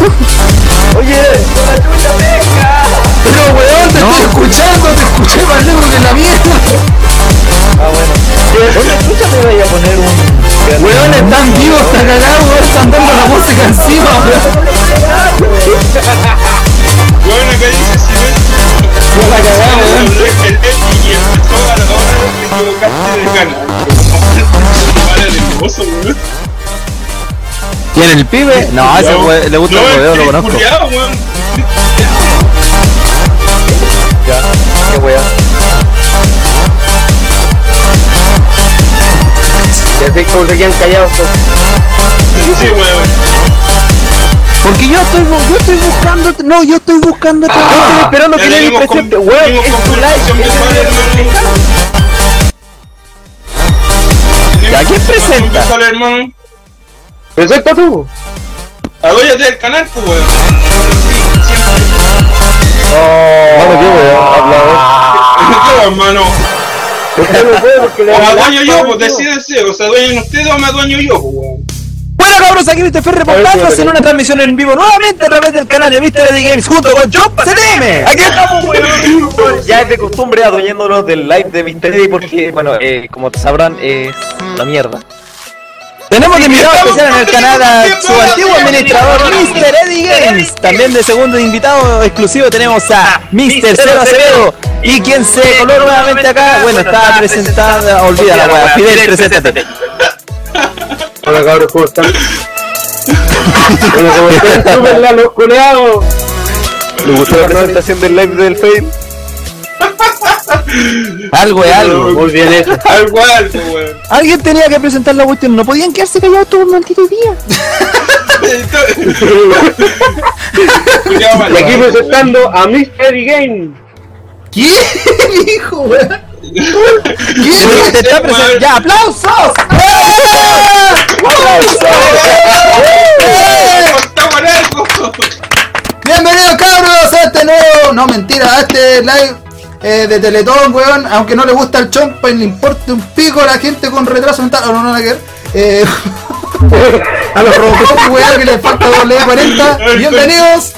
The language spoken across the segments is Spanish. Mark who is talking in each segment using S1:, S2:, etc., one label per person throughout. S1: Oye, pero weón, te estoy escuchando, te escuché más lejos que la mierda.
S2: Ah, bueno. Oye, tú ya me voy a poner un...
S1: Weón, están vivos, está cagado, weón, están dando la música encima, weón.
S3: Bueno, acá dice si ves
S2: Yo la cagaba,
S3: el
S2: weón.
S3: y empezó a la hora de equivocaste de canal. Para el hermoso, weón.
S4: ¿Tiene el pibe? No, a ese we- le gusta el rodeo, lo conozco.
S3: Culiado, este weón.
S2: Ya, qué weón. Ya sé cómo se quedan callados. pues.
S3: Sí, weón.
S4: Porque yo estoy, bu- yo estoy buscando, no, yo estoy buscando otra
S2: Yo estoy esperando
S3: Ya
S2: que le
S3: venimos con-
S2: presente, weón.
S3: venimos
S2: Es
S3: con
S2: tu
S3: confirmación
S2: live.
S3: de
S2: ese
S3: cuál
S2: es el-
S3: es el hermano.
S4: Ya, ¿quién presenta?
S3: ¿Cuál es el hermano?
S2: Presenta tú.
S3: Adóyate del canal, pues, weón.
S2: Bueno, qué weón. Habla,
S3: Ah.
S2: Ah.
S3: Yo, hermano.
S2: weón.
S3: O me adueño yo, pues decídense. O se adueñan ustedes o me adueño yo, pues, weón.
S4: Bueno cabros, aquí Mr. Ferre reportándose en una transmisión en vivo nuevamente a través del canal de Mr. Eddie Games junto con John CDM.
S2: Aquí estamos, weón. Ya es de costumbre adueñándonos del live de Misterio porque, bueno, eh, como sabrán, es una mierda.
S4: Tenemos de invitado
S3: estamos
S4: especial en el canal a su
S3: transmitiendo
S4: antiguo
S3: la
S4: administrador
S3: transmisión.
S4: Mr. Eddie Games. También de segundo invitado exclusivo tenemos a Mr. Cero Ah, Acevedo. Y quien se coló nuevamente acá, bueno, está presentada, olvida la weá, Fidel, preséntate.
S2: Hola cabros, ¿cómo están? Hola, ¿cómo están? ¡Súbenla, los culeados! ¿Le gustó la presentación del live del Fame?
S4: Algo es algo.
S2: Muy bien eh. hecho.
S3: Al cual, pues, weón.
S4: Alguien tenía que presentar la cuestión, no podían quedarse callados todo el maldito día.
S3: Entonces, culiao mal,
S2: Y aquí pues
S3: weón.
S2: presentando a Mystery Game.
S1: ¿Qué dijo, weón?
S4: Bueno, te está presentando. ¡Ya, aplausos!
S3: Contamos algo.
S1: Bienvenidos cabros a este nuevo, no mentira, a este live eh, de Teletón, weón. Aunque no le gusta el chompa y le importe un pico a la gente con retraso mental, o no, no, nada que ver. Eh, a los robots, weón, que les falta doble 40. Bienvenidos.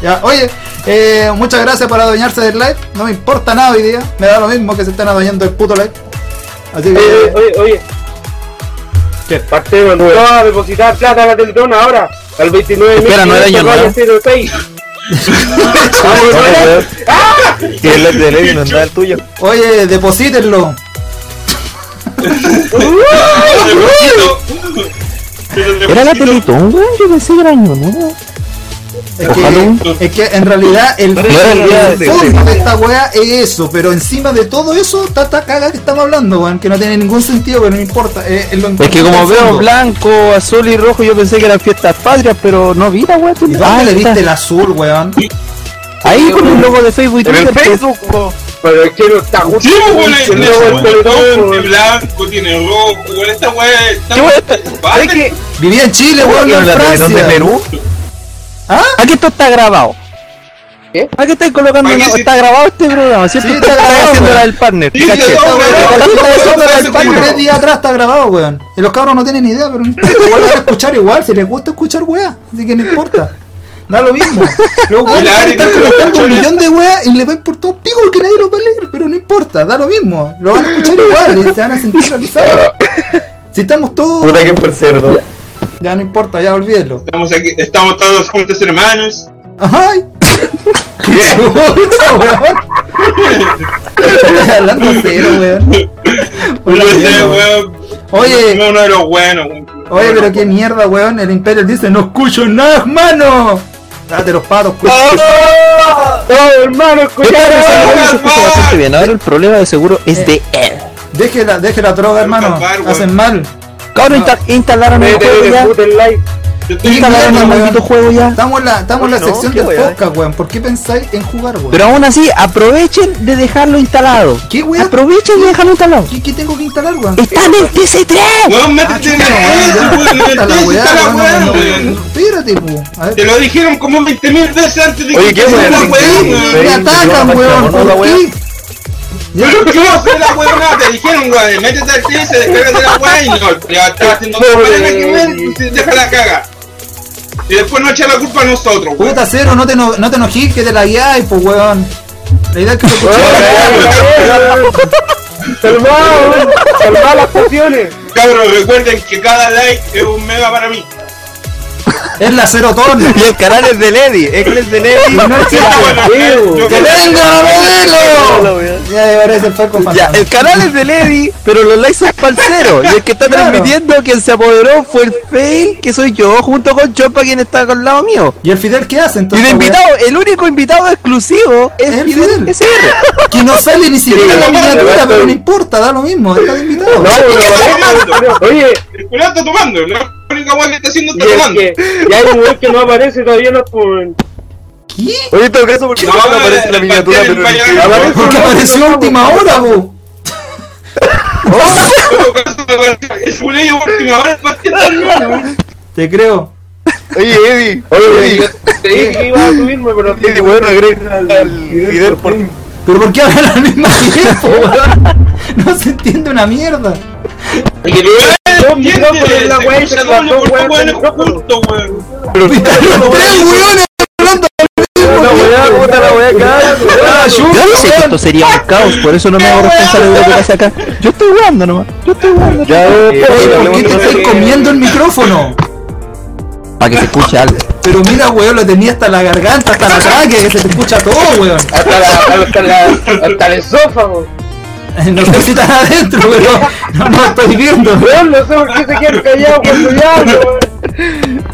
S1: ya, oye, eh, muchas gracias por adueñarse del live. No me importa nada hoy día. Me da lo mismo que se estén adueñando del puto live. Así que...
S2: Oye,
S5: Eh,
S2: oye, oye. ¿Qué? Partemos, no va a depositar plata a la Teletón ahora. Al 29
S4: Espera, no era yo, ¿no?
S5: Que el de Lady no anda el tuyo.
S1: Oye, deposítenlo.
S4: ¿Era la Teletón, güey? Yo pensé que era año nuevo.
S1: Es que, es que en realidad el el fondo de esta weá es eso, pero encima de todo eso está esta caga que estamos hablando, weón, que no tiene ningún sentido, pero no importa. eh, Es, es lo
S4: Es que como
S1: importante
S4: veo
S1: del fondo.
S4: blanco, azul y rojo, yo pensé que eran fiestas patrias, pero no vi la weá.
S1: ¿Y dónde le viste el azul, weón?
S4: Ahí con el logo de Facebook y Twitter. pues.
S2: Pero es que no está justo.
S3: Sí,
S5: pues,
S3: weón,
S2: No,
S3: el- el-
S2: el Teletón,
S3: tiene
S2: weón.
S3: Este blanco, tiene rojo, weón, esta weá está...
S4: ¿Qué weá?
S3: Vale,
S2: ¿Sabes qué?
S1: Vivía en Chile, weón, no en
S5: la
S1: Francia.
S5: Teletón de Perú?
S1: ¿Ah?
S4: Aquí esto está grabado.
S2: ¿Qué?
S4: Aquí estoy colocando
S3: Aquí
S4: una-
S3: sí.
S4: Está grabado este programa, ¿cierto?
S1: Sí,
S4: está
S1: está grabado,
S4: haciendo
S1: weón.
S4: la del partner.
S3: Sí,
S4: caché.
S3: yo no, weón.
S4: Está haciendo la del partner.
S1: Tres días atrás está grabado, weón. Y los cabros no tienen idea, pero no importa. Igual van a escuchar igual, si les gusta escuchar weá. Así que no importa. Da lo mismo. Los weones van a estar comentando un millón de weas y les va a importar un pico porque nadie los va a leer. Pero no importa, da lo mismo. Lo van a escuchar igual y se van a sentir realizados. Si estamos todos.
S5: Puta que por cerdo.
S1: Ya no importa, ya olvídenlo.
S3: Estamos aquí, estamos todos juntos hermanos.
S1: ¡Ay! Puta, weón. Estoy hablando cero, weón.
S3: Uno
S1: Hola,
S3: de
S1: weón.
S3: weón.
S1: Oye.
S3: Uno de los buenos, weón.
S1: Oye, pero qué mierda, weón. El Imperio dice, no escucho nada, hermano. Date los patos,
S4: "Ah,
S1: pues. weón.
S2: No, hermano, escucharon.
S4: Ahora se escucha bastante este bien, ahora el problema de seguro es de él.
S1: Deje la, deje la droga, hermano.
S3: Acabar, weón.
S1: Hacen mal.
S4: Cabrón, insta- instalaron el juego ya.
S2: el live.
S3: Yo estoy-
S4: Instalaron el
S1: mierda,
S4: maldito
S1: weón.
S4: juego ya.
S1: Estamos en la, estamos en la
S5: Oye, no,
S1: sección
S5: qué
S1: del
S5: weá.
S1: podcast, weón. ¿Por qué pensáis en jugar, weón?
S4: Pero aún así, aprovechen de dejarlo instalado.
S1: ¿Qué weón?
S4: Aprovechen de dejarlo instalado.
S1: ¿Qué, qué tengo que instalar, weón?
S4: ¡Está en el TC3!
S3: Weón, métete en el
S1: Ah,
S3: weón, en el
S1: puta la
S3: test,
S1: weá,
S3: está la
S1: weón, no,
S3: weá,
S1: no,
S3: weón.
S1: no. Espérate, weón. A ver.
S3: Te lo dijeron como 20.000 veces antes de que
S5: Oye, ¿qué
S3: hicieras la
S5: weón?
S3: weá,
S5: Sí,
S3: weón.
S5: sí.
S1: Me
S5: Ey,
S1: atacan,
S5: yo la
S1: weón.
S5: marca,
S1: ¿Por
S5: ¿no, la
S1: qué?
S3: Yo ¿qué vas a hacer la weá? Nada, Te dijeron, weón, métete al TS, descargas de la weá y no, ya estaba haciendo
S2: Pobre.
S3: para que me deja la caga. Y después no echa la culpa a nosotros, weón.
S1: Puta cero, no te, eno- no te enojís, que te la guiáis, pues weón. La idea es que lo
S2: Ah,
S1: escuchara.
S2: Salvado, salvado las pasiones.
S3: Cabros, recuerden que cada like es un mega para mí.
S1: es la serotona.
S4: Y el canal es de Lady, es que es de Lady.
S1: No existe.
S3: Yo creo
S1: ¡Que
S3: que-
S1: venga, modelo! Ya me parece el Falco
S4: Ya,
S1: Fantasma.
S4: el canal es de Lady, pero los likes son para el cero. Y el que está
S1: Claro.
S4: transmitiendo, quien se apoderó fue el fail, que soy yo, junto con Chopa, quien está al lado mío.
S1: ¿Y el Fidel qué hace
S4: Y
S1: entonces?
S4: de invitado, el único invitado exclusivo es
S1: El Fidel.
S4: Fidel. Es él.
S1: weón? Que no sale ni siquiera la
S2: Sí,
S1: miniatura,
S2: basta.
S1: pero no importa, da lo mismo, está de invitado.
S2: No, pero- pero- oye,
S3: El culo está tomando, la única weón que está haciendo
S2: y
S3: está
S2: el
S3: tomando.
S2: que, y hay un weón que no aparece todavía en los pum-
S1: ¿Qué?
S5: Oye, en todo caso, porque
S3: No,
S5: no,
S3: no,
S5: aparece
S3: no,
S5: la
S3: no,
S5: miniatura,
S3: tiene el
S5: pero
S3: pañal.
S5: aparece
S1: Porque
S2: no,
S1: apareció
S2: no,
S1: a
S2: no,
S1: última
S2: no.
S1: hora, bo.
S3: Es un ello porque me va a
S1: Te creo.
S5: Oye, Eddie,
S2: Oye,
S5: oye,
S2: yo te dije que iba a subirme, pero
S5: Eddie, bueno, agrega al video por
S1: ¿Pero por qué hablan al mismo tiempo, weón? No se entiende una mierda.
S3: Eh,
S2: Dos micrófonos en la wea y se las dos weas en el micrófono.
S3: Yo
S5: Pero
S1: Los tres weones hablando
S2: La wea, puta la wea, cabrón.
S4: Yo sé que esto sería un caos, por eso no me hago responsable de lo que pasa acá. Yo estoy jugando nomás. Yo estoy jugando.
S5: Ya, eh,
S1: Oye, ¿por qué te
S5: hablemos
S1: estás
S5: de-
S1: comiendo el micrófono?
S4: Para que se escuche algo.
S1: Pero mira, weón, lo tenía hasta la garganta, hasta la tráquea, que se te escucha todo, weón.
S2: Hasta la- hasta la- hasta el esófago.
S1: No sé si estás adentro, pero no, no estoy viendo.
S2: Weón, no sé por qué se quedan callados cuando yo hablo, weón.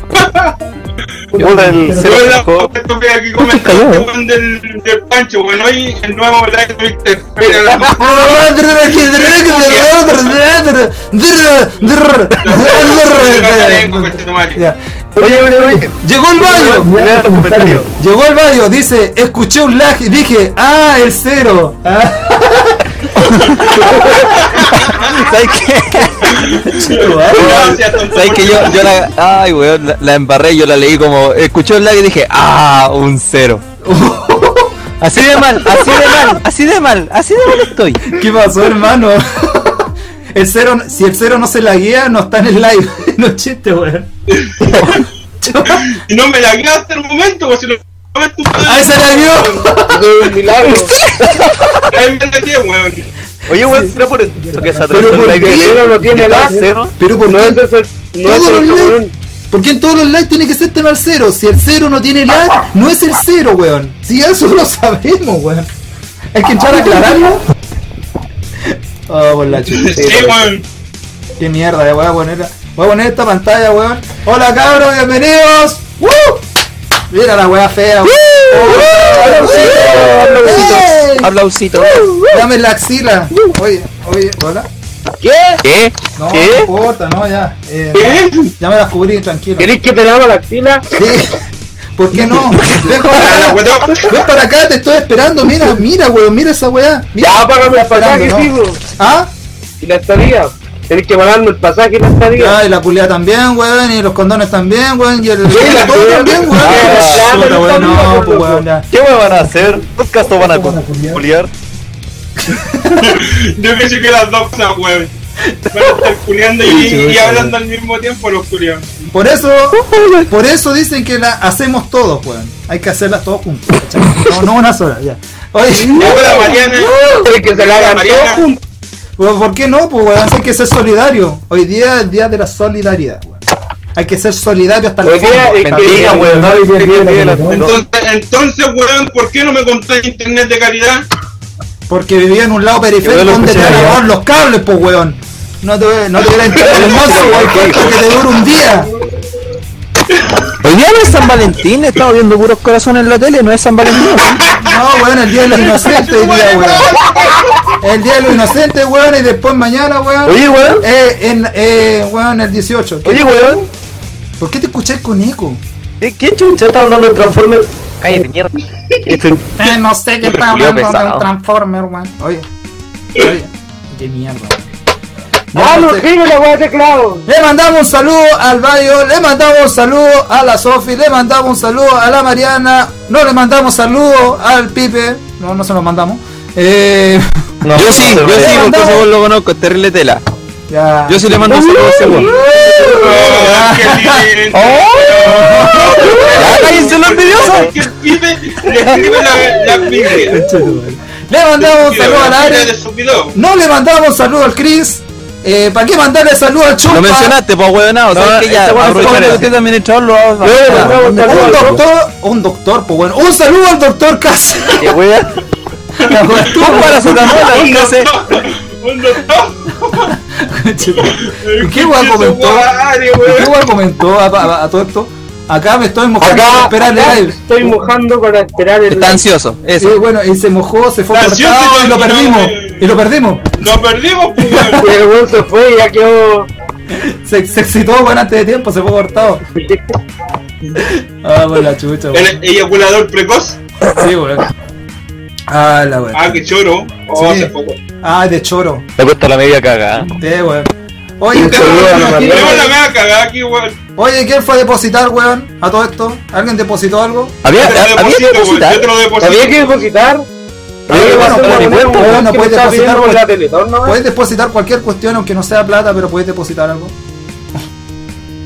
S5: Puta, el cero
S3: la
S5: bajó.
S3: esto que aquí comenta
S4: Escucha,
S3: este
S4: ¿no?
S3: weón del, del Pancho, weón. Hoy el nuevo like de Víctor. Mira la puta, la lengua, coche tu madre.
S1: Ya.
S5: Oye, oye, oye.
S1: Llegó el
S5: Voy a
S1: baño.
S5: leer tu comentario.
S1: Llegó el baño, dice, escuché un lag y dije, ah, el cero. Ah,
S4: ¿Sabes qué?
S3: Gracias, tonto,
S4: ¿Sabes que yo, yo la. Ay, weón, la, la embarré, yo la leí como. Escuché el lag y dije, ah, un cero. Así de mal, así de mal, así de mal, así de mal estoy.
S1: ¿Qué pasó, hermano? El cero, si el cero no se la guía, no está en el live. No es chiste, weón.
S3: Y no me la guía hasta el momento, weón. Si no no ves tu madre.
S1: ¡Ah, se la guió!
S2: Es un milagro.
S3: Ahí me la guía, weón.
S5: Oye, weón, será por eso que se
S1: Pero
S5: atrasó el
S1: ¿por
S5: live.
S1: qué?
S5: de-
S2: Pero no tiene la-
S5: cero.
S1: Pero por
S2: No
S1: qué?
S2: es eso, no es
S1: Todos los
S2: eso,
S1: likes.
S2: weón.
S1: ¿Por qué en todos los likes tiene que ser tema al cero? Si el cero no tiene like, no es el cero, weón. Si eso lo sabemos, weón. Hay que entrar a aclararlo. Oh, por la chucha.
S3: Sí, weón.
S1: Qué mierda, ya voy a poner, voy a poner esta pantalla, weón. Hola cabros, bienvenidos. ¡Woo! Mira la weá fea, weón. Oh, ¡Woo! ¡Ey!
S4: Aplausito.
S1: Dame la axila. Oye, oye, hola.
S4: ¿Qué?
S1: No, no
S4: ¿Qué?
S1: importa, no, ya. Eh,
S3: ¿Qué?
S1: ya me las cubrí, tranquilo.
S2: ¿Querés que te lava la axila?
S1: Sí. ¿Por qué no? Ven
S3: Ah,
S1: para, acá.
S3: weón.
S1: Ven para acá, te estoy esperando. Mira, mira, weón, mira esa weá. Mira,
S2: Ya, págame el pasaje,
S1: esperando, ¿no?
S2: sigo.
S1: ¿Ah?
S2: Y la estadía. Tenés que pagarme el pasaje y la estadía.
S1: Ya, y la culea también, weón, y los condones también, weón, y el...
S2: la
S1: todo
S2: culea
S1: también, weón.
S2: también.
S1: Puta, weón, no,
S2: Ah,
S1: pues, weón, ya.
S5: ¿Qué me van a hacer? ¿Podcast o van a culiar?
S3: Yo pensé que las dos cosas, weón. Van a estar culiando y, y hablando al mismo tiempo los culiados.
S1: Por eso, por eso dicen que la hacemos todos, weón. Hay que hacerlas todos juntos, ¿cachai? No, no una sola, ya. Oye,
S3: Ahora Mariana.
S2: Tenés que se la hagan
S3: Mariana.
S2: todos juntos.
S1: weón, ¿por qué no? Pues, weón, hay que ser solidario. Hoy día es el día de la solidaridad, weón. Hay que ser solidario hasta el
S2: Hoy día
S1: fondo.
S2: es que-
S5: Mentira, weón. No, dice bien, bien, la- no.
S3: Entonces, entonces, weón, ¿por qué no me compré internet de calidad?
S1: Porque vivía en un lado
S5: Que
S1: periférico
S5: duele
S1: donde te
S5: escuchar,
S1: grababan los cables, pues weón. No te no te hubiera entrado el monstruo, weón, que esto que te dura un día.
S4: Hoy día no es San Valentín, he estado viendo puros corazones en la tele, no es San Valentín.
S1: No, weón, el día de los inocentes hoy día, weón. El día de los inocentes, weón, y después mañana, weón.
S5: Oye, weón.
S1: Eh, en, eh, weón, el 18.
S5: Oye, weón.
S1: ¿Por qué te escuché con eco?
S5: ¿Qué qué chucha está hablando de Transformers? Cállate, mierda. Este-
S1: Eh, no sé qué
S5: Culiao
S1: está hablando de
S5: pesado.
S1: un Transformer, weón. Oye, oye, qué mierda.
S2: ¡Ah, los giros la weá de teclado!
S1: Le mandamos un saludo al Bayo, le mandamos un saludo a la Sofi, le mandamos un saludo a la Mariana, no le mandamos saludo al Pipe, no, no se lo mandamos. Eh,
S5: No,
S4: Yo sí, yo
S5: no,
S4: sí,
S5: no.
S4: porque ese vos lo conozco, es terrible tela.
S1: ya.
S4: Yo sí le mando un saludo a ese weón.
S3: Oh, qué lindo.
S4: ¡Ya, cállense los envidiosos!
S3: Que el pibe le escribe la, la Biblia.
S1: Le mandamos un
S3: Tío,
S1: saludo al
S3: la Biblia
S1: Ari.
S3: de su video.
S1: No le mandamos saludo al Chris. Eh, ¿Para qué mandarle saludo al Chupa?
S4: Lo mencionaste, pues, huevonao. ¿Sabes que ya?
S5: esta weá se
S4: Aprovechar
S5: come.
S4: el usted de administrador, lo va
S5: Yo le mandaba un
S1: Un
S5: saludo al Chupa.
S1: doctor, un doctor, pues bueno. Un saludo al doctor Cas.
S5: Qué wea.
S4: Tú para su camola,
S3: Un
S4: nunca se.
S3: doctor. Un doctor.
S1: ¿Qué guay
S3: Ese
S1: comentó?
S3: Ari,
S1: ¿Qué
S3: weón.
S1: guay comentó a, a- a todo esto? Acá me estoy mojando
S5: Acá-
S1: para esperar
S5: acá
S1: el live.
S5: Estoy mojando para esperar el.
S4: Está ansioso,
S1: Y
S4: eso.
S1: Eh, bueno, y se mojó, se fue
S3: La
S1: cortado
S3: ansiosa
S1: y lo
S3: no-
S1: perdimos.
S3: eh.
S1: Y lo perdimos.
S3: Lo perdimos, pues, weón.
S5: El weón se fue y ya quedó.
S1: Se, se excitó bueno, antes de tiempo, se fue cortado. Ah, bueno, la chucha, weón.
S3: El eyaculador precoz.
S1: Sí, weón. Ah, la weón.
S3: Ah, qué choro. Oh,
S1: Sí.
S3: se fue, weón.
S1: Ah, de choro.
S2: Me cuesta la media caga. ¿eh?
S1: Eh, weón. Oye,
S3: Tenemos
S5: lo
S3: la-
S5: mandé.
S3: tenemos la mega cagada aquí, weón.
S1: oye, ¿quién fue a depositar, weón? A todo esto. ¿Alguien depositó algo?
S4: Había,
S3: Yo te lo
S4: había que
S3: deposito, weón.
S4: depositar.
S3: Yo te lo
S5: Había
S3: deposito.
S5: que depositar.
S1: Ah,
S5: Había que
S1: bueno,
S5: pasar
S1: puede-
S5: una moneda,
S1: puede-
S5: weón, que
S1: no
S5: me
S1: puede
S5: estaba
S1: depositar
S5: pidiendo
S1: por-
S5: la Teletón, ¿no?
S1: Puedes depositar cualquier cuestión, aunque no sea plata, pero puedes depositar algo.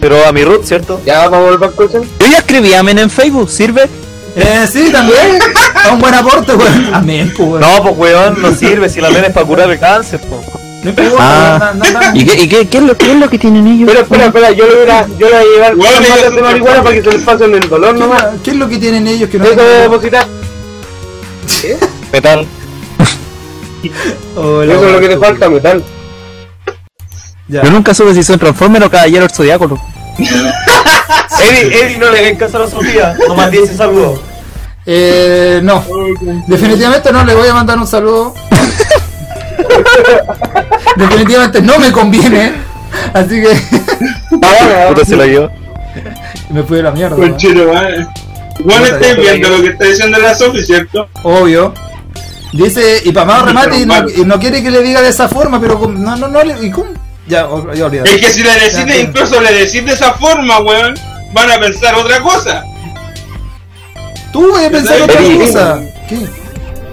S2: Pero a mi root, ¿cierto?
S5: Ya vamos a volver al colchón.
S4: Yo ya escribí amén en Facebook, ¿sirve?
S1: Eh, sí, también. Es un buen aporte, weón. Amén, pues, weón.
S2: No, pues weón, no sirve si la media es para curar el cáncer, po.
S1: No importa,
S4: Ah.
S1: weón, na- na- na-
S4: ¿Y qué, y qué, qué es, lo, qué es lo que tienen ellos?
S5: Pero espera, espera, yo le voy a, yo le voy a llevar
S3: Weón,
S5: unas
S3: ellos
S5: matas de
S3: son
S5: marihuana para que se les pasen el dolor nomás.
S1: ¿Qué, es lo que tienen ellos que no
S5: Tengo que
S1: tienen nosotros?
S5: depositar.
S2: Metal.
S1: Hola,
S5: Eso es lo
S1: weón.
S5: que te falta, metal.
S1: Ya.
S4: Yo nunca supe si son Transformers o Caballeros Zodiaco.
S2: Eddie, Eddie, no le den caso a la Sofía. Nomás dice saludos.
S1: Eh, no. Definitivamente no le voy a mandar un saludo. Definitivamente no me conviene. Así que
S2: Puta se la llevó.
S1: me fui de la mierda. weón.
S3: Conchero, weón. Weón, estáis viendo lo que está diciendo la Sofi, ¿cierto?
S1: Obvio. Dice, y para más remate, y no, y no quiere que le diga de esa forma, pero con- no, no, no, le- ¿y cómo? Ya, ol- ya olvidé.
S3: Es que si le decís,
S1: Ya,
S3: de- incluso le decís de esa forma, weón, van a pensar otra cosa.
S1: Tú voy a pensar otra
S3: Eri.
S1: cosa. ¿Qué?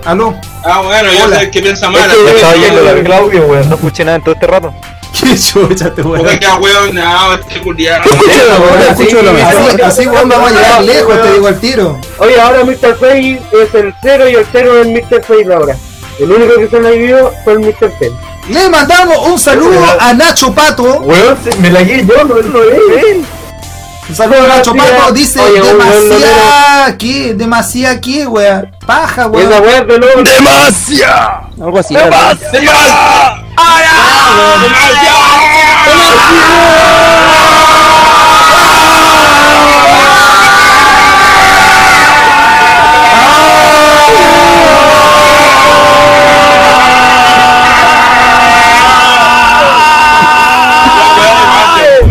S1: ¿Aló?
S3: Ah, bueno, yo
S1: Hola.
S3: sé que piensa mal.
S2: Es que me estaba yendo la de
S3: así
S2: Claudio, weón. No escuché nada en todo este rato.
S1: ¿Qué chucha te
S3: que-
S1: voy
S3: Porque acá, weón, no, este culiado.
S1: Así, así, weón, vamos a llegar lejos, te digo al tiro.
S5: Oye, ahora Mr. Face es el 0 y el 0 es el Mr. Face ahora. El único que se la vivió fue el Mr. Face.
S1: Le mandamos un saludo a Nacho Pato.
S2: Weón, me la guié yo, no lo es.
S1: Un saludo a Nacho Pato. Dice
S5: Oye, weón,
S1: demasiada que, demasiada que, wea. Paja,
S4: Pues
S5: Esa
S1: wea.
S5: weá es de nuevo.
S2: ¡Demacia!
S4: Algo así. era, ¿no?
S2: ¡Demacia!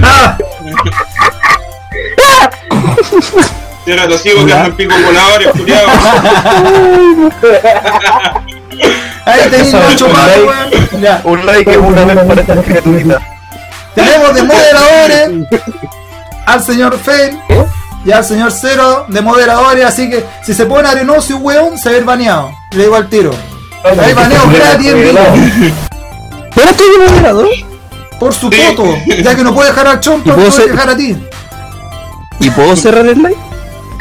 S1: Ah,
S3: Cierra los hijos que hacen pico voladores, culiado.
S1: Ahí tenéis Nacho Pato, weón. Ya.
S2: Un like es una vez para estas criaturitas.
S1: Tenemos de moderadores al señor Fail y al señor Cero de moderadores. Así que si se pone arenoso y weón, se va a ir baneado. Le digo al tiro. Hay baneo gratis en vivo.
S4: ¿Pero estoy de moderador?
S1: Por su poto. Ya que no puede dejar al chompa,
S4: ¿Y
S1: no
S4: puedo
S1: puede
S4: ser-
S1: dejar a ti.
S4: ¿Y puedo cerrar el live?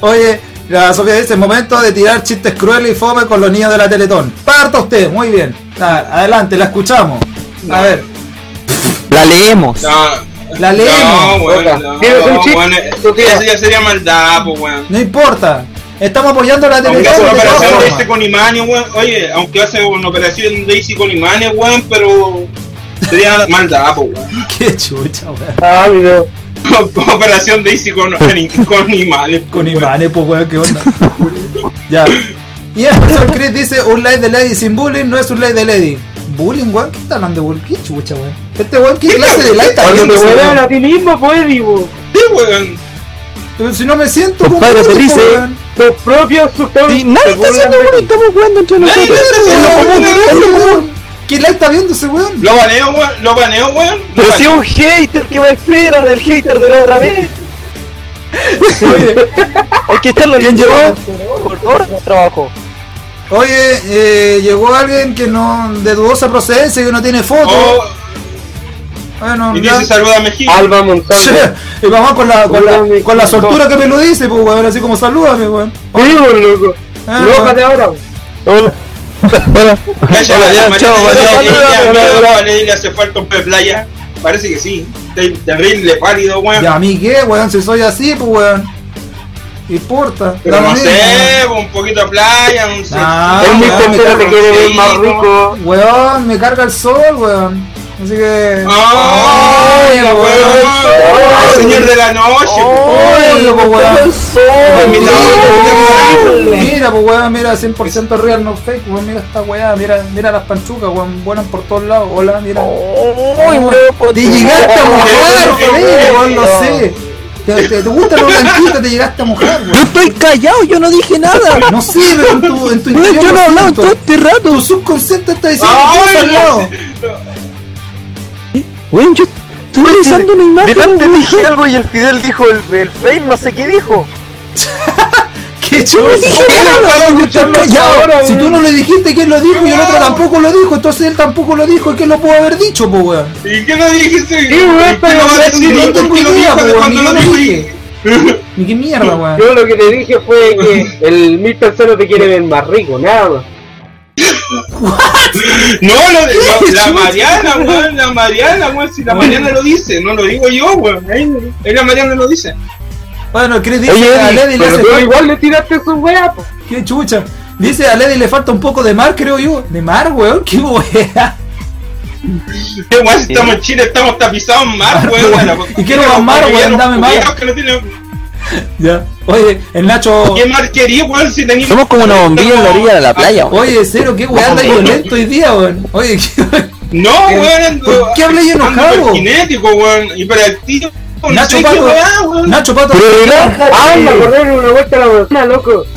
S1: Oye, la Sofía dice: momento de tirar chistes crueles y fome con los niños de la Teletón. Parta usted, muy bien. A- adelante, la escuchamos. A ver,
S4: La leemos.
S3: No,
S1: la leemos.
S3: no, weón, no,
S5: Tienes un chip,
S3: weón,
S5: tú tienes.
S3: Eso ya sería maldad, po, weón.
S1: No importa. Estamos apoyando a la
S3: Aunque hace
S1: Teletón.
S3: una
S1: de todas
S3: operación de
S1: formas.
S3: este con imanes, weón. Oye, aunque hace una operación de Daisy con imanes, weón, pero sería maldad, po, weón.
S1: Qué chucha, weón.
S5: Ah, mira.
S3: operación Daisy con, con imanes. po,
S1: Con
S3: weón.
S1: imanes, pues weón, qué onda. ya. Y el profesor Chris dice, un like de Lady sin bullying no es un like de Lady. Bullying, weón, ¿qué está hablando de bullying? Qué chucha, weón. Este weón, ¿qué clase de like está
S5: Cuando
S1: viendo
S5: te
S1: ese
S5: huevean
S1: weón?
S5: a ti mismo, pues, digo.
S3: Sí, weón.
S1: Pero si no me siento
S4: Compadre,
S1: bonito,
S4: te dice-
S1: weón.
S5: Tus propios suscriptores.
S4: Y nadie está haciendo pues, bueno, estamos jugando entre
S3: Nadie
S4: nosotros.
S3: está haciendo
S4: Es lo común,
S3: bueno,
S4: es lo común.
S1: ¿Quién la está viendo ese weón?
S3: Lo baneo, weón. Lo baneo, weón. Lo
S4: Pero si
S3: baneo.
S4: un hater que me espera del hater de la otra vez. Hay que estarlo bien llevado. Por favor, trabajo.
S1: Oye, eh, llegó alguien que no de dudosa procedencia que no tiene foto.
S3: Oh,
S1: bueno,
S3: y
S1: ya.
S3: dice saluda a México.
S5: Alba
S1: Sí,
S5: Montalvo.
S1: y vamos con la, con la,
S5: Saludame,
S1: con la
S5: chico.
S1: soltura que me lo dice, pues weón, así como salúdame, weón.
S5: Digo, loco.
S1: Ah,
S5: Lójate
S1: weón.
S5: ahora.
S3: Calla,
S4: Hola, ya,
S3: María,
S4: chao,
S3: María,
S4: María, hola,
S3: María, María,
S4: hola,
S3: María,
S4: hola.
S3: María, le hace falta un pez playa. Parece que sí. Te- Terrible, pálido, weón.
S1: ¿Y a mí qué, weón? Si soy así, pues weón. ¿Qué importa?
S3: Pero
S1: Da lo
S3: no
S1: mismo,
S3: sé, un poquito de playa, un
S1: Ah,
S5: El
S1: weón,
S5: Mr. Cero
S1: me
S5: te
S1: carga-
S5: quiere ver más
S3: Sí,
S5: rico.
S1: Weón, me carga el sol, weón. Así que.
S3: ¡Ay, la weón! ¡El señor de la noche!
S1: Ay, pues, weón.
S3: Pues Mira,
S1: Mira,
S3: weón.
S1: Mira, pues weón, mira, 100% real, no fake, weón, mira esta weá, mira, mira las panchucas, weón, vuelan por todos lados, hola, mira. Te llegaste a mojar,
S3: Oh. Qué
S1: weón,
S3: bueno.
S1: weón, no sé. Te, te, te gusta lo blanquito, te llegaste a mojar,
S4: Yo
S1: weón.
S4: estoy callado, yo no dije nada.
S1: No sé, pero en tu, en tu
S4: Weón, yo
S1: interior
S4: no he
S1: lo
S4: hablado
S1: siento.
S4: todo este
S1: Tu
S4: rato.
S1: subconsciente está diciendo
S3: ¡Ay,
S1: cosas, no.
S4: Weón, yo estoy revisando una imagen.
S6: Delante
S4: weón.
S6: dije algo y el Fidel dijo el, el Frame, no sé qué dijo.
S1: ¡Qué chulo!
S4: Yo estoy callado.
S1: Si tú no le dijiste quién lo dijo y el otro tampoco lo dijo, entonces él tampoco lo dijo, ¿quién lo pudo haber dicho, pues weón?
S3: ¿Y qué no dijiste?
S5: Sí, weón,
S3: ¿Qué
S5: pero
S3: no vas a
S5: no
S3: decir?
S1: tengo
S3: ¿Por qué lo
S1: idea,
S3: dijo
S1: weón,
S3: cuando
S1: ni
S3: no
S1: lo
S3: te
S1: dije. Ni qué mierda, weón.
S5: Yo lo que te dije fue que el Mr. Cero te quiere ver más rico, nada más.
S3: No, lo de- no, la Mariana, weón, la Mariana, weón, si la Mariana lo dice, no lo digo yo, weón, ahí, ahí la Mariana lo dice.
S1: Bueno, Chris dice
S4: Oye,
S1: que a
S4: Eddie,
S1: Lady le
S5: Pero
S1: hace
S5: tú
S1: falta-
S5: igual le tiraste su weá, po.
S1: ¡Qué chucha! Dice a Lady le falta un poco de mar, creo yo. ¿De mar, weón? ¡Qué wea!
S3: Qué weón, si estamos en Chile, estamos tapizados en mar, weón.
S1: weón.
S3: weón.
S1: ¿Y qué no va mar, weón? Dame mar.
S3: Culiados que no tienen-
S1: Ya. Oye, el Nacho.
S3: ¿Qué mar quería, weón, si teníamos...
S4: Somos como una bombilla en la orilla de la playa. weón.
S1: Oye, cero, qué weá anda violento hoy día, weón. Oye, qué.
S3: No, weón, ando-
S1: ¿Por qué hablé yo
S3: ando
S1: enojado?
S3: Kinético, weón, hiperactivo. no sé
S1: Nacho
S3: qué
S1: Pato.
S3: weá, weón.
S1: Nacho Pato.
S4: Pero relájate.
S5: Ah, me acordé de una vuelta a la manzana, loco.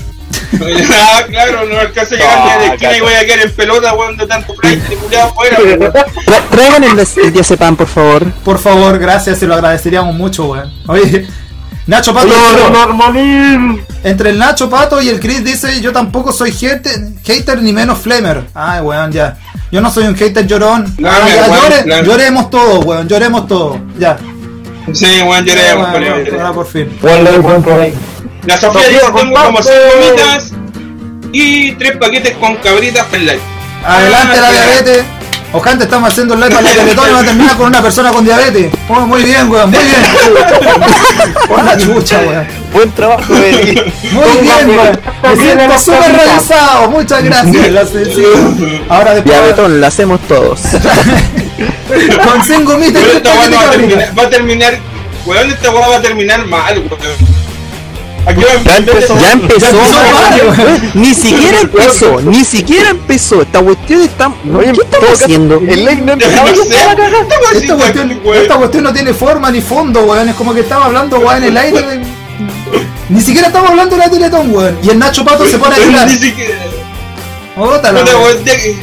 S3: Ah, claro, no alcancé a llegar ni a la
S4: Ah,
S3: esquina y voy a quedar en pelota, weón, de tanto play, de culiado fuera, weón.
S4: Tra- Traigan el, des- el diazepam, por favor.
S1: Por favor, gracias, se lo agradeceríamos mucho, weón. Oye, Nacho Pato.
S5: No,
S1: cero.
S5: normalín.
S1: Entre el Nacho Pato y el Chris dice, yo tampoco soy hater, hater ni menos flamer. Ay, weón, ya. Yo no soy un hater llorón.
S3: No,
S1: Ah,
S3: me
S1: ya,
S3: aguanto,
S1: llore-
S3: claro.
S1: lloremos todos, weón, lloremos todos. Ya.
S3: Sí, weón, yo
S1: Ya,
S3: le
S1: weón, weón, ahora por fin.
S3: La Sofía dice, tengo como seis gomitas y tres paquetes con cabritas per live.
S1: Adelante la
S3: Ah,
S1: diabetes. Ojante, estamos haciendo el live para la Teletón y va a terminar con una persona con diabetes. Oh, muy bien, weón, muy bien. Por la chucha, weón.
S6: Buen trabajo, Fidel.
S1: Muy bien, weón. Me siento súper realizado. Muchas gracias. Las- sí. Ahora después.
S4: Diabetón, la hacemos todos.
S1: Con 5 mitas
S3: Pero
S1: y
S3: esta weá no va, a
S1: cabrita.
S3: terminar- va a terminar, weón, esta weá va a terminar mal, weón. Aquí va
S4: Ya empezó, ya empezó,
S1: empezó,
S4: madre,
S1: madre,
S4: weón. ni siquiera empezó, ni siquiera empezó. Esta cuestión está. No, ¿Qué estamos haciendo?
S6: El live no empezó.
S3: No sé, estamos así,
S1: Esta cuestión,
S3: weón, weón.
S1: esta cuestión no tiene forma ni fondo, weón. Es como que estaba hablando, weón, en el aire. weón. Ni siquiera estamos hablando de la Teletón, weón. Y el Nacho Pato se pone a llorar.
S3: Ni siquiera-
S1: Bótala,
S3: Puta,
S1: weón.
S3: weón, te-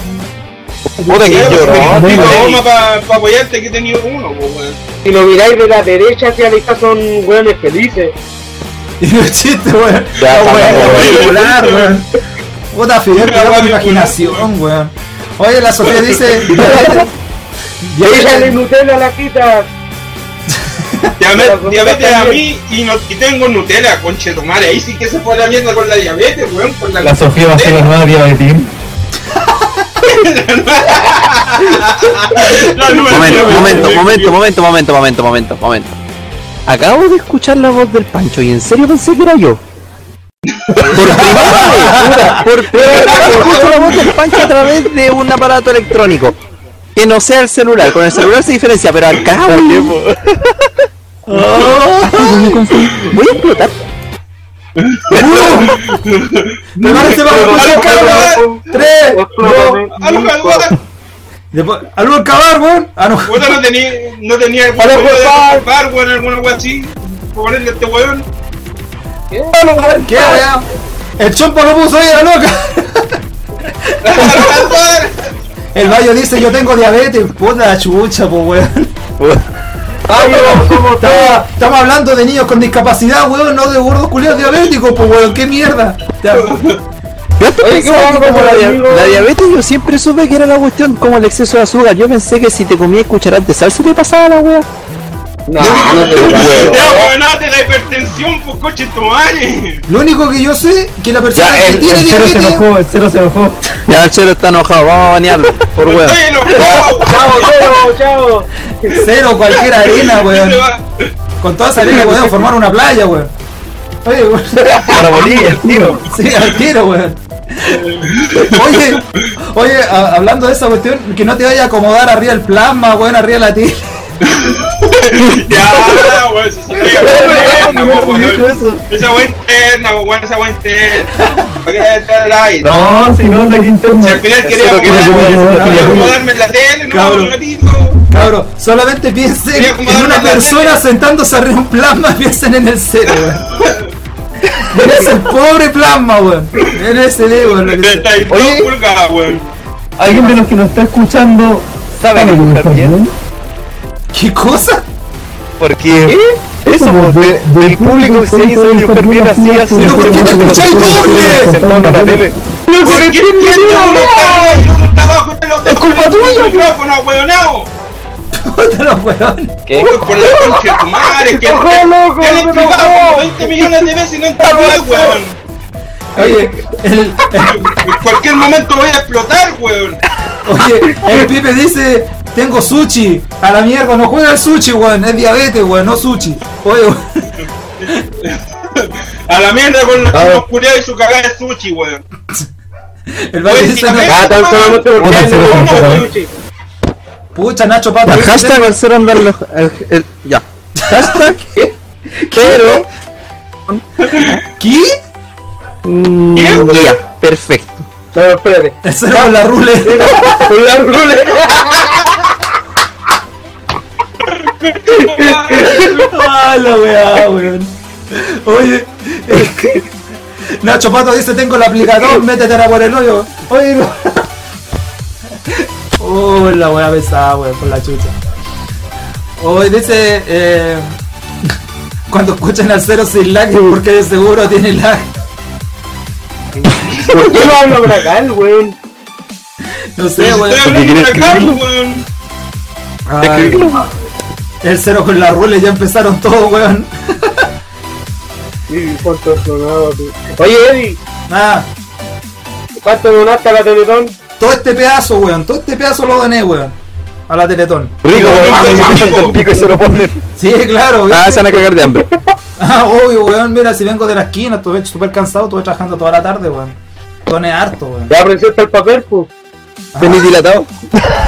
S6: Puta que
S3: te-
S6: lloró.
S3: te-
S6: Fidel.
S3: goma para apoyarte que he tenido uno, weón.
S5: Si lo miráis de la derecha hacia la izquierda son weones felices.
S1: Y el chiste, weón.
S4: Ya,
S1: La weá
S4: está,
S1: está
S3: weón.
S1: particular, weón. Puta Fidel,
S3: Una
S1: con
S3: weá
S1: imaginación, weón. Oye, la Sofía dice.
S5: Échale Nutella a la quita.
S3: Diabetes, diabetes a mí y, no, y tengo Nutella, conchetumare. Ahí sí que se fue a la mierda con la diabetes, weón. Con la,
S7: Sofía va a ser la nueva diabetín.
S3: La nueva
S4: Momento,
S3: diabetes.
S4: momento, momento, momento, momento, momento, momento, momento. Acabo de escuchar la voz del Pancho y en serio pensé que era yo. Por primera vez, puta, por primera vez escucho la voz del Pancho a través de un aparato electrónico. Que no sea el celular, con el celular se diferencia, pero al cabo. Voy a explotar.
S1: Prepárense para escuchar, cabrón. ¿eh? Tres, dos.
S3: Algo, algo, algo.
S1: Después, algo al cabrón, weón. Ah, no.
S3: Puta, no tenía, no tenía algún juego de bar, weón, alguna wea así. Para ponerle a este weón.
S6: malo, weón.
S1: ¿Qué, weón? El chompo lo puso ahí, la loca. El Bayo dice, yo tengo diabetes. Puta chucha, po, weón. Bayo, ¿cómo está? Estamos hablando de niños con discapacidad, weón, no de gordos culiados diabéticos, po, weón. Qué mierda. Ya.
S4: Oye, ¿qué
S5: bueno,
S4: como
S5: como
S4: la,
S5: el
S4: dia-
S5: amigo-
S4: la diabetes yo siempre supe que era la cuestión como el exceso de azúcar. Yo pensé que si te comías cucharas de salsa te pasaba la wea.
S5: No, no te lo creo.
S3: Ya, weón, de la hipertensión, por coche tu madre.
S1: Lo único que yo sé que la persona
S7: Ya,
S1: que
S7: el,
S1: tiene
S7: el cero se
S1: diabetes.
S7: enojó, el cero se enojó.
S4: Ya el chelo está enojado, vamos a banearlo, por wea.
S3: Estoy enojado.
S5: Chao, chao, chao.
S7: eh.
S1: Cero cualquier arena, weón.
S3: Se va.
S1: Con toda esa arena podemos formar una playa, weón. Oye, weón.
S7: Para Bolivia, el tiro.
S1: Sí, al tiro, weón. Oye, oye, a- hablando de esa cuestión, que no te vaya a acomodar arriba el plasma, weón, arriba la tele.
S3: Ya, weón, se interna, weón. Esa weón interna, weón, esa weón interna. ¿Para qué está el aire?
S7: No, si no, la interna.
S3: Si al final quería
S7: Eso
S3: acomodarme-
S7: lo quiere
S1: acomodar,
S3: quería
S1: no,
S3: acomodarme en la tele, no,
S1: Cabrón.
S3: un ratito.
S1: Cabro, solamente piensen
S3: Voy a
S1: en
S3: acomodar
S1: una
S3: la
S1: persona
S3: tele.
S1: sentándose arriba de un plasma, piensen en el cero, weón. Eres el pobre plasma, weón. Eres el ego, lo que sea.
S3: 32
S7: Oye.
S3: pulgadas, weón.
S7: Alguien de los que nos está escuchando
S6: ¿Sabe
S7: sabe
S6: que
S7: que
S6: está bien?
S1: ¿Qué cosa?
S6: Porque eso, pues, de- del público, si hay esa enfermera, así hace.
S1: Pero ¿por qué te escucháis doble?
S6: Sentado en la tele.
S3: ¿Por qué el micrófono está- el micrófono está abajo de los- el micrófono, weonao?
S1: Puta los weones.
S3: Uy, por la concha de tu madre, que
S5: Ojo, loco,
S3: que le he
S5: me
S3: explicado
S5: enojó.
S3: como 20 millones de veces y no entendí, weón.
S1: Oye, el,
S3: En cualquier momento voy a explotar, weón.
S1: Oye, el Pipe dice, tengo sushi. A la mierda, no juega el sushi, weón. Es diabetes, weón, no sushi. Oye, weón.
S3: A la mierda con los chicos culiados y su cagada de sushi, weón.
S1: El Valle
S3: Oye,
S1: dice,
S3: si también-
S5: Ah, tan solamente porque
S7: Puta,
S5: hay
S7: se lo
S5: ningún
S7: compró, ¿eh?
S5: sushi.
S1: pucha, Nacho Pata.
S4: El
S1: dice,
S4: hashtag al cero andar los- el, el- ya. Hashtag pero
S1: ¿Qué?
S4: mm, ya, perfecto.
S5: No, espérate.
S1: El cero con la ruleta.
S5: Con la ruleta.
S1: Ah, la weá, weón. Oye, eh, Nacho Pato dice, tengo el aplicador, métetela por el hoyo. Oye, no. Oh, la weá pesada, weón, por la chucha. Hoy dice, eh, cuando escuchan al cero sin lag, es porque de seguro tiene lag.
S5: ¿Por qué no hablo bragal, weón?
S1: No sé,
S3: Estoy
S1: weón.
S3: hablando de Carlos, weón.
S1: Ay, El cero con la ruleta ya empezaron todos, weón.
S5: Sí, cuánto sonado, tú. Oye, Eddie,
S1: Nada,
S5: ¿cuánto donaste a la Teletón?
S1: todo este pedazo, weón, todo este pedazo lo doné, weón. A la Teletón.
S6: Rico,
S3: Ah,
S6: weón, se
S3: amigo.
S6: salta el pico y se lo ponen.
S1: Sí, claro, weón.
S4: Ah, se van a cagar de hambre.
S1: Ah, obvio, weón, mira, si vengo de la esquina, estuve súper cansado, estuve trabajando toda la tarde, weón. Doné harto, weón.
S5: Ya presenta el papel, pues.
S4: Venís dilatado.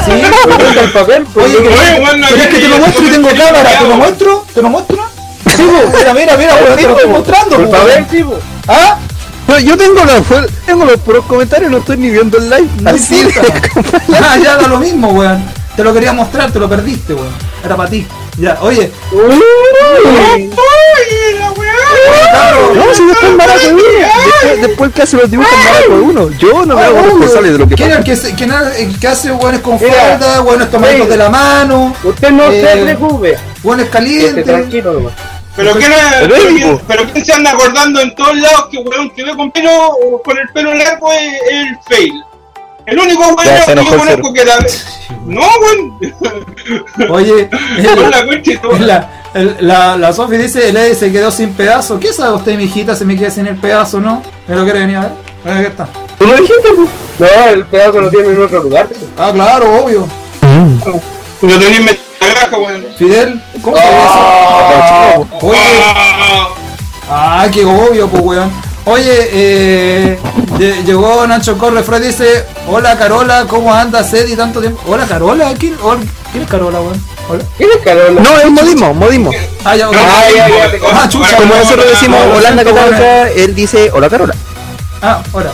S1: Sí,
S5: Presenta el papel, pues.
S1: oye,
S5: Yo
S3: Oye,
S1: weón.
S3: weón, no
S1: Pero es que te lo
S3: había
S1: muestro y
S3: leído,
S1: tengo
S3: estoy
S1: cámara, te lo
S3: peleado.
S1: muestro, te lo muestro. Sí, weón, mira, mira, mira, weón, te lo estoy mostrando,
S5: que- A ver,
S1: weón.
S5: sí, pues.
S1: Ah,
S4: Pero yo tengo los, tengo los puros comentarios, no estoy ni viendo el live.
S1: no
S4: Así
S1: importa. Ah, ya da lo mismo, weón. Te lo quería mostrar, te lo perdiste, weón. Era para ti. Ya, oye,
S5: Uy,
S3: Uy, la weá.
S1: cabrón.
S4: No, si yo estoy embarazo de uno. Después, después que hace los dibujos embarazo de uno. Yo no me hago responsable de lo que
S1: ¿Quién es
S4: pasa.
S1: el que, se- quién es el que hace hueones con
S5: Mira,
S1: falda, hueones tomando
S5: sí.
S1: de la mano,
S5: Usted no
S1: Eh,
S5: se preocupe.
S1: hueones
S5: Este,
S1: calientes?
S5: tranquilo, nomás.
S3: Pero quién
S6: Pero es
S3: pero,
S6: vivo.
S3: pero quién se anda acordando en todos lados que weón que ve con pelo o con el pelo largo es es el fail. El único weón
S6: Ya, se
S3: que
S6: enojó
S3: yo
S6: el
S3: conozco que la No, weón.
S1: Oye,
S3: Con
S1: el-
S3: la concha de tu
S1: el- la, el- la, la Sofi dice, el Eddie se quedó sin pedazo. ¿Qué sabe usted, mijita, se me queda sin el pedazo, no? ¿Me lo quiere venir a ver? Mira, Aquí está.
S5: ¿Tú lo dijiste, pues? No, el pedazo lo tiene en otro lugar. pues.
S1: Ah, claro, obvio.
S3: Lo tenía en la granja, weón.
S1: Fidel, ¿cómo te ves? Oye,
S3: Ah.
S1: Ah, qué obvio, pues, weón. Oye, eh, lle- llegó Nacho Corre, Fred dice, hola Carola, ¿cómo andas, Eddie, tanto tiempo? Hola Carola, ¿quién, hol- quién es Carola, weón? Hola.
S5: ¿Quién es Carola?
S4: No, es modismo, modismo.
S1: Ah, ya, ok.
S5: Ah, ya, ya, te-
S1: Ah, chucha,
S4: Como nosotros decimos, Holanda Cacahuaca, él dice, hola Carola.
S1: Ah, hola.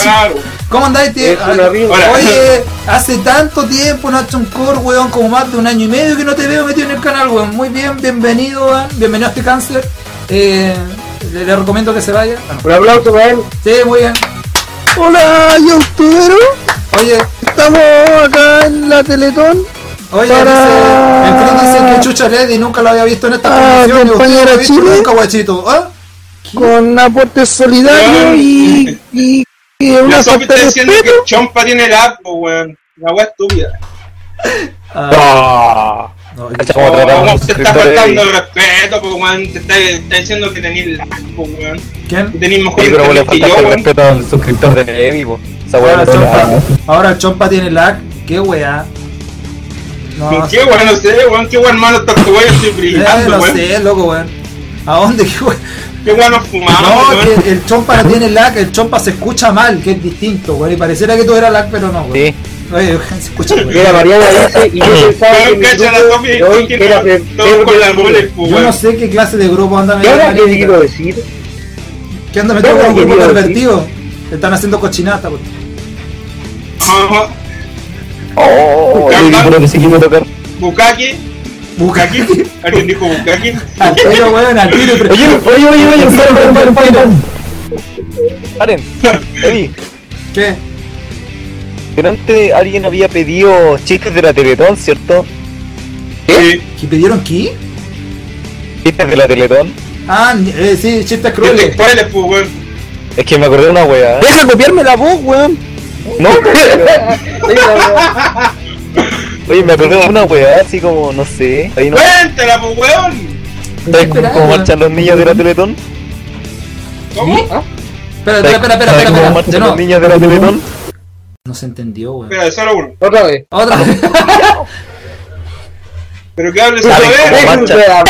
S3: Claro.
S1: ¿Cómo andáis, tío?
S5: Es una vida.
S1: Ah,
S3: Hola.
S1: Oye, hace tanto tiempo, Nacho Corre, weón, como más de un año y medio que no te veo metido en el canal, weón. Muy bien, bienvenido, weón. Bienvenido a este cáncer. Eh, Le, le recomiendo que se vaya. Ah, no.
S5: Un aplauso para él.
S1: Sí, muy bien.
S4: Hola, youtubero.
S1: Oye,
S4: Estamos acá en la Teletón.
S1: oye,
S4: Para-
S1: dice, el Fritz dice que Chucha Lady nunca lo había visto en esta
S4: Ah,
S1: condición. y usted
S4: compañera
S1: no lo ha visto
S4: Chile.
S1: nunca, guachito. ¿Ah?
S4: con aportes solidarios y, y, y
S3: La
S4: una
S3: Sofi
S4: falta
S3: está
S4: de
S3: diciendo que
S4: respeto.
S3: Chompa tiene la app, po, weón. La weá estúpida.
S6: Ah,
S1: No,
S6: ¿Cómo tratamos
S3: ¿Cómo
S6: los
S3: te Oh, está
S6: suscriptores ahí?
S3: faltando el respeto, po, weón? Te está, está diciendo que tenés la app, po, weón. Que
S1: ¿Quién?
S3: tenés mejor
S6: Sí, pero vos le
S3: internet que yo,
S6: faltaste el
S3: weón.
S6: respeto al suscriptor de Levi, po. Esa weá
S1: Ahora
S6: no
S1: el,
S6: te
S1: chompa,
S6: la-
S1: ahora el Chompa tiene lag. Qué weá. No,
S3: ¿Qué, weón? No sé, weón. ¿Qué, weón, hermano? Tanto, weón, estoy
S1: ya
S3: brillando,
S1: lo
S3: weón.
S1: sé, loco, weón. ¿A dónde? ¿Qué weá?
S3: ¿Qué, weón, nos fumamos,
S1: No,
S3: weón?
S1: que el chompa no tiene lag, el chompa se escucha mal, que es distinto, güey. Y pareciera que tú eras lag, pero no, güey.
S6: Sí.
S1: Oye, se escucha, güey.
S5: Mira, Mariana dice, y yo pensaba que
S3: Weón,
S5: mi
S3: cacha la
S5: grupo
S3: Sofi,
S5: de hoy
S3: que
S5: era fe-
S3: tiene todo con la mole, po,
S1: Yo no
S3: weón.
S1: sé qué clase de grupo anda
S5: ¿Y ahora qué
S1: metido.
S5: quiero decir?
S1: ¿Qué anda metido
S5: ¿Qué
S1: con un grupo
S5: querido
S1: pervertido? Te están haciendo cochinata, güey.
S3: Ajá.
S6: Oh, Levi, creo que sí quiero tocar.
S3: Bukaki. Bukaki. ¿Alguien dijo Bukaki?
S1: Al tiro, güey, al tiro. pero-
S6: Oye, oye, oye, oye, paren, paren, paren, paren. Paren. Levi,
S1: ¿Qué?
S6: delante alguien había pedido chistes de la Teletón, ¿cierto?
S3: Sí.
S1: ¿Que pidieron qué?
S6: Chistes de la Teletón.
S1: Ah, ni- eh, sí, chistes
S3: Este
S1: crueles.
S3: spoiler, po, weón.
S6: Es que me acordé de una weá. ¿eh?
S4: Deja copiarme la voz, weón.
S6: No, Oye, me acordé de una weá, así como, no sé. Ahí no.
S3: Cuéntala, po, weón.
S6: ¿Sabes cómo- cómo marchan los niños de la Teletón?
S3: ¿Cómo?
S1: Espera,
S6: ¿Ah? ¿Sabes-
S1: espera, espera, espera,
S6: ¿Sabes cómo
S1: espera. De
S6: marchan los
S1: nuevo.
S6: niños de la Teletón?
S1: No se entendió, güey.
S3: Espera, solo uno.
S5: Otra vez.
S1: Otra vez.
S3: Pero que hables a
S6: ¿Saben cómo
S3: ver.
S6: marchan?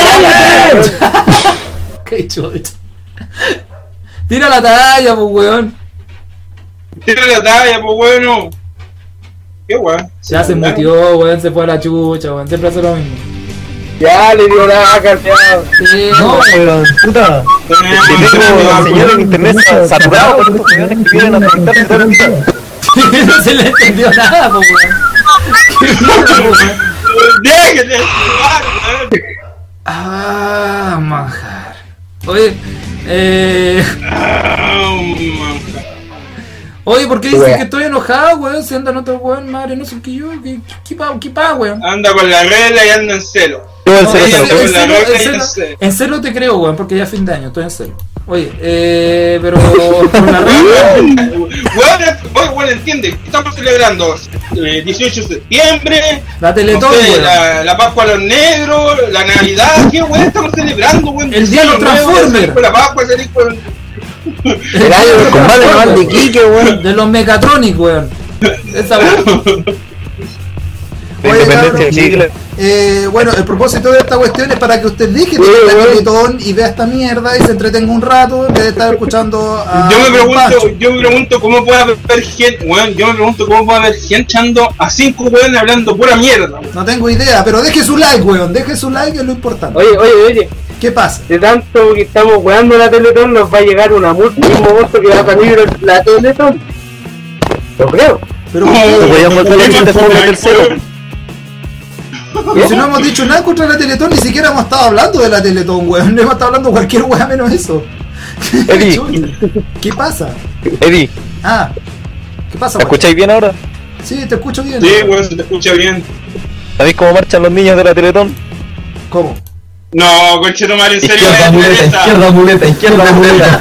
S1: Qué chucha. Tira la talla, pues, weón.
S3: Tira la talla, po, weón. no. Qué weón.
S1: Ya se mutió, weón, se fue a la chucha, weón, siempre hace lo mismo.
S5: Ya le dio la vaca, ya.
S1: Sí,
S7: No, weón, puta.
S6: Tenemos
S3: Ah,
S6: señal en internet saturado con estos weones que vienen a conectarse todo el día.
S1: no se le entendió nada, po, weón.
S3: Déjate de jugar, weón.
S1: Ah, manjar. Oye, eh.
S3: Ah, man.
S1: Oye, ¿por qué dicen que estoy enojado, weón? Si andan otros weón, madre, no sé qué yo, qué, qué pa, qué pa, weón.
S3: Anda con la regla y anda en celo.
S6: Yo el
S1: No,
S6: cero
S1: en,
S6: cero.
S1: cero, en, cero, en
S3: Regla y
S1: cero-
S3: en cero.
S1: en cero te creo, weón, porque ya es fin de año, estoy en cero. Oye, eh, pero con la regla.
S3: Weón, weón, weón, entiende. Estamos celebrando eh, 18 de septiembre.
S1: La
S3: no
S1: Teletón,
S3: sé,
S1: weón.
S3: la, la Pascua a los negros, la Navidad. ¿Qué weón estamos celebrando, weón?
S1: El día de los
S3: Nuevo,
S1: Transformers.
S3: salir con La Pascua, salir con-
S1: El
S4: año del compadre Noel de Quique, weón.
S1: De los Mechatronic, weón. Esa weón.
S6: La
S1: Oye,
S6: independencia de
S1: cabrón,
S6: Chile.
S1: eh, bueno, el propósito de esta cuestión es para que usted deje de ver la teletón y vea esta mierda y se entretenga un rato en vez de estar escuchando a.
S3: Yo me pregunto,
S1: Pacho.
S3: yo me pregunto cómo puede haber gente, weón, yo me pregunto cómo puede haber gente ando a cinco weones hablando pura mierda.
S1: No tengo idea, pero deje su like, weón. Deje su like, es lo importante.
S5: Oye, oye, oye.
S1: ¿Qué pasa?
S5: De tanto que estamos weando la Teletón, nos va a llegar una multa un momento que va a salir la Teletón. Lo creo.
S1: Pero
S6: Te voy a mostrar el chiste sobre el cero.
S1: si no hemos dicho nada contra la teletón, ni siquiera hemos estado hablando de la teletón, weón. No hemos estado hablando cualquier weón menos eso.
S6: Eddie.
S1: ¿Qué pasa?
S6: Eddie,
S1: Ah, ¿qué pasa,
S6: ¿me
S1: weón?
S6: escucháis bien ahora?
S1: Sí, te escucho bien.
S3: Sí, weón, se te escucha bien.
S6: ¿Sabéis cómo marchan los niños de la Teletón?
S1: ¿Cómo?
S3: No, conchetumar, en serio,
S7: Izquierda,
S3: weón,
S7: muleta,
S3: esta.
S7: izquierda, muleta, izquierda, muleta.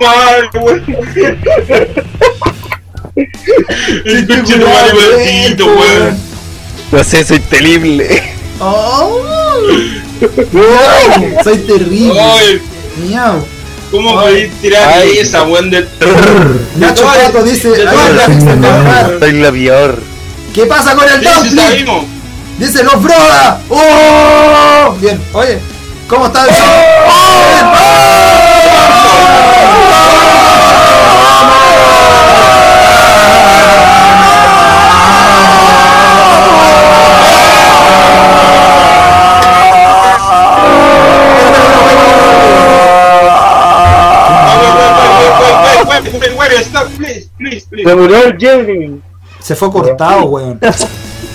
S3: Conchetumar, weón. El conchetumar
S1: Weón,
S3: igualcito, weón.
S6: No sé, soy terrible.
S1: ¡Oh! Weón, Soy terrible.
S3: Ay,
S1: Miau.
S3: ¿cómo podéis tirar
S6: Ay.
S3: esa, weón, del
S1: Nacho
S3: todas-
S1: Pato dice,
S3: de todas
S1: "Ay,
S3: las-
S1: Fix el Downfall".
S6: Soy la peor.
S1: ¿qué pasa con el
S3: Sí, sí,
S1: dumpling?
S3: sabemos.
S1: Dice los Broda. ¡Oh! Bien, oye, ¿cómo está el show?
S3: Oh. Wait, wait, wait, wait, wait, wait, wait, wait, stop, please, please, please.
S5: Se murió el Jeremy.
S1: Se fue cortado, weón.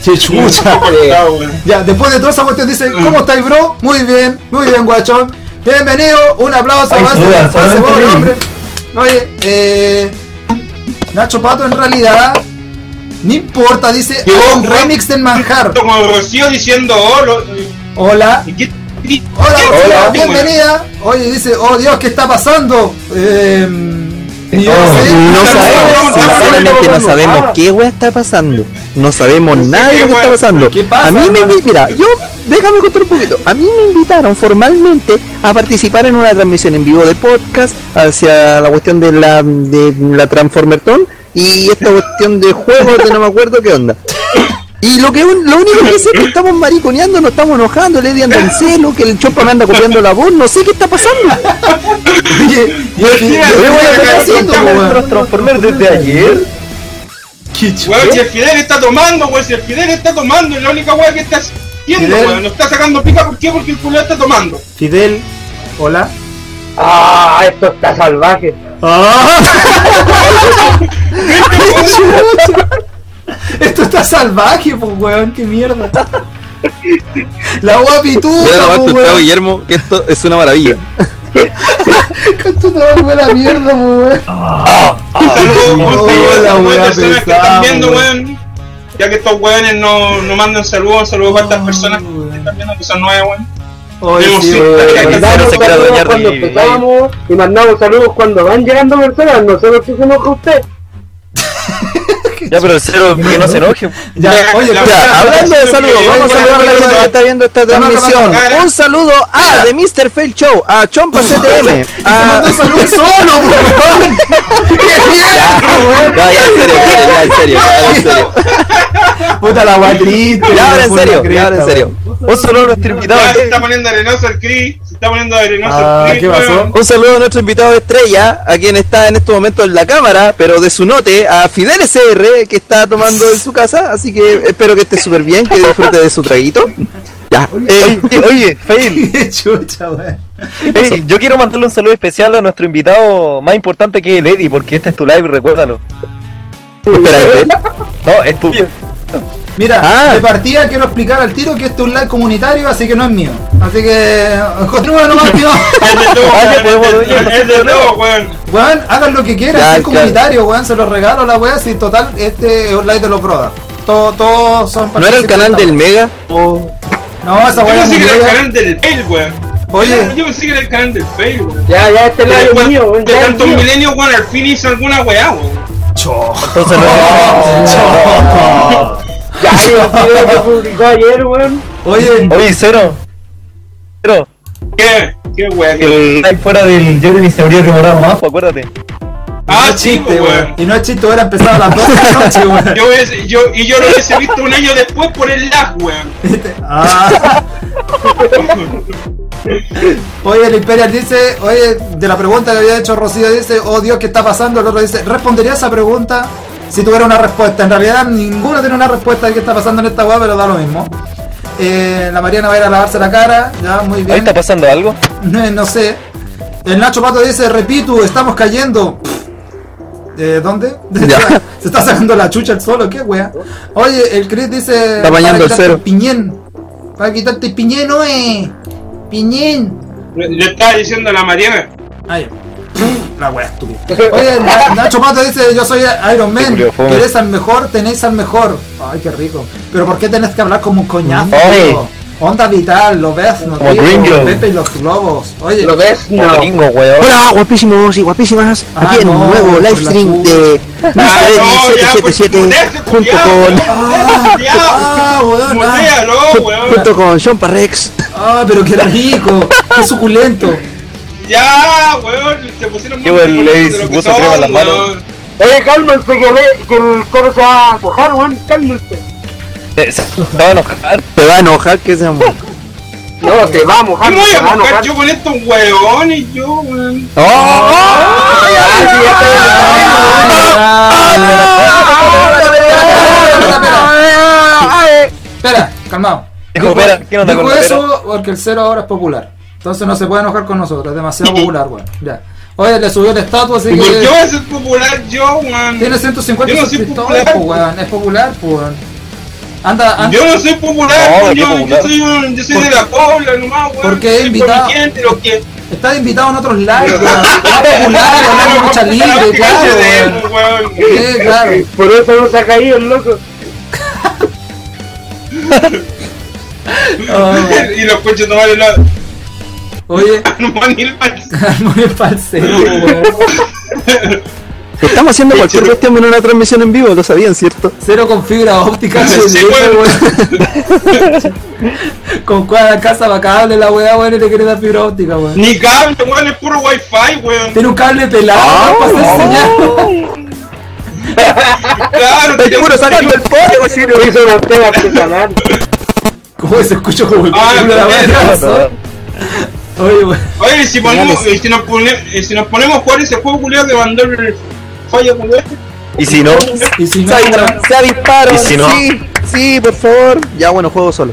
S1: Che chucha.
S3: Ah, weón.
S1: Ya, después de toda esa cuestión dice, ¿cómo estáis, bro? Muy bien, muy bien, guachón. Bienvenido, un aplauso este
S7: Ay,
S1: más
S7: saluda,
S1: al
S7: saluda,
S1: segundo
S7: saluda.
S1: hombre. Oye, eh, Nacho Pato en realidad, no importa, dice
S3: Llegó
S1: un
S3: un
S1: remix del manjar.
S3: Como Rocío diciendo, oh, lo-
S1: Hola.
S3: ¿y qué-
S1: Hola,
S3: qué-
S1: Rocío,
S3: weón?
S1: bienvenida. Oye, dice, oh Dios, ¿qué está pasando? Eh, y yo
S7: Oh,
S1: sé,
S4: No sabemos,
S1: está pasando, está pasando.
S4: sinceramente no sabemos qué wea está pasando. No sabemos
S3: sé
S4: nada de
S3: qué
S4: lo que
S3: wea-
S4: está pasando.
S1: ¿Qué pasa,
S4: a mí me
S1: hermano?
S4: invi- mira, yo déjame contar un poquito. A mí me invitaron formalmente a participar en una transmisión en vivo de podcast hacia la cuestión de la de la Transformerton y esta cuestión de juegos de no me acuerdo qué onda. Y lo que un- lo único que sé es que estamos mariconeando, nos estamos enojando, le dando el celo, que el chopa me anda copiando la voz, no sé qué está pasando.
S1: Oye, yo- yo- yo-
S3: Mira,
S1: yo-
S3: mira,
S1: ¿qué está
S3: mira,
S1: haciendo,
S3: mira,
S1: weón?
S7: Los Transformers desde ayer.
S3: Weón, si el Fidel está tomando, weón, si el Fidel está tomando, es la única weón que está haciendo,
S1: Fidel.
S3: weón. No está sacando pica, ¿por qué? Porque el culo está tomando.
S1: Fidel, hola.
S5: Ah, esto está salvaje.
S1: Esto está salvaje, pues weón, qué mierda. La guapituda, pues weón.
S4: Guillermo, que esto es una maravilla.
S1: Esto te va a volver a la mierda, pues weón.
S3: Saludos,
S1: no,
S3: weón,
S1: la
S3: a las
S1: weá
S3: personas que
S1: pesada,
S3: están viendo,
S1: weón.
S3: weón. Ya que estos weones no, no mandan saludos, saludos para estas personas que están viendo que son nuevas, weón.
S1: Oye,
S3: Tenemos
S1: sí,
S3: cinta,
S1: weón.
S3: que hay que hacer.
S5: Mandamos
S6: se quiera
S5: saludos
S6: adueñar
S5: cuando
S6: de-
S5: empezamos y mandamos saludos cuando van llegando personas. No sé por qué se enoja usted.
S6: Ya, pero el cero, que no se enoje.
S1: Ya,
S3: Ya,
S1: oye,
S3: la-
S1: espera,
S3: la-
S1: hablando de salud.
S4: saludos, vamos a saludar a la gente que está viendo esta transmisión. Un saludo a The Mr. Fail Show, a Chompa CTM, a...
S1: Mandó salud solo, weón. ¡Qué mierda, weón!
S4: ya, en serio, ya, en serio, ya, en serio.
S1: Puta la guatrita.
S4: Ya, ahora en
S1: puta
S4: serio, ya,
S1: cresta,
S4: ahora en serio.
S6: Un saludo a nuestro invitado.
S3: Ya se está poniendo arenoso el Cris, se está poniendo arenoso
S1: Ah,
S3: el Cris,
S1: ¿qué pasó?
S3: weón.
S4: Un saludo a nuestro invitado estrella, a quien está en estos momentos en la cámara, pero de su note, a Fidel SR, que está tomando en su casa, así que espero que esté súper bien, que disfrute de su traguito. Ya, eh,
S6: Oye, oye, Fail,
S1: Qué chucha, weón.
S6: Ey, yo quiero mandarle un saludo especial a nuestro invitado más importante que el Eddie, porque este es tu live, recuérdalo.
S4: espera, espera.
S6: No, es tuyo.
S1: Mira,
S4: Ah.
S1: de partida quiero explicar al tiro que este es un live comunitario, así que no es mío. Así que, continúa nomás, tío.
S3: Es de
S6: Ah, ya podemos
S3: todo,
S6: adueñar.
S3: weón, es de todo,
S1: Ah,
S3: weón.
S1: Weón, hagan lo que quieran,
S4: Ya,
S1: es
S4: claro.
S1: comunitario, weón, se los regalo la weá, si total, este es un live de los brodas. Todo- Todos son
S4: ¿No era el canal del Mega?
S1: No, esa
S3: Yo
S1: weá es
S3: pensé que era el
S1: muy
S3: canal del fail, weón.
S1: Oye.
S3: Yo pensé que era el canal del fail, weón.
S5: Ya, ya, este lado es mío.
S3: De
S5: ya es
S3: tantos
S5: mío.
S3: milenios, weón, al fin hizo alguna weá, weón.
S1: Cho.
S6: Entonces, no.
S5: Ya, hay un video que publicó ayer, weón.
S1: Oye,
S6: Oye, Cero. Cero,
S3: ¿Qué? ¿Qué weá? que-
S6: el live fuera del Jeremy se habría demorado más, pues, acuérdate.
S3: Ah,
S1: no es
S3: chico,
S1: chiste,
S3: weón.
S1: weón. Y no es chiste, hubiera empezado a las 12 de la noche, weón.
S3: Yo hubiese- yo- y yo lo hubiese visto un año después por el lag, weón.
S1: Ah. Oye, el Imperial dice, oye, de la pregunta que había hecho Rocío dice, oh Dios, ¿qué está pasando? El otro dice, respondería esa pregunta si tuviera una respuesta. En realidad ninguno tiene una respuesta de qué está pasando en esta web, pero da lo mismo. Eh, la Mariana va a ir a lavarse la cara, ya, muy
S6: Ahí
S1: bien.
S6: está pasando algo.
S1: No, no sé. El Nacho Pato dice, repito, estamos cayendo. Eh, ¿Dónde?
S4: Ya.
S1: Se está sacando la chucha el solo, qué wea. Oye, el Chris dice.
S4: Está bañando el
S1: para quitarte
S4: cero.
S1: Piñén. Para quitarte el piñén, no eh. Piñén.
S3: Le, le estaba diciendo a la Mariana.
S1: Ay. La wea estúpida. Oye, el Na- Nacho Pato dice, yo soy Iron Man.
S6: culió fome.
S1: Querés al mejor, tenéis al mejor. Ay, qué rico. Pero ¿por qué tenés que hablar como un coñazo?
S4: Mm.
S6: Oye.
S1: Onda vital, lo ves, no
S6: Como gringo.
S1: Pepe y los globos. Oye,
S5: ¿Lo ves?
S6: No.
S5: No.
S6: Gringo, weón.
S4: Hola, guapísimos y guapísimas.
S1: Ah,
S4: Aquí en
S1: no,
S4: un nuevo
S1: por la
S4: live stream
S1: chucha.
S4: de
S3: Ah, no, ya, pues,
S4: 777
S3: muteate,
S4: junto
S3: culiao,
S4: con
S1: Ah,
S3: Culiao.
S1: ah, weón, ah,
S3: Mutealo, weón.
S4: junto con Sean Parrex.
S1: ah, pero qué rico, qué suculento.
S3: Ya, weón. Se pusieron
S6: Yo, el
S3: nerviosos
S6: Leis
S3: de lo que
S6: puso
S3: son,
S6: crema en las manos.
S3: weón.
S5: Oye, cálmense que, ve- que el coro se va a mojar, weón. Cálmense.
S6: Eh, Se se va a enojar.
S4: Te va a enojar que seamos.
S5: No, se va a mojar.
S3: ¿Cómo voy
S5: se
S3: a
S5: va a
S3: buscar
S5: mojar.
S3: yo con estos weones, yo, weón?
S1: Espera, calmado.
S6: Dijo, espera, ¿qué onda
S1: Digo
S6: con la pera?
S1: eso porque el cero ahora es popular. Entonces no se puede enojar con nosotros, es demasiado popular, weón. Ya. Oye, le subió el estatua, así
S3: ¿Y ¿Por qué voy
S1: que
S3: a ser popular yo, weón?
S1: tiene 150
S3: Yo no soy
S1: suscriptores,
S3: popular.
S1: pues, weón. Es popular, pues, weón. Anda, anda.
S3: Yo no soy popular,
S6: No,
S3: coño,
S6: qué
S3: yo
S6: popular.
S3: soy, un- yo soy de la pobla nomás, weón.
S1: ¿Por qué
S3: Soy
S1: invitado?
S3: mi gente, los que. Ah,
S1: Estás invitado en otros lives, weón. Más popular, hablando de lucha libre, claro, weón.
S3: claro.
S1: Sí, claro.
S5: Por eso no se ha caído el loco.
S3: Y los coches no valen nada.
S1: Oye,
S3: No van ni el pan.
S1: muy falsero, weón.
S4: Estamos haciendo cualquier cuestión en una transmisión en vivo, lo sabían, ¿cierto?
S1: Cero con fibra óptica,
S3: Sí,
S1: weón.
S3: sí,
S1: Con cuadra casa vacable la weá, weón, y le quiere dar fibra óptica, weón.
S3: Ni cable, weón, es puro wifi, weón.
S1: Tiene un cable pelado,
S3: Ah,
S1: weón, para hacer señal.
S3: Claro, te
S4: ¡El puro sacando el pote,
S5: Sí, lo hizo una antena artesanal.
S1: Como se escucha como el
S3: Ah,
S1: culo de la weá
S3: claro,
S1: razón. Oye, weón.
S3: Oye, si ponemos, eh, si nos ponemos, eh, si nos ponemos a jugar ese juego culiado de mandar el falla culiado.
S6: Y si no,
S1: Y si no, weón,
S4: Se disparos.
S6: ¿Y si no?
S4: Sí, sí, por favor. Ya bueno, juego solo.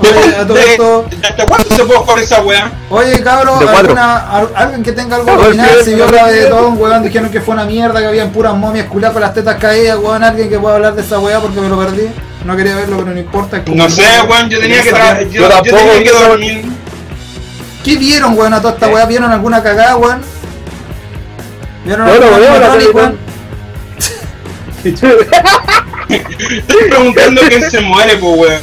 S1: Oye, a todo esto.
S3: ¿Hasta cuándo se puede jugar esa weá?
S1: Oye, cabros,
S4: De cuatro.
S1: alguna- al- alguien que tenga algo que opinar, si vio Rabedón, weón, dijeron que fue una mierda, que habían puras momias culiadas con las tetas caídas, weón, alguien que pueda hablar de esa weá porque me lo perdí. No quería verlo, pero no importa.
S3: No sé, weón, yo tenía que trabajar, yo, yo tenía que dormir.
S1: ¿Qué vieron, weón, a toda esta weá? ¿Vieron alguna cagada, weón? ¿Vieron
S5: No,
S1: alguna
S5: no, veo la
S1: cagada,
S5: televisión.
S1: weón?
S3: Estoy preguntando quién se muere, pues weón.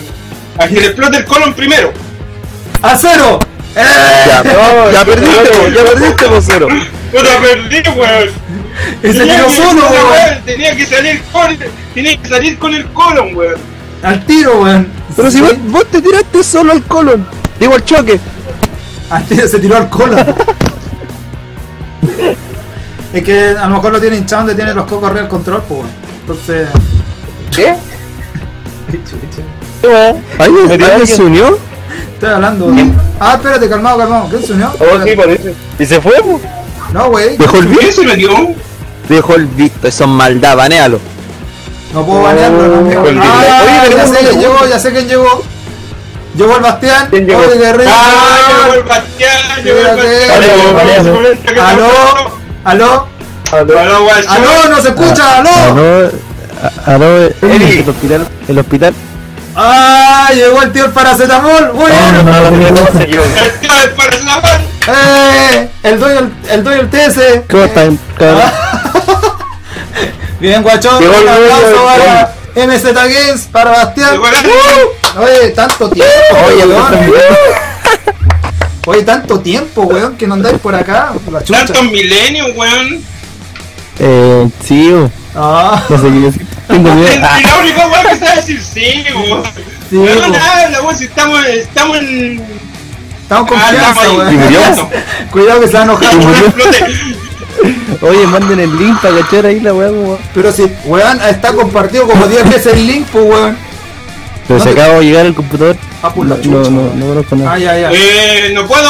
S3: A quien le explote el colon primero.
S1: ¡A cero! ¡Eh!
S4: Ya, ya perdiste, vos, ya perdiste, vos cero.
S3: Puta, perdí, weón.
S1: Y se tiró
S3: que-
S1: solo,
S3: no,
S1: weón.
S3: Tenía que salir con, tenía que salir con el colon, weón.
S1: Al tiro, weón.
S4: Pero si
S1: Sí,
S4: vos, vos te tiraste solo al colon. Digo al choque.
S1: Al tiro se tiró al cola. es que a lo mejor lo tiene hinchado donde tiene los cocos real control, pues, weón. Entonces.
S6: ¿qué?
S4: ¿Alguien, ¿alguien se unió?
S1: Estoy hablando. Ah, espérate, calmado, calmado. ¿Quién se unió?
S6: Oh, sí, parece. ¿Y se fue? pues. po?
S1: No, wey.
S4: Dejó el visto.
S3: ¿Quién se metió?
S4: Dejó el visto. Eso es maldad, banéalo.
S1: No puedo banearlo, no amigo.
S6: Con
S1: Ah,
S6: delay. Oye,
S1: ya
S6: tenemos
S1: sé quién
S6: un-
S1: llegó, ya sé quién llegó. Llegó el Bastián.
S5: ¿Quién llegó?
S1: Jorge Guerrero.
S3: Ah, llegó el Bastián, llegó el
S1: Espérate.
S3: Bastián.
S5: Vale,
S1: Aló, aló,
S3: Aló, guacho.
S1: aló, no se escucha, aló.
S6: Eli,
S4: El hospital.
S1: Ah, llegó el tío el paracetamol. Muy
S4: Ah,
S1: bien.
S6: se equivocó.
S3: El tío del Paracetamol.
S1: Eh, el dueño, el- el dueño, el TS. Bien, guachón.
S6: Llegó
S1: Un
S6: el
S1: aplauso
S6: dueño del-
S1: para MZ Games, para Bastián.
S3: Llegó el-
S1: Oye, tanto tiempo. weón. Oye, tanto tiempo, weón, que no andáis por acá. La chucha.
S3: Tantos milenios, weón.
S4: Eh, sí, no
S1: Ah,
S4: sé qué Tengo
S3: Y la única weón que sabe decir sí, weón.
S1: Sí,
S3: Pero
S1: weón.
S3: no habla, weón, si estamos, estamos en.
S1: estamos con
S3: Ah,
S1: confianza,
S3: estamos ahí.
S1: weón. Cuidado que se va a enojar. weón.
S3: Explote.
S4: Oye, manden el link para cachar ahí la weá.
S1: Pero si, weón, está compartido como 10 veces el link, pues, weón.
S4: Pero
S1: se
S4: acaba de llegar el computador.
S1: Ah, pues la chucha. Ah, weón.
S4: conozco
S1: Ay, ay, ay.
S3: Eh, no puedo.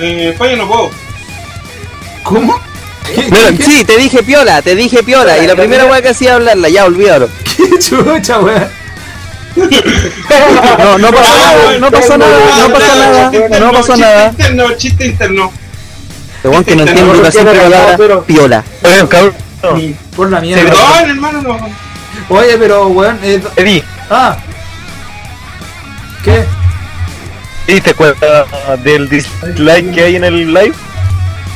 S3: Eh, fallo, no puedo.
S1: ¿Cómo? ¿Qué, qué, qué,
S4: sí, te dije piola, te dije piola. Y la primera weá que hacía hablarla, ya olvídalo.
S1: qué chucha, weón?
S4: No, no pasó
S3: Ah,
S4: nada, no pasó nada, no pasó nada, no pasó
S3: Chiste
S4: nada.
S3: interno, chiste interno.
S4: Este weón que no entiende una simple palabra, piola.
S6: Oye, cabrón.
S1: Por la mierda.
S3: Perdón, hermano, no.
S1: Oye, pero, weón. eh,
S6: Eli,
S1: ah. ¿Qué?
S6: ¿te diste cuenta del dislike que hay en el live?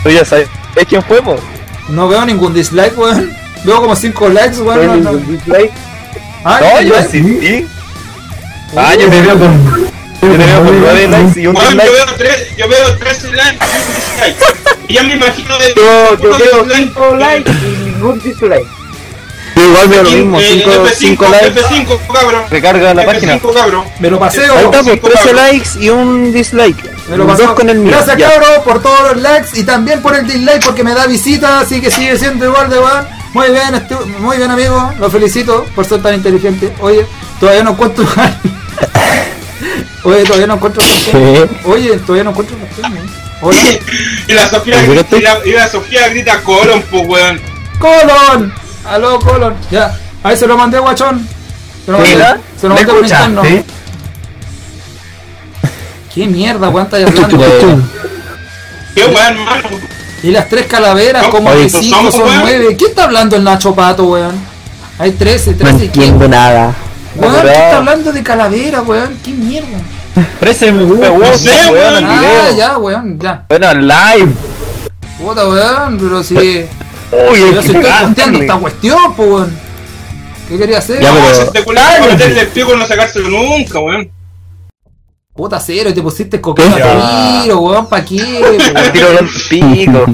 S6: Tú ya sabes. ¿Es quién pues? fuimos?
S1: No veo ningún dislike, weón. Veo como 5 likes, weón. no, no. Ah,
S6: No, yo
S1: dislike.
S6: sí. sí. Ah, yo te veo con. Yo te veo con nueve likes y un
S3: Weón, yo
S6: dislike.
S3: veo tres, yo veo tres likes y un dislike. Y ya me imagino de.
S5: Yo, yo
S3: uno de
S5: veo
S3: los likes.
S5: 5 likes y ningún dislike.
S4: Igual veo lo mismo,
S3: Eh,
S4: 5
S3: F5,
S4: likes.
S3: F5, cabrón.
S6: Recarga la página.
S3: F5, cabrón.
S1: Me lo paseo.
S4: Ahí está, pues,
S3: Cinco
S4: 13
S3: cabros.
S4: likes y un dislike.
S1: Me lo
S4: Dos
S1: pasó.
S4: con el mío.
S1: Gracias,
S4: ya.
S1: cabro, por todos los likes y también por el dislike porque me da visita, así que sigue siendo igual de weón. Muy bien, estu- muy bien, amigo. Lo felicito por ser tan inteligente. Oye, todavía no encuentro. Oye, todavía no encuentro. Oye, todavía no encuentro. Hola.
S3: Y la Sofía,
S4: Fíjate.
S3: y la, y la Sofía grita colon, pues weón.
S1: Colon. Aló, Colon. Ya. Ahí se lo mandé, guachón. Se lo mandé,
S6: Mira,
S1: se lo mandé
S6: ¿me
S1: por
S6: escuchaste?
S1: interno. ¿Qué mierda, weón, estáis hablando?
S3: Qué weón, hermano.
S1: Y las tres calaveras,
S3: No,
S1: como
S3: oye,
S1: de
S3: estos
S1: cinco
S3: somos,
S1: son
S3: weón.
S1: nueve. ¿Quién está hablando el Nacho Pato, weón? Hay 13,
S4: No
S1: 13
S4: entiendo nada.
S1: Weón, ¿qué está hablando de calavera, weón? ¿Qué mierda?
S3: No sé, weón.
S1: Ah, ya, weón, ya.
S6: Bueno, live.
S1: Puta, weón, pero si.
S6: Uy,
S1: Yo
S6: el
S1: si estoy planteando esta cuestión, pues, weón. ¿Qué quería hacer?
S4: Ya,
S3: No,
S4: pero-
S3: si este culiao para meterle el pico y no sacárselo nunca, weón.
S1: Puta cero, y te pusiste cocaína
S6: Ya.
S1: a tiro, weón, ¿pa' qué? weón?
S6: tiro con tu pico.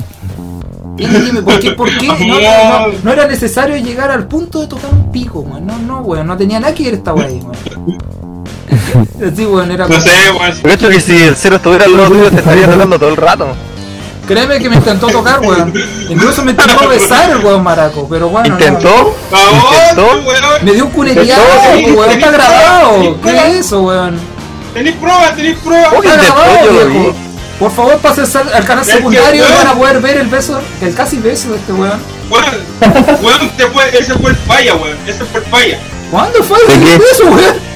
S1: Y dime, ¿por qué? ¿Por qué? No, No, no, no era necesario llegar al punto de tocar un pico, weón. No, no, weón, no tenía nada que ver esta weá ahí, weón. Sí, weón, era
S3: No
S1: como-
S3: sé, weón.
S6: Yo creo que si el cero estuviera al lado tuyo te estaría tocando todo el rato.
S1: Créeme que me intentó tocar, weón. Incluso me intentó besar el weón maraco, pero bueno. no.
S6: ¿Intentó?
S1: Ah,
S3: Pavón,
S6: ¿Intentó?
S3: weón.
S1: Me dio un culeteado,
S3: Intentó, sí,
S1: weón. Está
S3: intentó,
S1: grabado.
S3: intentó.
S1: ¿Qué es eso, weón?
S3: Tenés pruebas, tenés pruebas.
S6: Oye,
S1: Está
S6: intentó,
S1: grabado,
S6: yo lo
S1: viejo.
S6: vi.
S1: Por favor, pases al, al canal
S3: Es que,
S1: secundario y
S3: weón.
S1: van a poder ver el beso, el casi beso de este weón.
S3: Weón, weón, te fue- ese fue el falla, weón. Ese fue el falla.
S1: ¿Cuándo fue
S4: ¿De
S1: el
S4: qué?
S1: beso, weón?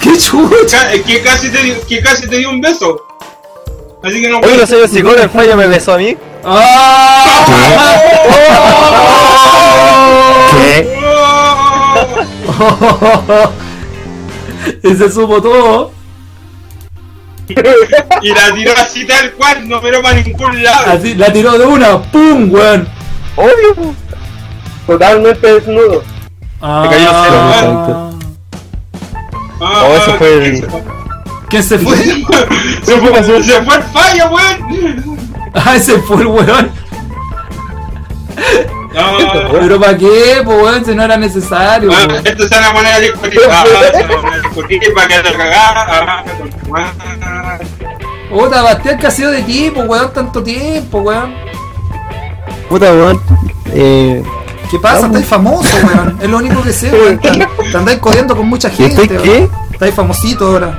S1: ¡Qué chucha!
S3: Ca- eh, Que casi te dio, que casi te dio un beso. Así que no,
S6: Oye,
S3: weón.
S6: no sé, si con el fallo me besó a mí.
S1: ¡Ah!
S4: ¿Qué?
S3: Oh.
S1: Y se supo todo.
S3: Y la tiró así tal cual, no pero para ningún lado.
S1: Así, la tiró de una. ¡Pum, weón!
S6: Obvio.
S5: Totalmente desnudo.
S1: Ah,
S6: cayó el cero,
S3: Ah,
S6: Oh, ese fue el-
S3: Se fue,
S1: ¿Quién se fue?
S3: se fue- se fue el fallo, weón.
S1: ah, ese fue el weón.
S3: No,
S1: Pero para qué, pues weón, si no era necesario.
S3: Ah,
S1: weón.
S3: esto se van a poner a discutir. Ah, se van a poner a discutir para que la cagada. Ah,
S1: Puta, Bastián, que ha sido de ti, pues weón, tanto tiempo, weón.
S4: Puta weón. Eh,
S1: ¿Qué pasa? Estáis famoso, weón. Es lo único que sé, weón. Te- Te andáis corriendo con mucha
S4: ¿y
S1: gente,
S4: estoy qué?
S1: weón. Estáis famosito ahora.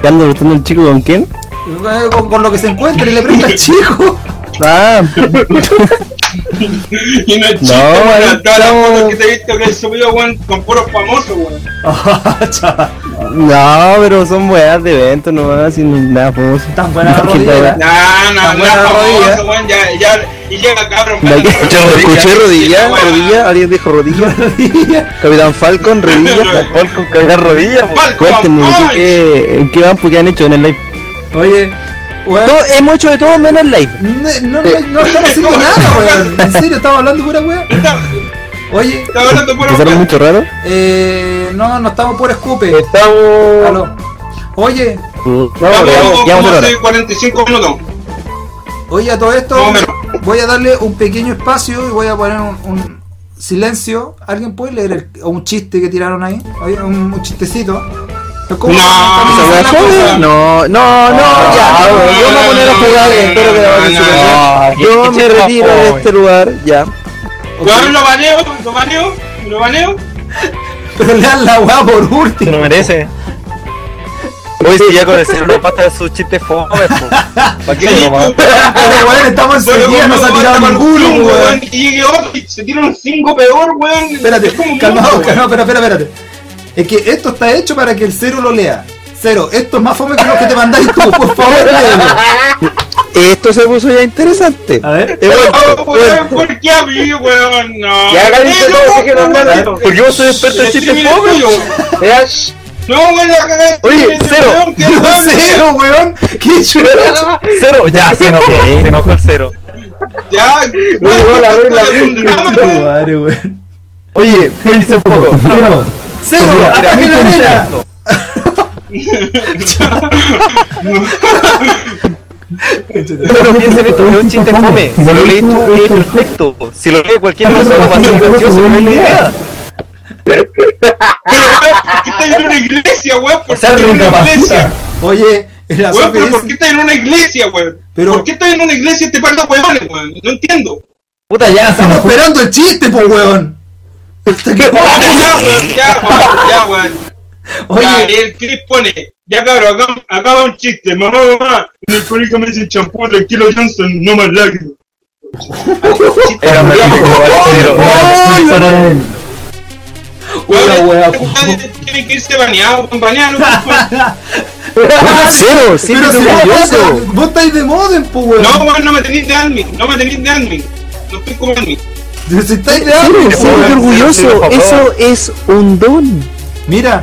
S4: ¿Qué ando metiendo el chico con quién?
S1: Eh, Con, con lo que se encuentra y le presta al chico.
S4: Ah,
S3: Y no es chiste,
S4: No,
S3: weón.
S4: weón,
S3: Todas las
S4: estamos-
S3: fotos que te he visto que he subido, weón, con puros famosos, weón.
S1: Ah,
S4: no, pero son weas de evento nomás, y no- nada pues. famoso.
S1: Tan buena la
S4: Qué
S1: rodilla.
S4: buena.
S3: Nah, nah,
S1: Tan buena
S3: nah,
S1: la rodilla.
S3: famoso, weón. Ya, ya. Y llega cabrón.
S4: La que- Escuché rodilla,
S3: Weón.
S4: rodilla, alguien dijo rodilla. Capitán Falcon, rodilla.
S6: Falcon caía rodillas.
S3: Falcon
S4: Cuéntenme, ¿en
S3: Punch.
S4: qué, en qué vampo que han hecho en el live?
S1: Oye, weón.
S4: Todo- hemos hecho de todo menos el live.
S1: No, no, no, no están haciendo nada, weón. En serio, estaba hablando pura weón. Oye,
S3: Estaba hablando puro
S4: ¿Pasaron mucho raro?
S1: eh, no, no estamos por escupe.
S5: Estamos.
S1: Aló. Oye,
S4: Ah, No,
S3: Vamos,
S4: ya- ya vamos a
S3: vamos a
S4: hora.
S3: hacer 45 minutos.
S1: oye a todo esto,
S3: No, pero-
S1: voy a darle un pequeño espacio y voy a poner un, un silencio. ¿Alguien puede leer el- un chiste que tiraron ahí? Oye, un, un chistecito. ¿Cómo
S3: No,
S1: cómo se
S3: esa
S1: hace la cosa?
S4: No, no, no, ya, weón, yo me voy a poner a jugar, espero que la participación. Ah, Yo me retiro de este lugar, ya.
S3: Weón, lo baneo, lo baneo, lo baneo.
S1: Pero lean la weá por
S6: Se
S1: último.
S6: lo merece. Hoy sí, ya con el cerebro pasta de sus chistes fome, po. ¿Para qué no más?
S1: Pero weón, estamos en sequía, no se ha tirado ninguno, weón.
S3: Y llegue otro y se tira un 5 peor, weón. Es como
S1: Espérate,
S3: un
S1: calmado,
S3: mundo, weón.
S1: calmado, espera, espera, espérate. Es que esto está hecho para que el cero lo lea. Cero, esto es más fome que lo que te mandáis tú, por favor, léelo.
S4: Esto se puso ya interesante.
S1: A ver.
S4: He vuelto,
S3: Oh, weón, ¿Por qué a mí, weón? No.
S5: Ya, Galito,
S3: Eh,
S5: no, dejen
S3: weón,
S5: hablar,
S3: weón.
S6: Porque yo soy experto en
S3: El
S6: chistes
S3: streaming
S6: fome.
S3: es tuyo.
S5: Vean,
S3: No, weón, la cagada.
S6: Oye,
S3: Este
S6: cero.
S3: weón, qué
S1: No,
S3: weón.
S1: cero, weón. Qué chulo.
S6: Cero, ya, se enojó, se enojó el cero.
S3: Ya, weón,
S5: weón, la regla,
S3: es un drama, weón.
S1: weón.
S6: Oye, fíjense un poco.
S1: Cero, ataque la arena.
S6: Pero piensen esto, es un chiste fome. Si lo lees tú, es perfecto. Si lo lee cualquier persona, va a ser gracioso, no es la idea.
S3: Pero, weón, ¿por qué estás en una iglesia, weón? ¿Por qué
S6: sea,
S3: estás en una
S6: recapacita.
S3: iglesia?
S1: Oye, la
S3: Weón, pero ¿por
S1: Sofi
S3: qué
S1: dice.
S3: estás en una iglesia, weón?
S1: Pero-
S3: ¿Por qué estás en una iglesia y te partas huevones, weón? No entiendo.
S6: Puta, ya, se
S1: Estamos
S6: enojó.
S1: esperando el chiste, pues, weón. Hasta que-
S3: Ya, weón, ya, weón, ya, weón. Ya,
S1: Oye,
S3: el clip pone, ya cabrón, acá, acá va un chiste, mamá, mamá, en el colegio me dicen champú, tranquilo Johnson, no más lágrimas.
S6: Era un amigo, al cero.
S1: Una
S3: Weón,
S1: wea,
S3: este compadre tiene que irse baneado, weón, baneado, weón.
S4: Cero, Ah, sí,
S1: pero si vos
S4: orgulloso.
S1: estás- vos estáis de modem, pues, weón.
S3: No, weón, no me tenéis de admin, no me tenéis de admin. No estoy como admin.
S1: Si estáis de hambre.
S4: Pero, soy
S6: bueno, sí,
S4: orgulloso,
S6: por favor.
S4: eso es un don.
S1: Mira,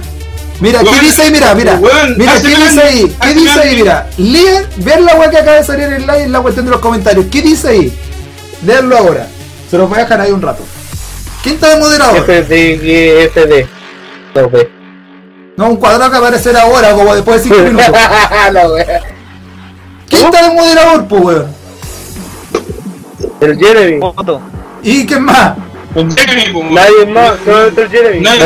S1: mira, ¿qué
S3: Weón,
S1: dice ahí? Mira, mira,
S3: weón,
S1: mira, ¿qué
S3: hazme
S1: dice
S3: grande,
S1: ahí? ¿Qué
S3: hazme
S1: dice ahí?
S3: grande.
S1: Mira, lean, vean la weá que acaba de salir en la, en la cuestión de los comentarios. ¿Qué dice ahí? Leanlo ahora. Se los voy a dejar ahí un rato. ¿Quién está de moderador?
S3: Este-
S5: FDGFD. No, ve.
S1: No, un cuadrado que va a aparecer ahora, como después de 5 minutos.
S5: La wea.
S1: ¿Quién está de moderador, pues, weón?
S5: El Jeremy.
S6: Foto.
S1: ¿Y quién más?
S3: Jeremy, po, weón.
S5: Nadie más, solamente el Jeremy.
S3: Nadie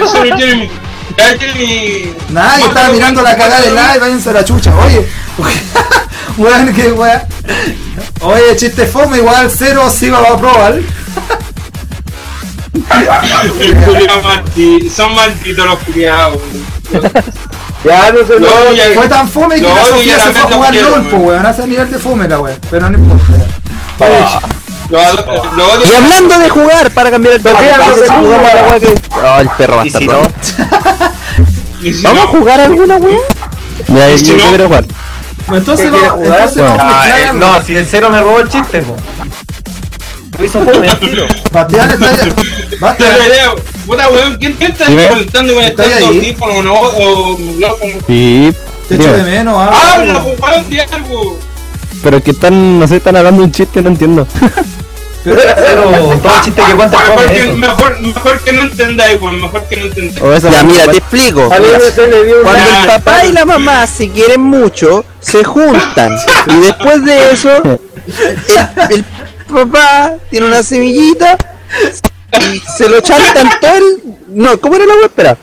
S3: más. Solo Jeremy. Ya Jeremy.
S1: Nadie estaba mirando la cagada de live, váyanse a la chucha, oye. Weón, qué weón. Oye, chiste fome, igual cero sí va a probar.
S3: El culiao maldi- Son malditos los culiados.
S5: Ya no se
S3: No,
S5: lo
S3: ya-
S1: Fue tan fome que
S3: No,
S1: la
S3: yo
S1: Sofía
S3: ya
S1: se
S3: la
S1: fue a
S3: neta
S1: jugar
S3: quiero,
S1: LOL, po,
S3: weón.
S1: weón. A esa nivel de fome la weón, pero no importa.
S3: Lo ado- lo
S4: Y
S3: odio.
S4: hablando de jugar, para cambiar el tema.
S5: Sofía, no
S4: parece
S5: se
S4: que jugamos a la wea que- Ah, el perro va a
S6: Y
S4: estar
S6: si no,
S4: roto.
S3: Y si
S4: ¿Vamos a
S3: no,
S4: jugar alguna wea? Ya,
S3: Y si
S4: yo
S3: no-
S4: quiero jugar.
S1: Bueno, Entonces
S5: ¿Qué quiere
S1: vamos
S5: jugar,
S1: entonces
S4: weón?
S1: vamos a
S6: Ah, eh,
S1: mezclar
S6: no, si el cero me robó el chiste, po. Lo hizo fome, al tiro.
S1: Batear está ya. Basta.
S3: Puta, weón, Puta weón, ¿quién quién está
S4: Dime.
S3: conectando con
S1: ¿Estás
S3: estos
S1: ahí?
S3: audífonos no? O micrófono.
S4: Sí.
S1: Te echo de menos, ah,
S3: Habla, po, weón, di algo.
S4: Pero que están, no sé, están hablando un chiste, no entiendo.
S6: Pero todo chiste que cuenta
S3: Mejor
S6: fome,
S3: que,
S1: eh.
S6: eso.
S3: mejor, mejor que no entendáis, weón, mejor que no entendáis.
S4: ya, mira, te explico.
S5: A mí no se le dio
S4: Cuando
S3: Ya,
S4: el papá y la mamá se quieren mucho, se juntan. Y después de eso, el, el papá tiene una semillita y se lo chantan todo el. No, ¿cómo era la web? Espera.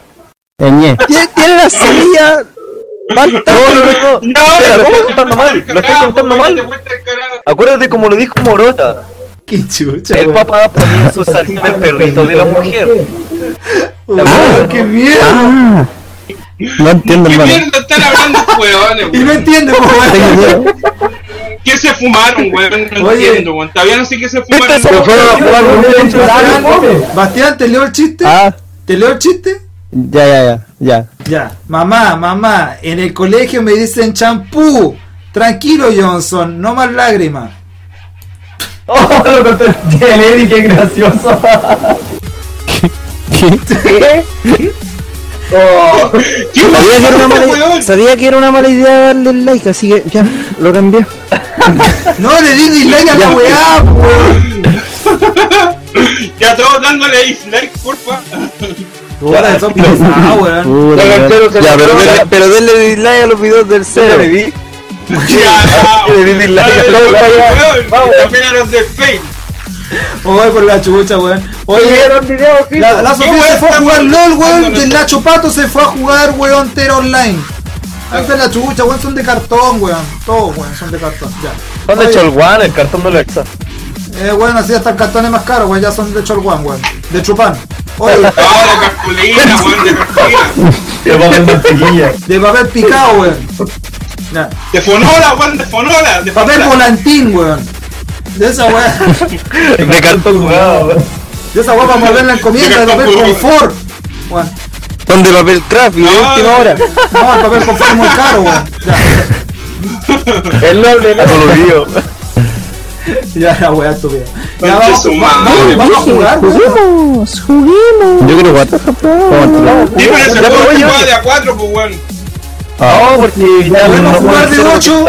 S4: Tiene, tiene la semilla. falta-
S6: No, no, no. Espera, lo estoy contando mal, lo estoy contando mal. Acuérdate como lo dijo Morota.
S1: Qué chucha,
S6: El
S1: weón.
S6: papá ponía su sartén al perrito de la mujer.
S1: Weón, Ah, qué mierda.
S4: Ah. No entiendo,
S3: ¿Qué
S4: hermano.
S3: mierda están hablando, weones,
S1: Y no
S3: weón?
S1: entiende, po, weón.
S3: ¿Qué se fumaron, weón? No
S1: Oye.
S3: entiendo, weón. Todavía no sé qué se
S6: Este
S3: fumaron.
S6: Pero fueron a jugar un derecho de
S1: Bastián,
S6: algo.
S1: Bastián, ¿te leo el chiste?
S4: Ah,
S1: ¿Te leo el chiste?
S4: ya, ya, ya. ya.
S1: Ya, mamá, mamá, en el colegio me dicen champú. Tranquilo, Johnson, no más lágrimas.
S7: Oh, lo contó el Eddie, qué gracioso.
S4: Sabía que, era una mala,
S3: weón?
S4: sabía que era una mala idea darle el like, así que ya lo cambié.
S1: No le di dislike a la weá, po, weón.
S3: Ya todos dándole dislike, porfa.
S1: Puta, son pesados, weón.
S4: Puta,
S5: Ya,
S4: weón.
S5: pero se
S4: Ya,
S5: lo-
S4: pero, denle- pero denle dislike a los videos del cero.
S3: Ya,
S6: Le di dislike a
S3: dale,
S6: todo el
S3: weón. También a los de Fake.
S1: Oye, por la chucha, weón. Oye,
S5: Vieron videos, sí.
S1: la, la
S3: ¿Qué
S1: Sofía
S3: weá
S1: se fue a
S3: está
S1: jugar
S3: pasando?
S1: LOL, weón. Y el Nacho Pato se fue a jugar, weón, Tera Online.
S5: Ah.
S1: Esta es la chucha, weón, son de cartón, weón. Todos, weón, son de cartón, ya.
S6: ¿Dónde
S1: Oye,
S6: echó el guan? El cartón no lo echa.
S1: Eh, weón, así hasta el cartón es más caro, weón, ya son de Cholguán, weón. De Chupán. Oye.
S3: No, de cartulina, weón, de cartulina.
S7: Te vamos a mantequilla.
S1: De papel picado, weón. Ya.
S3: De fonola, weón, de fonola. De
S1: Papel
S3: fonola.
S1: volantín, weón. De esa weá.
S6: De cartón jugado.
S1: De esa weá para moverla en comida, de papel confort. Weón.
S4: Son de papel craft y de
S3: No.
S4: última hora.
S1: No, el papel confort es muy caro, weón. Ya,
S5: El noble, ¿no?
S6: Colorido.
S1: ya la weá estúpida. Ya
S3: Conche
S1: vamos,
S3: su
S1: va-
S3: madre.
S1: vamos, vamos a jugar, weón.
S4: Juguemos, juguemos. Yo quiero jugar.
S3: Sí, pero se
S6: Ya,
S3: puede
S6: oye,
S3: jugar
S6: oye.
S3: de a cuatro, pues, weón.
S6: No, porque ya
S1: Podemos
S6: no
S1: jugar
S6: puede
S1: de
S6: ser
S1: ocho.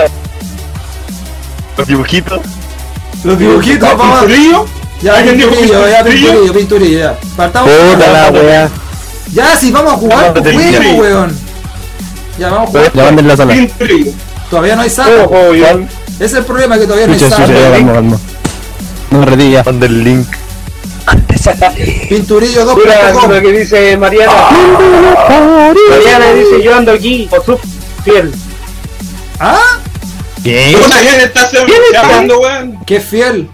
S6: Los dibujitos.
S1: Los dibujitos, vamos.
S3: ¿Frío?
S1: Ya, pinturillo, ya, pinturillo, pinturillo, ya. Partamos.
S4: Puta la wea.
S1: Ya, si vamos a jugar,
S6: Vamos,
S1: juguemos,
S3: pinturillo.
S1: weón. Ya, vamos a jugar.
S4: Ya van de la sala.
S3: Pinturillo.
S1: Todavía no hay sapo. Ese es el problema, que todavía no hay
S4: Escucha, escucha,
S1: sapo.
S4: calma, calma. No me retí ya.
S6: Manda el link.
S1: Pinturillo
S5: Mira
S1: 2.com.
S5: lo que dice Mariana.
S6: Ah,
S5: Mariana dice, yo ando aquí por su fiel.
S1: ¿Ah?
S6: ¿Qué?
S3: Puta, ¿Quién está hablando, weón?
S1: Que es fiel.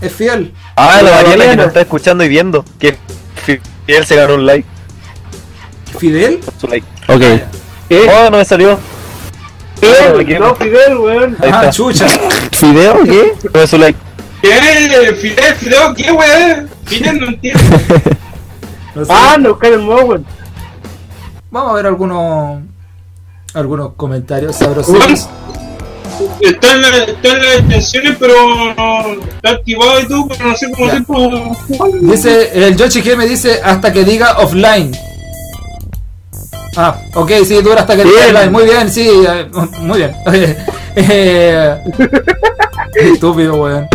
S1: Es fiel.
S6: Ah, la
S5: Pero
S6: Mariana que
S5: Mariana.
S6: nos está escuchando y viendo. Que él se ganó un like.
S1: ¿Fidel?
S6: Su like.
S4: Ok.
S5: ¿Qué?
S6: Oh, no me salió.
S5: Fidel, no Fidel, weón.
S6: Ahí
S1: Ah,
S6: está.
S1: chucha.
S4: ¿Fideo o qué?
S6: No es su like.
S3: ¿Qué? eh, ¿Fidel? ¿Fidel? ¿Qué, weón? Fidel no entiendo.
S1: No sé.
S5: Ah, no, Karen Mowen.
S1: Vamos a ver algunos algunos comentarios sabrosos.
S3: Está en, la, está en las extensiones, pero no, está activado y todo, pero no sé cómo
S1: Ya.
S3: hacer para jugarlo.
S1: Dice, el Yoshi G me dice hasta que diga offline. Ah, ok, sí, dura hasta que diga offline. Muy bien, sí, eh, muy bien. Eh, Estúpido, weón.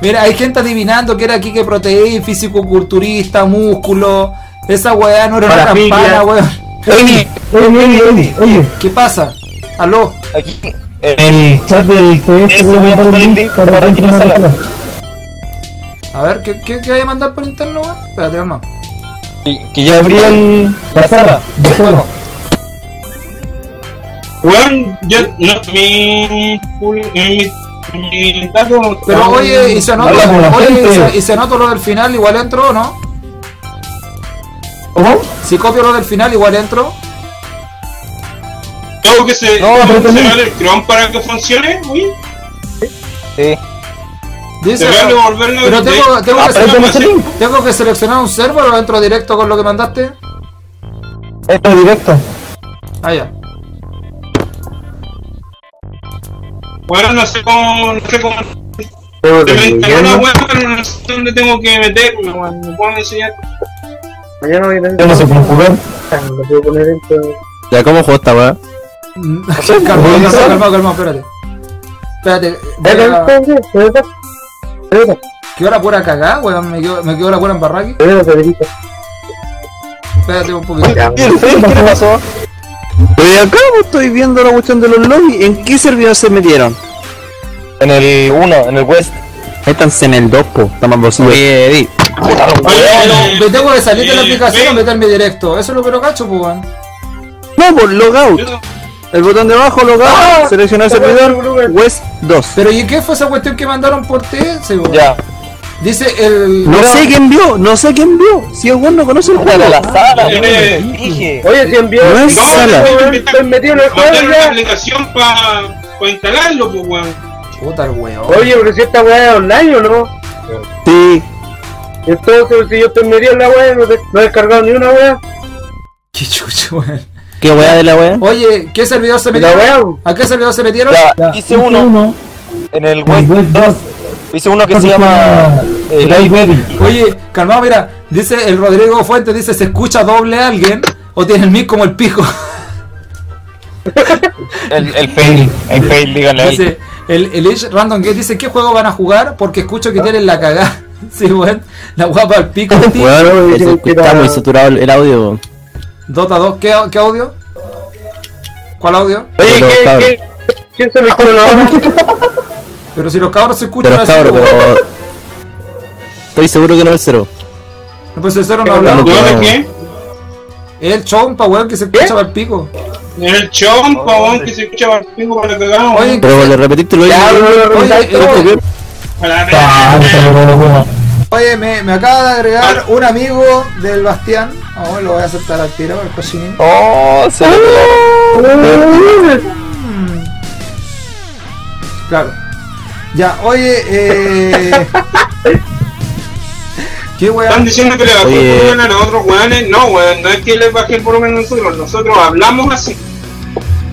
S1: Mira, hay gente adivinando que era Kike Proteí, físico culturista, músculo. Esa weá no era una
S5: Parafilia.
S1: campana, weón.
S7: Oye, oye, oye, oye, oye.
S1: ¿Qué pasa? Aló.
S6: Aquí, eh,
S7: El chat del TS
S6: Eso,
S7: voy a mandar un link para que no se la-
S1: A ver, ¿qué, qué, qué hay que mandar por interno, weón? Espérate, hermano.
S6: que- que ya abrían
S7: la sala de juego.
S3: Weón, yo, no, mi, mi, mi taco-
S1: Pero oye, y se
S7: Habla con
S1: anota,
S7: la
S1: oye, y
S7: gente.
S1: se, y se anota lo del final, igual entro, o ¿no?
S7: ¿Cómo?
S1: Si copio lo del final, igual entro.
S3: tengo que se,
S6: No,
S3: tengo
S7: pero
S3: que
S7: también-
S3: cerrar el cron para que funcione, uy,
S6: Sí.
S1: Dice,
S3: cerrarlo y volverlo.
S1: pero
S3: de- Ah,
S1: tengo, tengo, que
S7: Aprende
S1: seleccionar,
S7: ese link.
S1: tengo que seleccionar un server o entro directo con lo que mandaste.
S7: Esto es directo.
S1: Ah, ya.
S3: Weón, no sé cómo, no sé cómo.
S2: Tengo
S3: Se me
S2: que
S3: instaló
S2: llegar,
S3: la
S2: ¿no?
S3: weá, pero no sé dónde tengo que meterme, weón. Me pueden enseñar.
S5: Mañana voy a tener
S7: Ya no se puede jugar.
S5: que lo puedo poner esto.
S4: Ya, ¿cómo juego esta weá?
S1: Mm, calmado, calmado, calmado, calmado, espérate. Espérate, voy a- ¿qué hora pura cagada, weón? Me quedo, me quedo la pura en barraque. Espérate un poquito.
S6: ¿Y el Face qué le pasó?
S4: Pero acá estoy viendo la cuestión de los lobbies. ¿En qué servidor se metieron?
S6: En el 1, en el West.
S4: Métanse en el 2, po. Estamos bolsillo.
S1: Me tengo que salir de la
S3: Eh,
S1: aplicación y
S3: ven.
S1: meterme directo. Eso es lo que lo cacho, pues, weón.
S4: No, por logout.
S3: eh,
S4: El botón de abajo, logout. seleccionar servidor. West 2.
S1: Pero ¿y qué fue esa cuestión que mandaron por TS, weón?
S6: Ya.
S1: Dice el...
S4: No sé quién vio, no sé quién vio. Si es bueno, conoce el
S6: Dale a
S4: juego.
S6: la sala,
S3: Eh,
S6: güey, dije.
S5: Oye, si envió.
S4: No es sala.
S5: weón, Estoy metido en el juego
S3: Mandaron una
S5: ya.
S3: aplicación para instalarlo, pues, weón.
S1: Puta el weón.
S5: Oye, pero si esta weá es online o no.
S4: Sí.
S5: Entonces, si yo estoy metido en la weá, no, te- no he descargado ni una weá.
S1: Qué chucho, weón.
S4: ¿Qué weá de la weá?
S1: Oye, ¿qué servidor se
S5: La
S1: metieron?
S5: weá.
S1: ¿A qué servidor se metieron?
S6: Ya, hice uno en el West. Hice uno que se llama. eh,
S7: Live Web.
S1: Oye, calmado, mira, dice el Rodrigo Fuentes, dice, ¿se escucha doble a alguien? ¿O tiene el mic como el pico?
S6: El, el fail, el fail, díganle. a él.
S1: dice, el, el Ish Random Gate dice, ¿qué juego van a jugar? Porque escucho que tienen la cagada. Sí, weón, la guapa al pico. tío.
S4: Bueno,
S5: creo que
S4: está
S5: era-
S4: muy saturado el- el audio.
S1: Dota 2, ¿qué, qué audio? ¿Cuál audio?
S5: Oye,
S4: Pero, cabrón.
S5: ¿qué, qué, ¿quién se mejoró la hora?
S1: Pero si los cabros se escuchan
S4: Pero
S1: así,
S4: cabrón,
S1: weón.
S4: pero. Estoy seguro que no es cero.
S1: No, pues eso no
S5: Pero
S1: hablaba.
S4: no.
S3: ¿Weón
S4: Claro.
S3: de qué?
S1: El chompa, weón, que se escucha al pico.
S3: El chompa, weón, que se escucha para el pingo para cagar,
S1: Oye,
S3: weón.
S4: Pero cuando repetiste lo
S5: Ya,
S4: oye,
S5: Ah, no lo
S1: oye,
S5: revisáis todo.
S1: eh,
S3: Para la
S7: Ah, se logró la hueá.
S1: Oye, me, me acaba de agregar un amigo del Bastián. Ahora lo voy a aceptar al tiro, el cochinín.
S6: Oh, se
S1: Claro. Ya, oye, eh. ¿Qué
S3: Están
S1: weón?
S3: diciendo que le bajó
S4: Oye.
S3: el volumen a otros weones. No, weón, no es que le baje el volumen a nosotros. Nosotros hablamos así.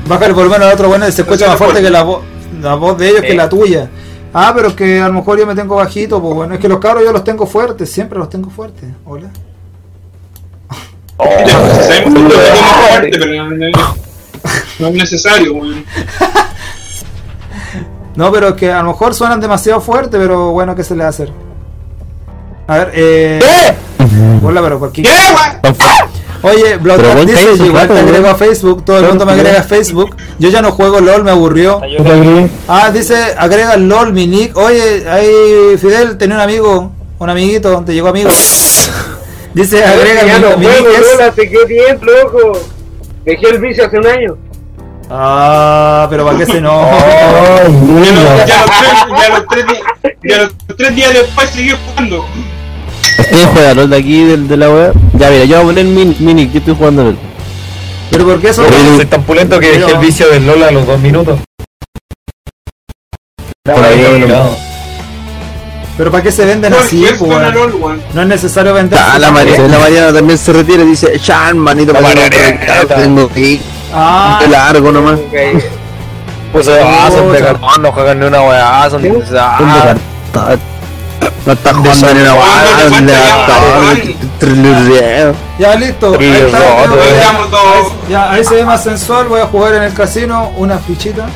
S1: Baja el volumen al otro bueno se escucha más fuerte que la voz la voz de ellos que
S6: Eh.
S1: la tuya. Ah, pero es que a lo mejor yo me tengo bajito, pues bueno, es que los cabros yo los tengo fuertes, siempre los tengo fuertes. Hola.
S3: Ya, sabemos que lo tenemos fuerte, pero no, no- no es necesario, weón.
S1: No, pero es que a lo mejor suenan demasiado fuerte, pero bueno, ¿qué se le va a hacer? A ver, eh. Hola, pero ¿por qué?
S3: ¿Qué, weón?
S1: Oye,
S4: Pero
S1: Bloodcat
S4: buen
S1: dice,
S4: Facebook,
S1: igual te
S4: ¿no?
S1: agrego a Facebook, todo el mundo me agrega a Facebook. Yo ya no juego LOL, me aburrió.
S7: Yo te agregué.
S1: Ah, dice, agrega LOL, mi nick. Oye, ahí Fidel tenía un amigo, un amiguito, te llegó amigo. Dice, agrega
S5: Ya no
S1: mi, mi nick.
S5: juego,
S1: es-
S5: LOL, hace qué tiempo, loco. Dejé el vicio hace un año.
S1: Ah, pero para qué se no.
S7: Ay,
S3: Ya los-
S7: mira.
S3: ya los tres- ya los tres di- ya los tres días después seguí jugando.
S4: ¿Quién juega LOL de aquí, del, de la weá? Ya, mira, yo voy a poner mini, mini yo estoy jugando LOL.
S1: pero ¿por qué eso?
S6: Soy tan pulento que dejé el vicio del Lola a los dos minutos.
S4: Por ahí,
S6: mirado.
S1: Pero para qué se venden
S3: No,
S1: así,
S3: si es con
S1: pues,
S3: el
S1: weón?
S3: LOL, weón.
S1: No es necesario vender.
S4: Ah, la, Mariana, la Mariana también se retira y dice, Chan, manito, para que no te- tengo que ir,
S1: Ah,
S4: te largo nomás.
S5: Ok.
S6: Pues ah, son de cartón, no juegan ni una weá, son de. Ah,
S4: No está jugando ni una
S3: Ah,
S4: weá,
S3: no,
S4: le
S3: no,
S4: da
S1: Ya listo. Ahí
S6: Trillo
S1: está, ya,
S6: roto,
S1: ya.
S3: Estamos todos.
S1: Ya, ahí se ve más sensual. Voy a jugar en el casino unas fichitas.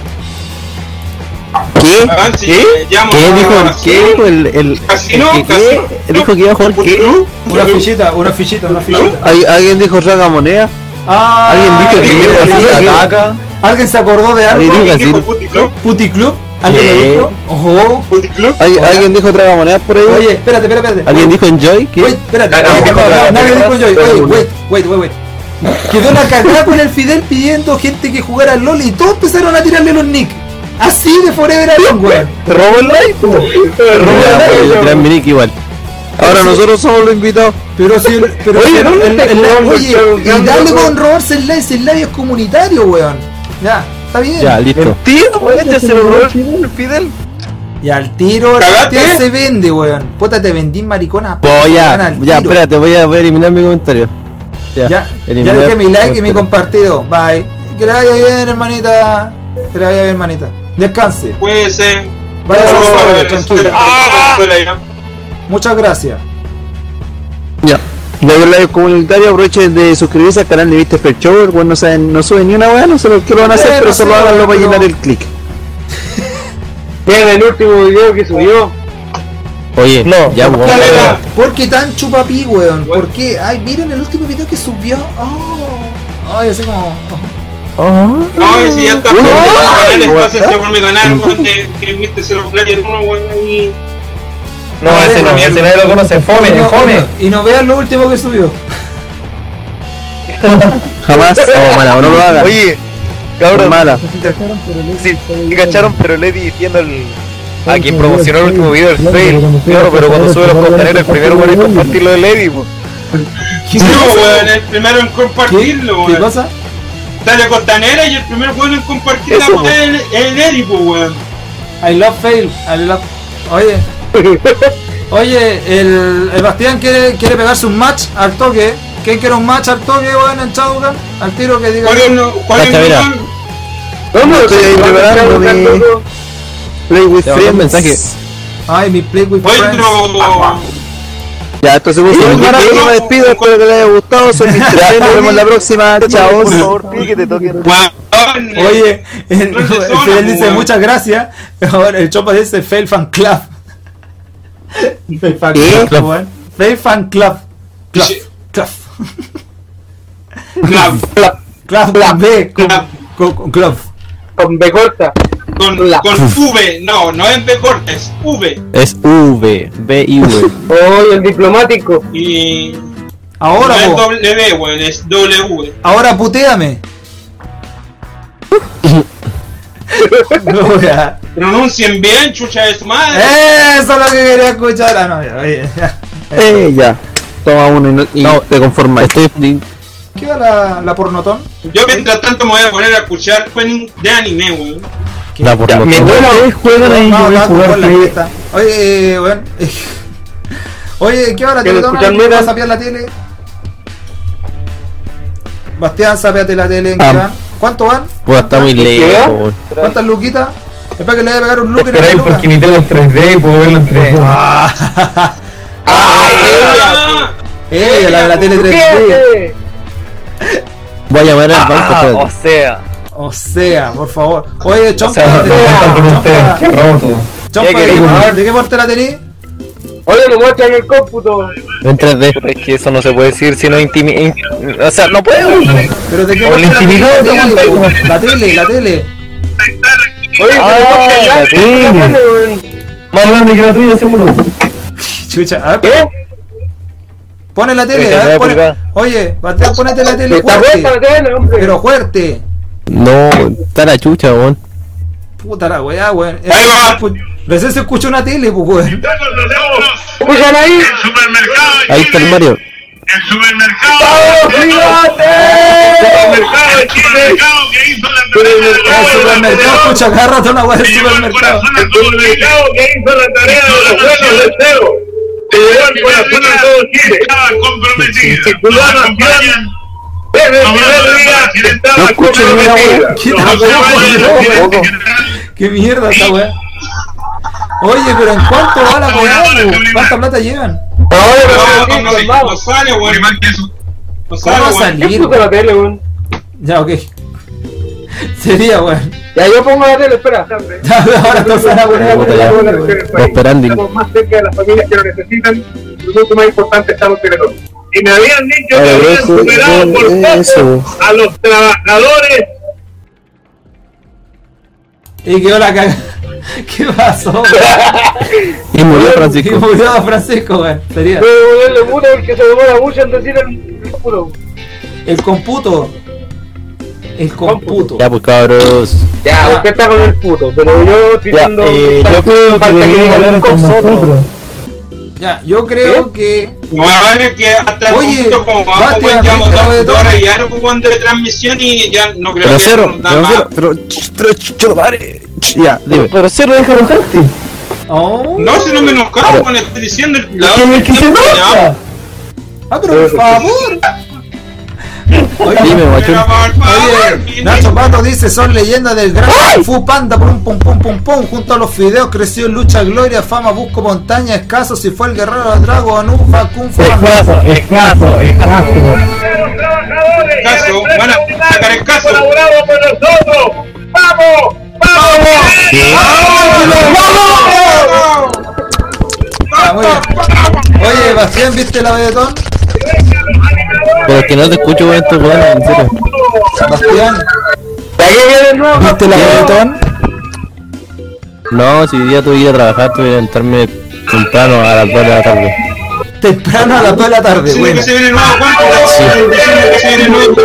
S4: ¿Qué?
S3: Ah, sí,
S6: ¿Qué?
S3: llamo
S4: ¿Qué
S3: a-
S4: dijo?
S3: a-
S4: ¿Qué dijo el, el,
S3: Casino,
S4: el que
S3: casino.
S4: qué? Dijo que iba a jugar qué?
S1: Una fichita, una fichita, una fichita.
S4: ¿Al- ¿Alguien dijo raga moneda?
S1: Ah,
S4: ¿Alguien dijo que
S1: ¿alguien-
S4: iba a
S1: alguien-
S4: jugar ataca?
S1: ¿Alguien se acordó de
S4: ¿Alguien
S1: algo?
S4: dijo
S3: ¿Qué dijo
S4: casino?
S3: Puticlub?
S1: Puticlub. ¿Alguien lo
S4: Sí.
S1: dijo? Ojo.
S3: Puticlub.
S4: ¿Al- ¿Alguien dijo traga moneda por ahí?
S1: Oye, espérate, espérate, espérate.
S4: ¿Alguien dijo enjoy?
S1: Wait,
S4: ¿Qué?
S1: espérate.
S6: Ah, no,
S1: Nadie dijo- Nadie
S6: no, no,
S1: dijo yo.
S6: no,
S1: Oye,
S6: no.
S1: wait, wait, wait, wait. Quedó una cagada con el Fidel pidiendo gente que jugara al LOL y todos empezaron a tirarle los nick. Así de Forever Alone, weón.
S4: ¿Robo el live? El gran minic igual. Ahora nosotros somos los invitados.
S1: Pero si el, pero
S5: Oye,
S1: si el-
S5: ¿dónde
S1: el-
S5: te
S1: el-
S5: jugó el
S1: oye,
S5: Mercado
S1: y
S5: Grande,
S1: dale
S5: weón?
S1: con robarse el live, si el live es comunitario, weón. Ya, está bien.
S4: Ya, listo.
S6: tío, este se lo robó el Fidel.
S1: Y al tiro, al
S3: ¿Cagaste?
S1: tiro se vende, weón. Puta, te vendí maricona.
S4: Voy
S1: weón,
S4: a,
S1: al
S4: ya,
S1: tiro.
S4: espérate, voy a, voy a eliminar mi comentario.
S1: Ya, ya
S4: eliminar
S1: dejé mi like y mi
S4: comentario.
S1: compartido. Bye. Que le vaya bien, hermanita. Que le vaya bien, hermanita. Descanse.
S3: Puede ser.
S1: Vaya a
S3: Oh,
S1: la
S3: eh,
S1: tranquila.
S3: ah,
S1: Muchas gracias.
S4: Ya. Luego el live comunitario, aprovechen de suscribirse al canal de Viste Per Show, el weón no, sabe- no sube ni una weá, no sé lo que lo van a hacer,
S1: Bueno,
S4: pero
S1: sí,
S4: solo háganlo para
S1: pero-
S4: llenar el click.
S5: Vean el último video que subió.
S4: Oye, no, ya weón.
S1: Claro,
S3: eh.
S1: ¿Por qué tan chupapi, weón? ¿Por qué? Ay, miren el último video que subió. Oh. Ay, así como.
S3: No, si ya está.
S4: Uno,
S3: Canales,
S4: ah,
S3: Entonces se vuelve a ganar, weón, de- que viste se lo player uno, weón, ahí.
S6: No, ese no, ese nadie lo conoce. Fome,
S1: Y no-
S6: fome.
S1: Y no vean lo último que subió.
S4: Jamás, no, mala, o no lo hagan.
S6: Oye,
S4: Es
S6: cabrón,
S4: mala.
S6: sí, sí cacharon, pero le di diciendo el. A quien promocionó el último video del fail, claro, pero cuando sube los costaneros, el primero bueno es compartirlo de Levi, po.
S1: ¿Qué
S3: No,
S1: pasa?
S3: weón, el primero en compartirlo,
S1: ¿Qué
S3: weón.
S1: pasa?
S3: Dale Costanera y el primer weón en compartir la weón es el- es el Eric, po, weón.
S1: I love fail. I love. Oye. Oye, el, el Bastián quiere, quiere pegarse un match al toque. ¿Quién quiere un match al toque, weón, en Shadowgun? Al tiro que diga.
S3: ¿Cuál es no- cuál es
S4: Cacha, mira.
S3: no-
S4: No, estoy ahí preparando mi Play with
S6: mandó
S4: Friends.
S6: un mensaje.
S1: Ay, mi play with
S3: Oye,
S1: friends.
S3: pero-
S4: Ya, entonces pues,
S3: Sí,
S4: bueno,
S3: sí.
S4: yo me despido, espero que les haya gustado, soy Mr. T, nos vemos la próxima, chao.
S6: Por favor, pide que te toquen.
S3: Weón,
S1: Oye, el, el
S3: Entonces, eh, zona,
S1: Fidel dice
S3: weón.
S1: muchas gracias. Ahora el Chopa dice Fail Fan Club. Fail Fan
S4: ¿Qué?
S1: ¿Eh? Club, weón. Fail Fan Club. Club.
S3: Sí.
S1: Club.
S3: la-
S1: Club con B. con-
S3: Club.
S1: con- con Club.
S5: Con B corta.
S3: con,
S5: La-
S3: con V, no, no es B corta, es V.
S4: Es V, B y V.
S5: Hoy el diplomático.
S3: Y
S1: Ahora,
S3: no es
S1: po,
S3: W, weón, es W.
S1: ahora puteame. No, ya.
S3: Pronuncien bien, chucha de su madre.
S1: ¿Eh? Eso es lo que quería escuchar. Ah, no, ya, oye, ya.
S4: Eh, ya. Toma uno y, no, y te conformas. Estoy
S1: ¿Qué va la, la pornotón?
S3: Yo mientras tanto me voy a poner a escuchar Queen de anime, weón.
S4: la por
S6: Ya,
S4: lo-
S6: mi abuela,
S7: Una vez juegan ahí, yo
S1: No,
S7: voy a
S1: no,
S7: jugar
S1: con la
S7: Play-
S1: fiesta. Oye, eh, weón. Oye, ¿qué hora te
S5: Quiero
S1: tomas?
S5: escuchar metal.
S1: ¿Vas a sapear la tele? Bastián, sapeate la tele. ¿en qué
S4: Ah.
S1: van? ¿Cuánto van?
S4: Puta, está muy lejos.
S1: ¿Cuántas luquitas? Espera que le voy a pegar un look en
S6: Esperáis
S1: el
S6: porque mi tele es 3D y puedo verlo en 3D.
S3: Ah,
S1: Eh, la, la tele 3D.
S5: ¿Qué?
S4: Voy a llamar al banco.
S6: Ah,
S4: espérate.
S6: o sea,
S1: O sea, por favor. Oye, chompa,
S6: sea,
S1: te-
S6: no,
S1: chompa,
S6: no,
S1: chompa,
S7: Qué roto.
S1: chompa,
S6: que-
S1: ¿de qué- ¿de qué parte la tenés?
S5: Oye, lo muestran en el cómputo.
S4: En 3D.
S6: puta, es que eso no se puede decir si no intimi... in- O sea, no puedo.
S1: Pero de qué
S6: Por
S1: parte
S6: la intimidad,
S1: tenés?
S6: no, no.
S1: La tele, la tele.
S5: Oye,
S6: Ah,
S5: pero
S6: sí.
S5: no te
S7: Más grande que la tuya, seguro.
S1: Chucha, a ver, pon- Pone la tele, a ver, pone- Oye, Bastián, ponete la tele
S5: Está buena la
S1: fuerte.
S5: tele, hombre.
S1: Pero fuerte.
S4: No, está la chucha, weón.
S1: Puta la weá, weón. Eh, pues,
S3: Ahí va.
S1: Recién se escuchó una tele, pues, weón.
S5: Escuchan ahí.
S8: Supermercado de
S4: Ahí está el
S8: Chile.
S4: Mario.
S8: El
S1: Ah,
S8: supermercado. de Chile. Supermercado de Chile. Supermercado que hizo la tarea de
S1: El
S8: la
S1: supermercado, escucha cada rato una weá del
S8: Te llevó el
S1: supermercado.
S8: corazón a todo Chile. que hizo la tarea de los buenos deseos. Te llevó el corazón a todo Chile. Estaba comprometido. Nos acompañan
S6: debe,
S5: Iya.
S8: No me lo digas, quien estaba
S4: No escucho
S8: come
S4: ninguna
S8: lo que
S4: wea.
S8: tira.
S1: ¿Qué
S8: No
S1: tal,
S8: se
S1: wea?
S8: vaya,
S1: No,
S8: tiene
S4: loco.
S8: que entrar.
S1: Qué mierda esta weá. Oye, pero ¿en cuánto va la weá? po? ¿Cuánta plata llevan?
S3: No, no, no, no sale,
S8: Porque
S3: weón.
S8: más que eso.
S3: No
S1: ¿Cómo va
S3: sale,
S1: a
S3: weón.
S5: ¿Qué
S1: salir?
S5: puta la tele, weón?
S1: Ya, ok. Sería, weón.
S5: Ya, yo pongo la tele, espera.
S1: Ya, ahora no sale, weón.
S4: Puta, ya.
S5: Pongo la tele, espera.
S4: Esperando.
S8: Estamos más cerca de las familias que lo necesitan. Nosotros más importante estamos en Teletón. Y me habían dicho que habían superado por poco a los trabajadores.
S1: Y quedó la caga. ¿Qué pasó, weón?
S4: Y murió
S1: Y
S4: Francisco.
S1: murió a Francisco, weón. Sería.
S5: Pero ponerle mudo porque se demora mucho en decir el puro.
S1: El computo. El computo.
S4: Ya, pues cabros.
S5: Ya, usted está con el puto, pero yo tirando.
S4: eh, yo creo que
S5: falta
S4: deberían
S5: diga
S4: hablar
S5: con nosotros.
S1: Ya, yo creo que.
S3: Weón, es que hasta el
S1: Oye,
S3: momento como vamos,
S1: Bastian,
S3: weón, ya
S1: acabo de
S3: hemos dos
S1: tomar.
S3: horas y algo, weón, de transmisión y ya no creo
S4: Pero
S3: que
S4: cero,
S3: nos da
S4: pero
S3: más.
S4: cero, pero ch- pero ch- ch- madre. Ch- Ya, dime. Pero cero, deja enojarte.
S1: Oh.
S3: No, si no me enojaba, weón, estoy diciendo el lado
S4: ¿Quién es que se enoja?
S1: Ah, pero por favor.
S4: Dime, guachón.
S1: Oye, Nacho Pato dice, son leyendas del gran Kung Fu Panda, pum pum pum pum pum, junto a los fideos creció en lucha, gloria, fama, busco montaña, escaso, si fue el guerrero del drago, anufa, kung fu,
S7: Escaso, escaso, escaso.
S8: los trabajadores y a la
S3: Caso,
S8: empresa
S3: van a
S8: unidad
S3: sacar el caso.
S8: colaborado con nosotros. ¡Vamos! ¡Vamos!
S1: Ah, muy bien. Oye, Bastián, ¿viste la vedetón?
S4: Pero que no te escucho con estos weones, en serio.
S1: Bastián, ¿viste la vedetón?
S4: No, si hoy día tuviera que trabajar, tuviera que entrarme temprano a las 2 de la tarde.
S1: Temprano a las 2 de la tarde,
S3: Diciendo
S1: bueno.
S3: que se viene nuevo, weón, weón, diciendo que se viene nuevo.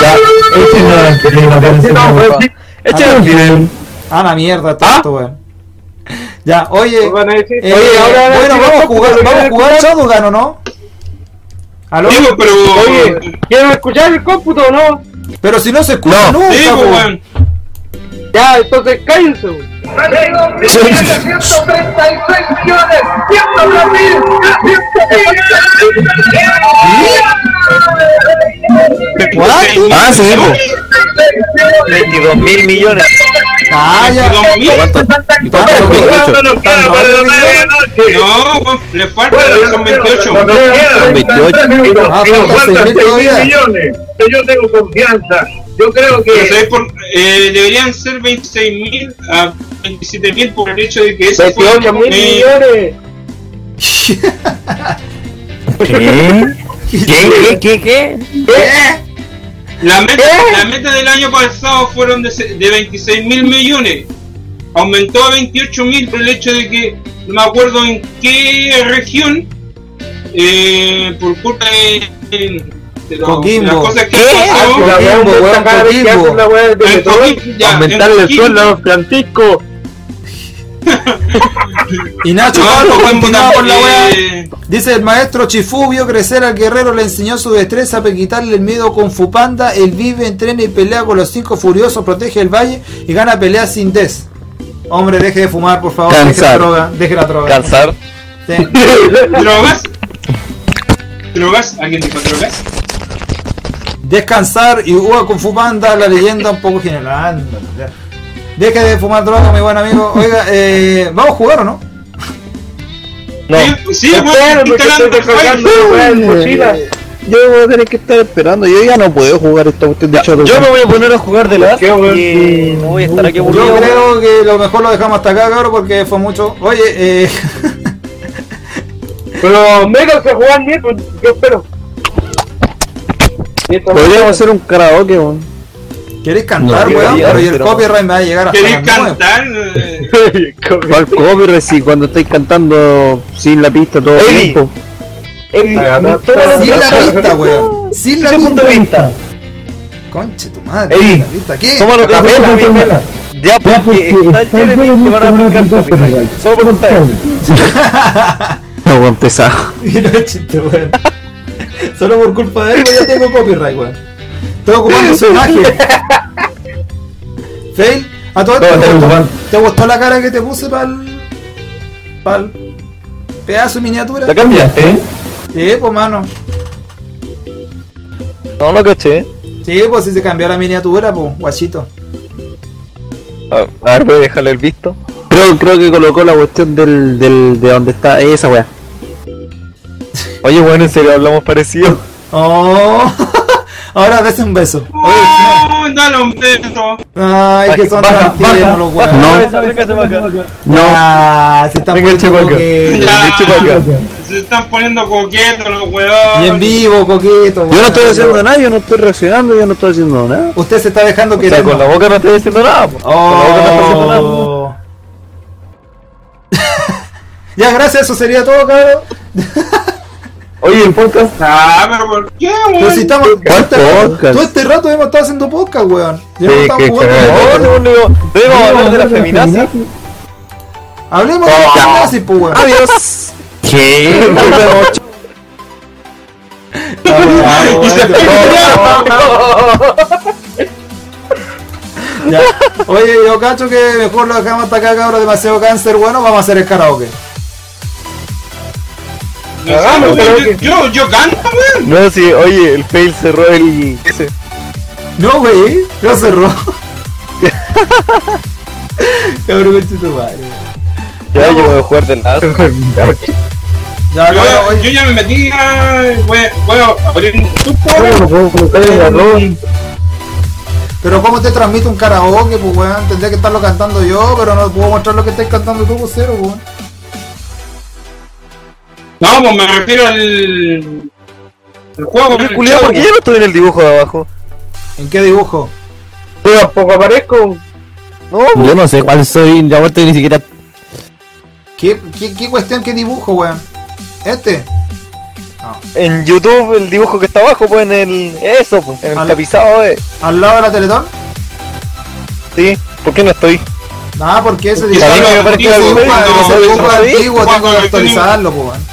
S4: Ya,
S1: Échale un
S7: video.
S1: Ah, la mierda, tonto, weón. Ya, oye,
S5: Pues Van a decir,
S1: eh,
S5: oye, ahora van a
S1: bueno,
S5: decir,
S1: vamos a jugar,
S5: pero
S1: vamos a
S5: quiero
S1: jugar
S5: escuchar-
S1: Shodogan, ¿o no? ¿Aló?
S3: Digo, pero.
S5: Oye, ¿quieren escuchar el cómputo o no?
S1: Pero si no se escucha
S4: No.
S1: nunca,
S3: Digo,
S1: po.
S3: pues, weón.
S5: Ya, entonces cállense. weón.
S4: Ah, sí, po.
S6: 22 mil millones.
S4: Ah,
S1: Calla.
S3: Dos mil.
S4: ¿Y cuánto son 28?
S8: ¿Cuánto nos queda para la medianoche?
S3: No, weón, le falta, son 28.
S8: Nos
S5: Ah,
S8: quedan
S4: 28.
S8: minutos.
S1: Ah,
S8: Y nos
S1: falta seis
S8: faltan
S1: mil
S8: 6
S1: todavía.
S8: millones. Que Yo tengo confianza. Yo
S3: Pero
S8: creo que
S3: ¿sabes por- eh, deberían ser 26.000 a 27.000 por el hecho de que ese fue
S5: 28 mil
S3: eh,
S5: millones.
S4: ¿Qué? ¿Qué? ¿Qué? ¿Qué? ¿Qué?
S3: la, meta,
S5: ¿Eh?
S3: la meta del año pasado fueron de, se- de 26 mil millones. Aumentó a 28 mil por el hecho de que no me acuerdo en qué región, eh, por culpa de, de lo-
S1: Coquimbo.
S3: las cosas que
S5: Y
S3: pasó.
S5: la weá,
S1: Coquimbo,
S5: esta
S1: weón,
S5: cada vez que
S1: Coquimbo.
S5: hacen la weá de
S3: En
S5: Teletón.
S3: Coquimbo, ya, en
S6: Aumentarle el
S3: Coquimbo.
S6: sueldo a los Francisco.
S1: Y Nacho
S3: No,
S1: Pablo,
S3: no,
S1: continuado
S3: no,
S1: Ah, por la
S3: eh.
S1: wea. Dice el maestro Chifú vio crecer al guerrero, le enseñó su destreza para quitarle el miedo con Fupanda. Él vive, entrena y pelea con los cinco furiosos, protege el valle y gana peleas sin des. Hombre, deje de fumar, por favor. Deje la
S4: Cansar.
S1: droga. Deje la droga.
S4: ¿Calzar?
S1: Sí.
S3: ¿Drogas? ¿Drogas? ¿Alguien dijo drogas?
S1: Descansar y Uva con Fupanda, la leyenda un poco general. Ándale, ya. Deje de fumar droga, mi buen amigo. Oiga, eh, ¿vamos a jugar o no?
S4: No.
S3: Sí, pues Sí, weón,
S5: Espera, porque
S3: instalando
S5: estoy
S3: el
S5: descargando
S3: file.
S5: la weá en mochila.
S4: Yo voy a tener que estar esperando. Yo ya no puedo jugar esta cuestión de chorro. Yo me voy a poner a jugar de la. Y no voy a estar aquí
S1: Yo
S4: aburrido.
S1: creo que lo mejor lo dejamos hasta acá, cabrón, porque fue mucho. Oye, eh.
S5: Pero menos que jugar bien, pues, yo espero. Y esta
S4: Podríamos
S5: weá-
S4: hacer un karaoke, weón.
S1: ¿Queréis cantar,
S4: No,
S1: weón?
S4: yo-
S1: Pero y el
S4: pero-
S1: copyright me va a llegar hasta
S3: ¿Queréis
S1: las nueve.
S3: cantar? Eh,
S4: ¿Cuál copyright si cuando estáis cantando sin la pista todo el
S6: Ey.
S4: tiempo?
S1: Sin la pista, weón. Sin la pista.
S7: vista.
S1: Conche tu madre.
S7: Ey.
S1: sin la pista. ¿Qué?
S6: Toma lo que
S7: La
S6: pela,
S7: punta,
S6: pela.
S7: pela.
S6: Ya,
S7: Ya
S6: porque
S7: porque
S6: está el
S7: está el
S6: Jeremy que van a aplicar copyright. Solo por ustedes.
S4: No voy a empezar.
S1: Y no es chiste, weón. Solo por culpa de él, weón, ya tengo copyright, weón. Estoy ocupando su imagen. Fail. A todo esto,
S7: No,
S1: ¿te
S7: te
S1: gustó-
S7: preocupes.
S1: ¿te gustó la cara que te puse pa'l. pa'l. Pedazo de miniatura.
S7: ¿La cambiaste? eh?
S1: Sí, pues, mano.
S6: No lo caché.
S1: Sí, pues, si se cambió la miniatura, pues, guachito.
S6: A a ver, voy a dejarle el visto.
S4: Creo, creo que colocó la cuestión del, del, de donde está esa weá.
S6: Oye, bueno, en serio hablamos parecido.
S1: Oh. Ahora des un beso.
S3: ¡Oh! ¡Dale un beso!
S1: Ay, que son
S6: Baja,
S1: tan tiernos los weones.
S6: Ah,
S7: Cabeza, acércate para acá.
S1: No. Ah, se están
S6: Venga, el
S1: poniendo
S6: Chihuahua.
S1: coquetos.
S3: Ya,
S6: Chupaca.
S3: se están poniendo coquetos los
S1: Y en
S3: huevones.
S1: vivo, coqueto.
S4: Yo no estoy haciendo
S1: nada.
S4: nada, yo no estoy reaccionando, yo no estoy haciendo nada.
S1: Usted se está dejando
S6: O
S1: que.
S6: sea, con la boca no Ah, estoy diciendo nada. po.
S1: Oh. ya, gracias, eso sería todo, cabrón.
S7: Oye, el podcast.
S3: Ah, pero ¿por qué,
S1: Pero si
S3: weón?
S1: estamos. Todo este, rato,
S4: podcast?
S1: todo este rato hemos estado haciendo podcast, weón. Ya hemos
S6: Sí,
S1: estado
S6: que
S1: jugando.
S6: cagada.
S1: weón.
S6: No, no, no. Debemos hablar de la feminazi.
S1: Hablemos de feminazi, pues, weón.
S4: Adiós.
S6: ¿Qué?
S1: Ah,
S3: Y se
S1: weón, ya. Oye, yo cacho que mejor lo dejamos hasta acá, cabrón. Demasiado cáncer, bueno, vamos a hacer el karaoke.
S3: No sé,
S6: Hagamos,
S3: weón,
S6: pero
S3: yo, yo canto, weón.
S6: No, sí, oye, el fail cerró el. ese.
S1: No, güey, lo cerró. cabrón, conche tu madre.
S6: Ya yo voy a jugar del lazo.
S1: Ya, cabrón,
S3: Yo,
S1: oye.
S3: yo ya me metí a. Voy a- voy a abrir un tupo.
S7: No puedo colocar el garrón.
S1: Pero cómo te transmite un karaoke, pues weón, tendría que estarlo cantando yo, pero no puedo mostrar lo que estáis cantando tú, pues cero, weón.
S3: No, pues me refiero al. al juego.
S6: Oye, culiao, ¿por qué yo no estoy en el dibujo de abajo?
S1: ¿En qué dibujo?
S5: Yo tampoco aparezco.
S6: No,
S4: Yo no sé cuál soy, la vuelta ni siquiera.
S1: ¿Qué, qué, qué cuestión, qué dibujo, weón? ¿Este?
S6: en YouTube el dibujo que está abajo, pues en el. Eso, pues, en el
S4: Ah.
S1: Al-
S6: tapizado, eh.
S1: ¿Al lado de la Teletón?
S6: Sí, ¿por qué no estoy?
S1: Ah, porque ese
S3: Y
S1: dibujo.
S6: también me parece
S1: Ese
S6: que
S1: dibujo
S6: alguno-
S1: ese
S6: no,
S1: dibujo
S6: no,
S1: antiguo,
S3: sí,
S1: tengo que
S3: Juan,
S1: actualizarlo, pues weón.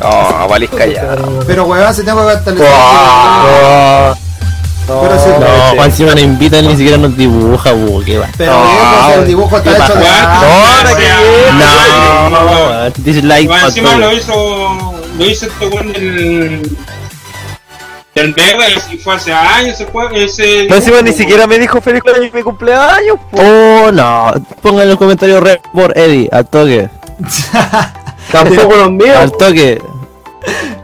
S6: No, valís callar.
S1: Pero weón, si tengo que actualizarlo.
S6: Ah, pues,
S1: Pero si-
S4: No, Juan, si me invitan ni siquiera nos dibuja, bu, qué va.
S1: Pero
S6: No,
S1: viejo, si el
S6: weón.
S1: dibujo
S4: ¿Qué
S1: está hecho de.
S3: pasa?
S1: Ah,
S6: No, no, que-
S4: No, weón, dislike
S3: Más
S4: para
S3: encima lo
S4: todo.
S3: hizo. Lo hizo este weón del. del Vega y fue hace años ese juego. Ese
S6: No, encima ni
S3: weón.
S6: siquiera me dijo feliz cumpleaños en mi cumpleaños, pues.
S4: Oh, no. Pongan en los comentarios red por Eddie, al toque.
S5: Tampoco los míos.
S4: Al toque.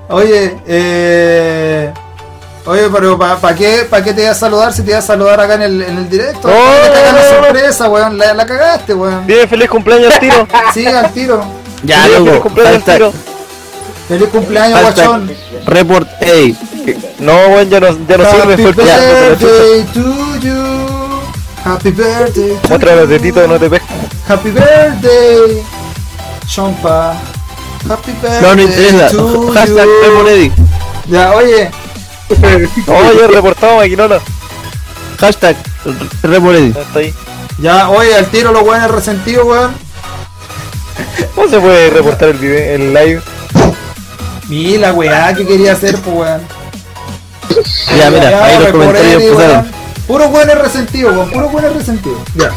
S1: Oye, eh. Oye, pero ¿para qué, pa qué te iba a saludar si te iba a saludar acá en el, en el directo?
S6: No,
S1: Te cagas la
S6: no, no, no.
S1: sorpresa, weón. La, la cagaste, weón.
S6: Bien, feliz cumpleaños, al tiro.
S1: Sí, al tiro.
S4: Ya,
S6: Bien, feliz
S4: loco.
S6: cumpleaños, al
S4: Hashtag-
S6: tiro.
S1: Feliz cumpleaños,
S4: Hashtag.
S1: guachón.
S4: Report Eddie.
S6: No, weón, ya no, ya no sirve.
S1: Happy
S6: fue el cumpleaños, pero chucha.
S1: birthday to you. Happy birthday to
S6: Otra vez,
S1: you.
S6: de Tito, no te pesca.
S1: Happy birthday, Chompa. Happy birthday
S4: No, no interesa.
S1: to
S4: Hashtag
S1: you.
S4: Report Eddie.
S1: Ya, oye.
S6: No, yo he reportado maquinola.
S4: Hashtag Report Eddie.
S6: No está ahí.
S1: Ya, oye, al tiro los weones resentidos, weón.
S6: ¿Cómo se puede reportar el video, el live?
S1: Y la weá que quería hacer, pues weón.
S4: Ya, mira, ahí los
S1: reporé,
S4: comentarios
S1: weón.
S4: empezaron.
S1: Puros weones resentidos, weón. Puros weones resentidos. Ya.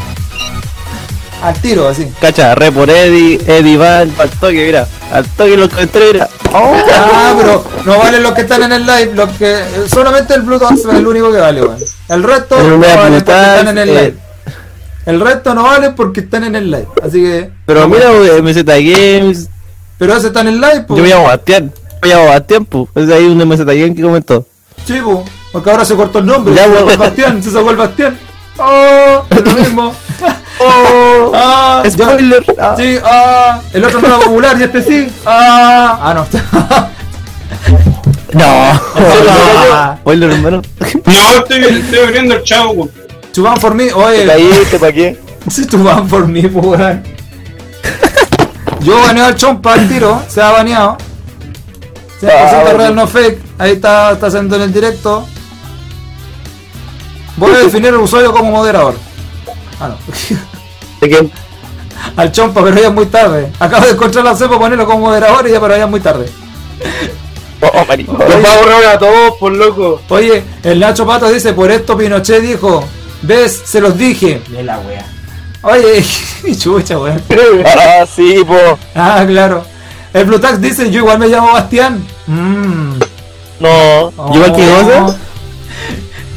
S1: Al tiro, así.
S4: Cacha, Report Eddie, Eddie va al toque, mira. Al toque los comentarios, mira.
S1: Ah, pero no valen los que están en el live, los que. Solamente el Bluetooth es el único que vale, weón. El resto
S4: Pero
S1: no
S4: voy a
S1: vale porque
S4: apuntar,
S1: están en el
S4: eh,
S1: live. El resto no vale porque están en el live. Así que.
S4: Pero mira, weón, MZ Games.
S1: Pero ese está en el live,
S4: Yo me
S1: pues.
S4: llamo Bastián. Yo me llamo Bastián, pu. Es ahí un MZ Games que comentó.
S1: Chico, porque ahora se cortó el nombre.
S4: Ya,
S1: se sacó
S4: weón.
S1: el Bastián, se sacó el Bastián. Oh, es lo mismo.
S4: Oh,
S1: Ah, ya.
S4: spoiler. Ah.
S1: Sí, ah, el otro no era popular y este sí. Ah, ah no.
S6: Oh,
S4: No. Spoiler, hermano.
S3: No, estoy, estoy abriendo el chavo, weón.
S1: Chupan por mí,
S6: ¿Te
S1: oye.
S6: caíste pa' qué?
S1: Si tú vas por mí, pues weón. Yo baneo al chompa al tiro, se ha baneado. 100%
S6: Ah,
S1: real, no fake. Ahí está, está haciendo en el directo. Voy a definir al usuario como moderador. Ah, no.
S6: ¿De quién?
S1: Al chompa, pero ya es muy tarde. Acabo de encontrar la cepa ponerlo como moderador y ya, pero ya es muy tarde.
S6: Oh, marico.
S5: Los va a borrar a todos, por loco.
S1: Oye, el Nacho Pato dice, por esto Pinochet dijo, ves, se los dije. De la wea. Oye, chucha, weón.
S6: Ah, sí, po.
S1: Ah, claro. El Blutax dice, yo igual me llamo Bastián. Mmm.
S6: No.
S1: Oh.
S4: ¿Igual que Gozo?
S1: Él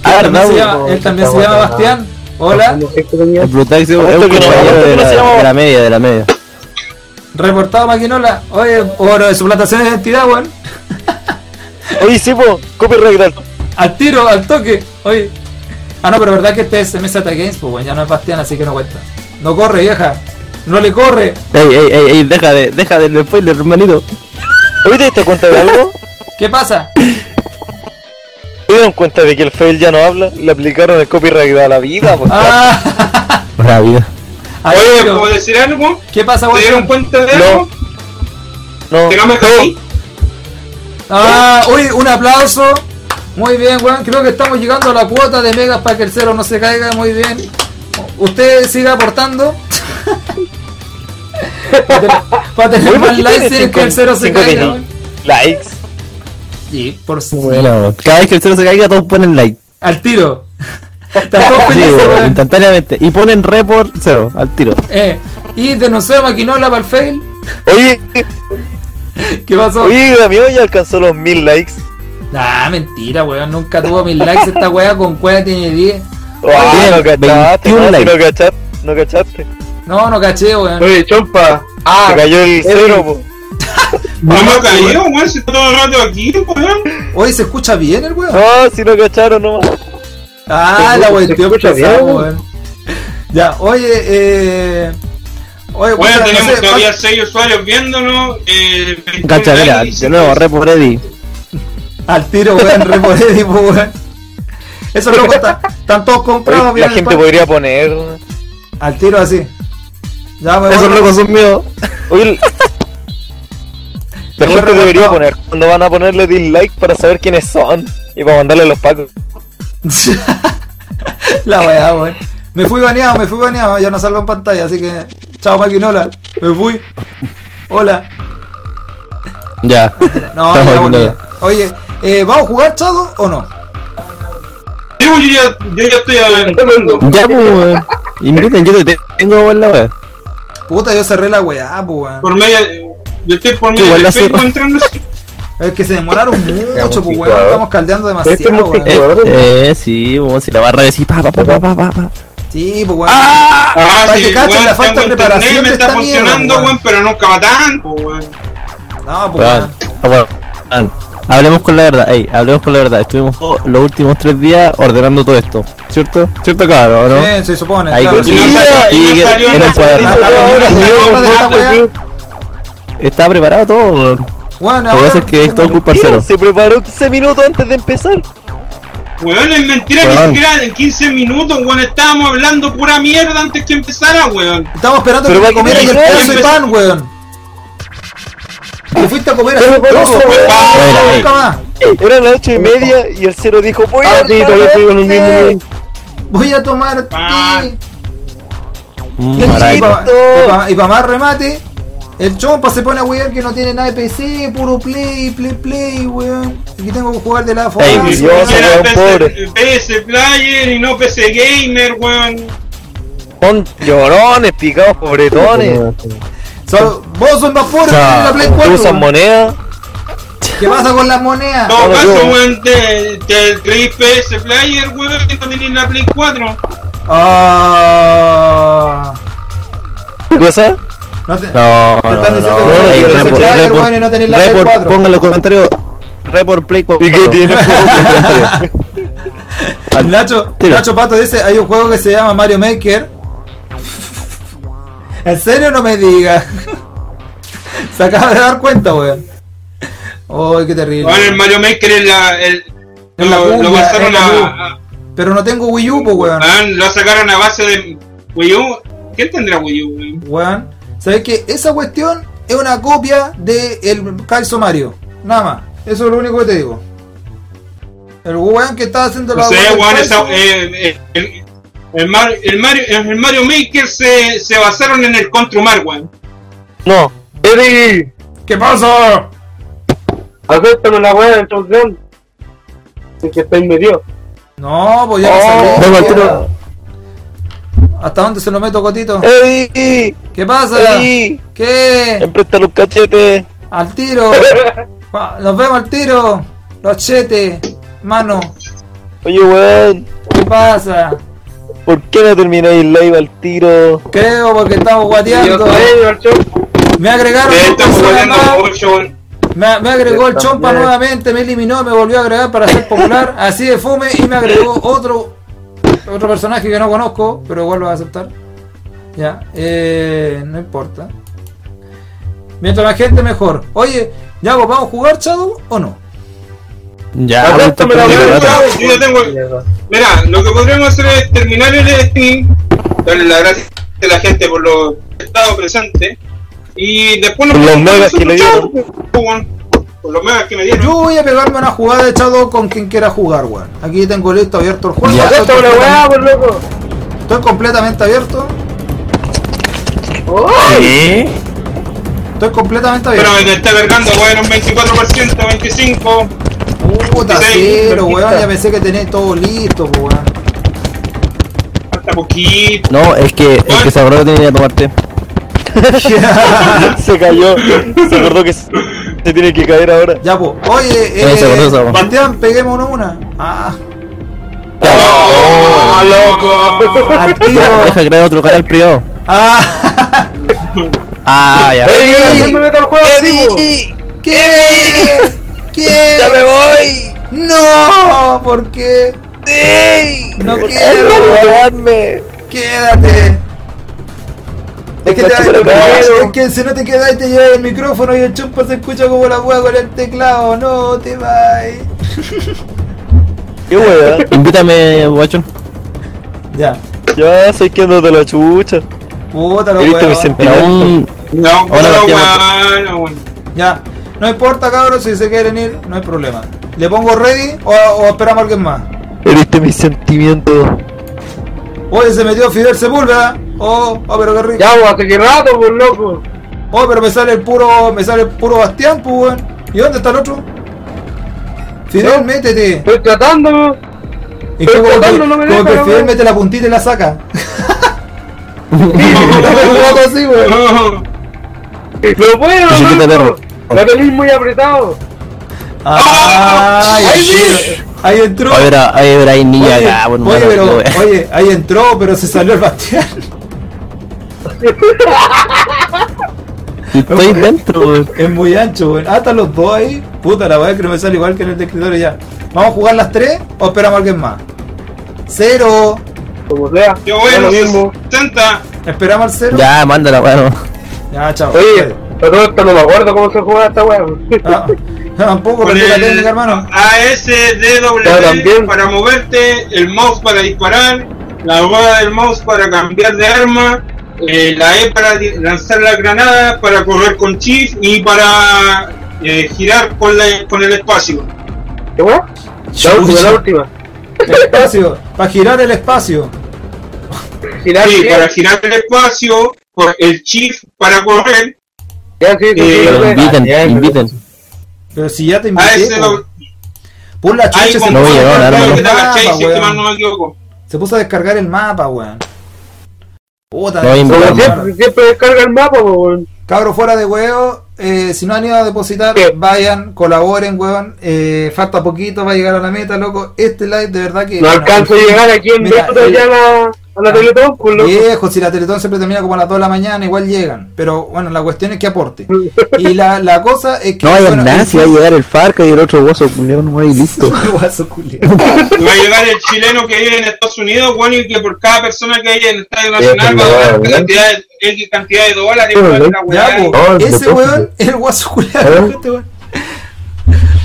S4: Ah,
S1: también
S4: ¿verdad?
S1: se llama- él también se llama Bastián. Hola.
S4: El Blutax es un
S6: Apuesto que no,
S4: compañero
S6: apuesto
S4: de
S6: que no
S4: la-
S6: se llama-
S4: de la media, de la media.
S1: Reportado Maquinola. Oye, oro de suplantación de identidad, weón.
S6: Oye, sí, po, copyright alto.
S1: Al tiro, al toque. Oye. Ah, no, pero verdad que este es MZ Games, pues, weón. Ya no es Bastián, así que no cuenta. No corre, vieja. No le corre.
S4: Ey, ey, ey, ey, deja de, deja del spoiler, hermanito.
S6: Oye, ¿te diste cuenta de algo?
S1: ¿Qué pasa?
S6: ¿Te dieron cuenta de que el fail ya no habla? Le aplicaron el copyright a la vida, po.
S1: Ah,
S4: La vida.
S1: al
S3: Oye,
S1: tiro.
S3: ¿puedo decir algo?
S1: ¿Qué pasa,
S3: ¿Se dieron
S1: weón?
S3: cuenta de
S6: No.
S3: algo?
S6: No.
S3: Que no me caí.
S1: Ah, oye, un aplauso. Muy bien, weón. Creo que estamos llegando a la cuota de megas para que el cero no se caiga. Muy bien. Usted siga aportando. para tener, para tener
S6: Oye, ¿por
S1: más
S6: qué
S1: likes
S6: tiene
S1: sin que el
S6: cinco-
S1: cero se
S6: cinco
S1: caiga.
S6: likes?
S1: weón.
S6: Likes.
S1: Y por su-
S4: Bueno, cada vez que el cero se caiga, todos ponen like.
S1: Al tiro. Están todos
S4: Sí,
S1: felices,
S4: bueno,
S1: weón.
S4: instantáneamente. Y ponen report cero, al tiro.
S1: Eh, y denunció a Maquinola para el fail.
S6: Oye,
S1: ¿Qué pasó?
S6: oye, amigo ya alcanzó los mil likes.
S1: Ah, mentira, weón. Nunca tuvo mil likes esta weá con cueva tiene 10.
S6: Ah, no
S4: Bien,
S6: cachaste,
S4: 21
S6: no, si
S4: likes.
S6: no cachaste, no cachaste.
S1: No, no caché, weón.
S5: Oye, chompa.
S6: Ah, se cayó el cero, po.
S3: No me caí, weón. Si está todo el rato aquí, weón.
S1: Hoy se escucha bien el weón.
S6: No, si no cacharon, no.
S1: Ah, la
S5: Se
S1: cuestión
S5: escucha
S1: pesada,
S5: bien,
S1: weón. Ya, oye, eh. Oye,
S3: Bueno,
S1: puta, no
S3: tenemos
S1: sé,
S3: todavía
S1: pa-
S3: 6 usuarios viéndonos. Eh, 21
S4: Cacha, mira,
S3: likes.
S4: de nuevo, report ready.
S1: al tiro, weón, remodelé, po, weón. Eso loco está, están todos comprados,
S6: Oye, La
S1: miren,
S6: gente
S5: pues.
S1: pa-
S6: podría poner.
S1: Al tiro así. Ya me
S4: Esos
S1: voy.
S4: locos son míos.
S6: Oye, la
S1: Muy
S6: gente debería
S1: recortado.
S6: poner cuando van a ponerle dislike para saber quiénes son y para mandarle a los pacos.
S1: La weá, weón. Me fui baneado, me fui baneado, ya no salgo en pantalla, así que. Chao maquinola. Me fui. Hola.
S4: Ya.
S1: No,
S4: Estamos
S1: ya
S4: viendo.
S1: volví. Oye, eh, ¿vamos a jugar, Chado, o no?
S3: Sí, yo, ya, yo ya estoy adelantando.
S4: Ya, pues, weón. Inviten, yo te tengo, weón, la weón.
S1: Puta, yo cerré la weá, po, weón.
S3: Por medio, yo estoy por medio
S4: Igual la
S3: de Facebook
S4: cerra.
S3: entrando.
S1: Es que se demoraron mucho, pues, weón.
S2: multiplicador.
S1: Estamos caldeando
S5: Este
S1: demasiado,
S5: multiplicador.
S1: weón.
S4: Eh, eh, sí, weón, si la barra decís, pa, pa, pa, pa, pa, pa, pa.
S1: Sí, pues, weón.
S3: Ah,
S1: Para que
S3: sí,
S1: cachen
S3: weón,
S1: la falta de
S3: tengo
S1: preparación
S3: internet,
S1: de
S3: me está
S1: esta mierda,
S3: funcionando,
S1: weón.
S3: weón, pero nunca va tan, po, weón.
S1: No, pues,
S4: Weón,
S1: weón.
S4: weón, weón. Hablemos con la verdad, ey, hablemos con la verdad. Estuvimos todos los últimos tres días ordenando todo esto, ¿cierto? ¿Cierto, cabrón, no?
S1: Sí, se supone.
S4: Ahí
S1: claro,
S4: con-
S3: Y
S1: sí.
S3: no salió- y
S4: y-
S3: no salió
S4: era
S3: nada.
S4: un cuadrado.
S1: La- la- la- la- la- la- la- esta weá.
S4: Está preparado todo, weón.
S1: Weón,
S4: Lo que pasa
S1: ahora-
S4: es que esto ocupa el
S6: Mira,
S4: cero.
S6: se preparó 15 minutos antes de empezar.
S3: Weón, es mentira,
S4: Weón.
S3: ni siquiera en 15 minutos, weón, estábamos hablando pura mierda antes que empezara, weón.
S1: Estamos esperando
S6: Pero
S1: que
S6: va
S1: te
S6: a
S1: comieras el
S6: comer
S1: pedazo de
S3: ahí.
S1: pan, weón. Te fuiste a comer así un
S6: Pero,
S1: trozo,
S6: pero,
S1: weón.
S4: pero,
S1: No,
S4: pero,
S1: nunca más.
S6: Eran las 8 y media y el cero dijo: Voy a.
S5: Ah, sí, todavía estoy con el mismo nivel.
S1: Voy a tomar
S3: Pan.
S1: té.
S4: Mm,
S1: Y
S4: maravilla.
S1: para más remate, el chompa se pone a weón que no tiene nada de PC, puro play, play, play, weón. Aquí tengo que jugar de la forma.
S4: Ey,
S1: weón.
S6: Dios,
S3: Era
S6: weón,
S3: PC,
S6: pobre.
S3: PS Player y no PC Gamer, weón.
S6: Son llorones, picados, pobretones.
S1: So- vos sos más pobre que la Play
S6: que
S1: 4.
S6: usan
S1: weón.
S6: moneda.
S1: ¿Qué pasa con las monedas?
S3: En todo
S6: Ahora
S3: caso,
S6: yo.
S3: weón, te, te creí PS Player, weón, y no tenés la Play 4.
S1: Ah.
S6: ¿Qué cosa?
S1: No te-
S4: No,
S1: Te
S4: no, no,
S1: están diciendo
S4: no,
S1: que
S4: no,
S1: no
S4: ey,
S1: tienes
S4: report,
S1: el celular,
S4: report,
S1: weón, y no tenés la
S4: report,
S1: Play cuatro.
S4: Pongan los comentarios. Report Play 4.
S6: ¿Y qué tiene?
S1: Nacho,
S4: Tira.
S1: Nacho Pato dice, hay un juego que se llama Mario Maker. ¿En serio no me digas? se acaba de dar cuenta, weón. Ay, qué terrible.
S3: Bueno, el Mario Maker es la. El,
S1: Es la
S3: lo, lo
S1: cumbia,
S3: pasaron
S1: es la
S3: a, a-
S1: Pero no tengo Wii U, po, weón.
S3: weón, Lo sacaron a base de. Wii U. ¿Quién tendrá Wii U, weón?
S1: Weón. ¿Sabes qué? Esa cuestión es una copia de el calzo Mario. Nada más. Eso es lo único que te digo. El weón que está haciendo
S3: No
S1: la
S3: sé,
S1: weá del
S3: weón,
S1: calzo-
S3: esa- eh, eh, el, el Mar- el Mario, en el Mario Maker se, se basaron en el Contrumar, weón.
S6: No.
S5: Eddie,
S1: ¿Qué pasa?
S5: acéptame la weá del chongón. Así que estáis medio.
S1: No, pues ya lo
S6: Oh,
S1: saqué,
S6: vengo al
S1: ya.
S6: tiro. Eh,
S1: ¿Hasta dónde se lo meto, Cotito?
S6: ¡Ey!
S1: ¿Qué pasa?
S6: ¡Ey!
S1: ¿Qué?
S6: Empresta los cachetes.
S1: Al tiro. Pa- Nos vemos al tiro. Los chetes. Mano,
S6: Oye, weón,
S1: ¿qué pasa?
S6: ¿por qué no termináis el live al tiro?
S1: Creo porque estamos guateando. Me agregaron
S3: Eh,
S1: dos
S3: estamos
S1: personas
S3: volando
S1: más.
S3: mucho.
S1: Me, me agregó el chompa nuevamente, me eliminó, me volvió a agregar para ser popular, así de fome, y me agregó otro otro personaje que no conozco, pero igual lo voy a aceptar. Ya, eh, no importa. Mientras la gente mejor. Oye, ya vamos a jugar Shadow o no?
S4: Ya,
S5: Aguanta, me la voy a
S3: Yo
S5: dar.
S3: ya- yo ya tengo el- Mira, lo que podríamos hacer es terminar el stream, darle las gracias a la gente por los estados presentes y después nos
S6: Por los
S3: ponemos
S6: megas que le
S3: nosotros, chao, weón. Por los megas que me dieron.
S1: Yo voy a pegarme una jugada de Shadow con quien quiera jugar, weón. Aquí tengo listo abierto el juego.
S4: Ya.
S5: Aguanta
S1: Estoy,
S5: la weá,
S1: completamente,
S5: por loco.
S1: estoy completamente abierto.
S4: ¿Qué?
S1: Estoy completamente
S3: Pero
S1: abierto.
S3: me está cargando, weón, un 24%, 25%.
S1: Puta,
S3: Sí,
S1: cero,
S3: perfecta.
S1: weón. Ya pensé que tenés todo listo, po, weón.
S3: Falta poquito.
S4: No, es que, es que se acordó que tenía que ir a tomarte.
S6: Se cayó, se acordó que se se tiene que caer ahora.
S1: Ya, pues. Oye,
S4: Ahí se
S1: eh,
S4: acordó, se acordó.
S1: Panteón, peguemos uno a una. Ah,
S3: ¡Oh, loco!
S5: Ah,
S1: al tiro.
S4: Ya, deja crear otro canal privado.
S1: Ah,
S4: Ah, ya.
S5: Yo me meto al juego, tipo.
S1: ¿qué? ¿Qué? ¡Ya me voy! ¡No! ¿Por qué? ¡Sí! ¡No quiero! ¡Quédate! Es que, te va- es que si no te quedas te llevas el micrófono y el chompa se escucha como la hueá con el teclado. No te vayas.
S6: Qué weón,
S4: Invítame, guachón.
S1: Ya.
S6: ya soy que ando de la chucha.
S1: Puta la
S6: Grito
S1: hueá.
S6: mis
S4: Pero aún.
S3: No,
S4: Ahora
S3: no,
S4: la
S3: weón, weón.
S1: Ya, no importa cabros, si se quieren ir, no hay problema. ¿Le pongo ready o, o esperamos a alguien más?
S6: Heriste mis sentimientos.
S1: Oye, se metió Fidel Sepúlveda. Oh, oh, pero qué rico.
S5: Ya, weón, hace que rato, por loco.
S1: Oh, pero me sale el puro, me sale el puro Bastián, pues weón. ¿Y dónde está el otro? Fidel, métete.
S5: Estoy tratando, weón.
S1: Es que
S5: Estoy
S1: como que,
S5: tratando, no me
S1: como
S5: deja,
S1: que
S5: no me
S1: Fidel
S5: deja.
S1: mete la puntita y la saca. Un poco así, weón.
S5: Pero bueno,
S4: Yo soy de
S5: loco.
S4: perro.
S5: Lo tenéis muy apretado.
S1: Ay, ahí entró.
S4: Oye, pero, oye, pero hay niña
S1: Oye,
S4: acá, por
S1: oye,
S4: mano,
S1: pero,
S4: no, wea.
S1: oye, ahí entró, pero se salió el Bastián.
S4: Estoy dentro, weón.
S1: Es muy ancho, weón. Ah, están los dos ahí. Puta la weá que no me sale igual que en el de escritorio ya. ¿Vamos a jugar las tres o esperamos a alguien más? Cero.
S5: Como sea.
S3: Yo
S5: da
S3: voy a
S5: lo
S3: los
S5: mismo.
S3: 60.
S1: ¿Esperamos al cero?
S4: Ya, mándala, weón.
S1: Ya, chao.
S5: Oye, pero todo esto no me acuerdo cómo se jugaba esta weá. weón.
S1: Ah, tampoco
S3: Con
S1: perdí la técnica,
S3: el
S1: hermano.
S5: Ya,
S3: ASDW
S5: también.
S3: para moverte, el mouse para disparar, la rueda del mouse para cambiar de arma, eh, la E para di- lanzar la granada, para correr con shift y para eh, girar con, la, con el espacio.
S5: ¿Qué weá? La última, la última.
S1: El espacio. Para girar el espacio.
S5: Girar,
S3: Sí,
S5: girar.
S3: para girar el espacio, con el shift para correr,
S5: Ya, sí,
S3: Eh,
S5: sí, sí,
S4: Pero
S5: sí.
S4: inviten,
S5: Ya,
S4: inviten.
S1: Pero si ya te invité.
S3: ASDW.
S1: po. Pon la
S3: Ah, Ahí
S1: chucha, se,
S3: con
S4: no voy a
S1: puso
S4: llegar,
S1: a
S4: ahora
S1: descargar
S4: no.
S3: que
S1: el
S3: te agacháis, si es que
S1: mapa,
S3: más no
S1: weón.
S3: me equivoco.
S1: Se puso a descargar el mapa, weón. Puta,
S4: No,
S5: pero-
S4: invitamos.
S5: Como
S1: cabro.
S5: siempre, siempre descarga el mapa, pues, weón.
S1: Cabro fuera de huevo, eh, si no han ido a depositar,
S5: Sí.
S1: vayan, colaboren, huevón. Eh, falta poquito, va a llegar a la meta, loco. Este live de verdad que...
S5: No
S1: bueno,
S5: alcanzo a
S1: en fin,
S5: llegar aquí en
S1: mira,
S5: minutos
S1: el-
S5: ya a la, a la Teletón, por loco.
S1: Viejo, si la Teletón siempre termina como a las 2 de la mañana, igual llegan. Pero bueno, la cuestión es que aporte. Y la, la cosa es que...
S4: No vaya
S1: bueno,
S4: nada,
S1: el-
S4: si va a llegar el Farca y el otro guaso, culión, no hay listo.
S1: Guaso culiao.
S3: Y Va a llegar el chileno que vive en Estados Unidos, bueno, y que por cada persona que hay en el Estadio Nacional va a dar
S7: ¿verdad?
S3: cantidad de, X cantidad de dólares.
S7: Sí,
S3: para
S7: ¿verdad?
S3: la weá
S1: Ya, pues.
S3: y-
S1: po,
S5: Oh,
S7: Ah,
S1: ese
S7: de
S1: huevón es el guaso culiao,
S5: ¿Eh?
S7: ver.
S1: este huevón.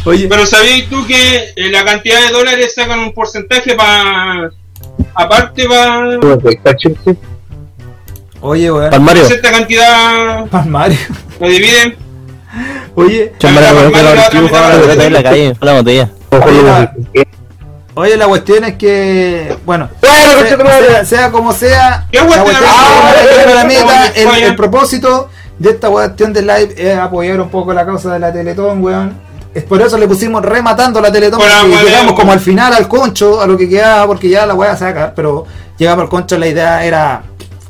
S1: Oye,
S3: Pero sabías tú que eh, la cantidad de dólares sacan un porcentaje para. Aparte para.
S1: oye,
S4: Pal
S1: huevón.
S4: Mario,
S3: Cierta cantidad
S1: Palmario.
S3: lo dividen.
S1: Oye,
S4: chambara, weón, que la hora que juega la pelota en la calle, con la botella.
S1: Oye, la, oye, la cuestión es que, bueno,
S5: Bueno,
S1: se-
S5: coche tu madre.
S1: sea, sea como sea,
S3: ¿Qué
S1: la
S3: hueá
S1: cuestión
S3: te la-
S1: es que
S3: Ah,
S1: vamos a llegar a la
S3: eh,
S1: meta,
S3: eh,
S1: el,
S3: eh,
S1: el propósito de esta cuestión del live es apoyar un poco la causa de la Teletón, weón. Es por eso le pusimos rematando la Teletón,
S3: Hola,
S1: porque
S3: weón.
S1: llegamos como al final al concho, a lo que quedaba, porque ya la weá saca, pero llegamos al concho, la idea era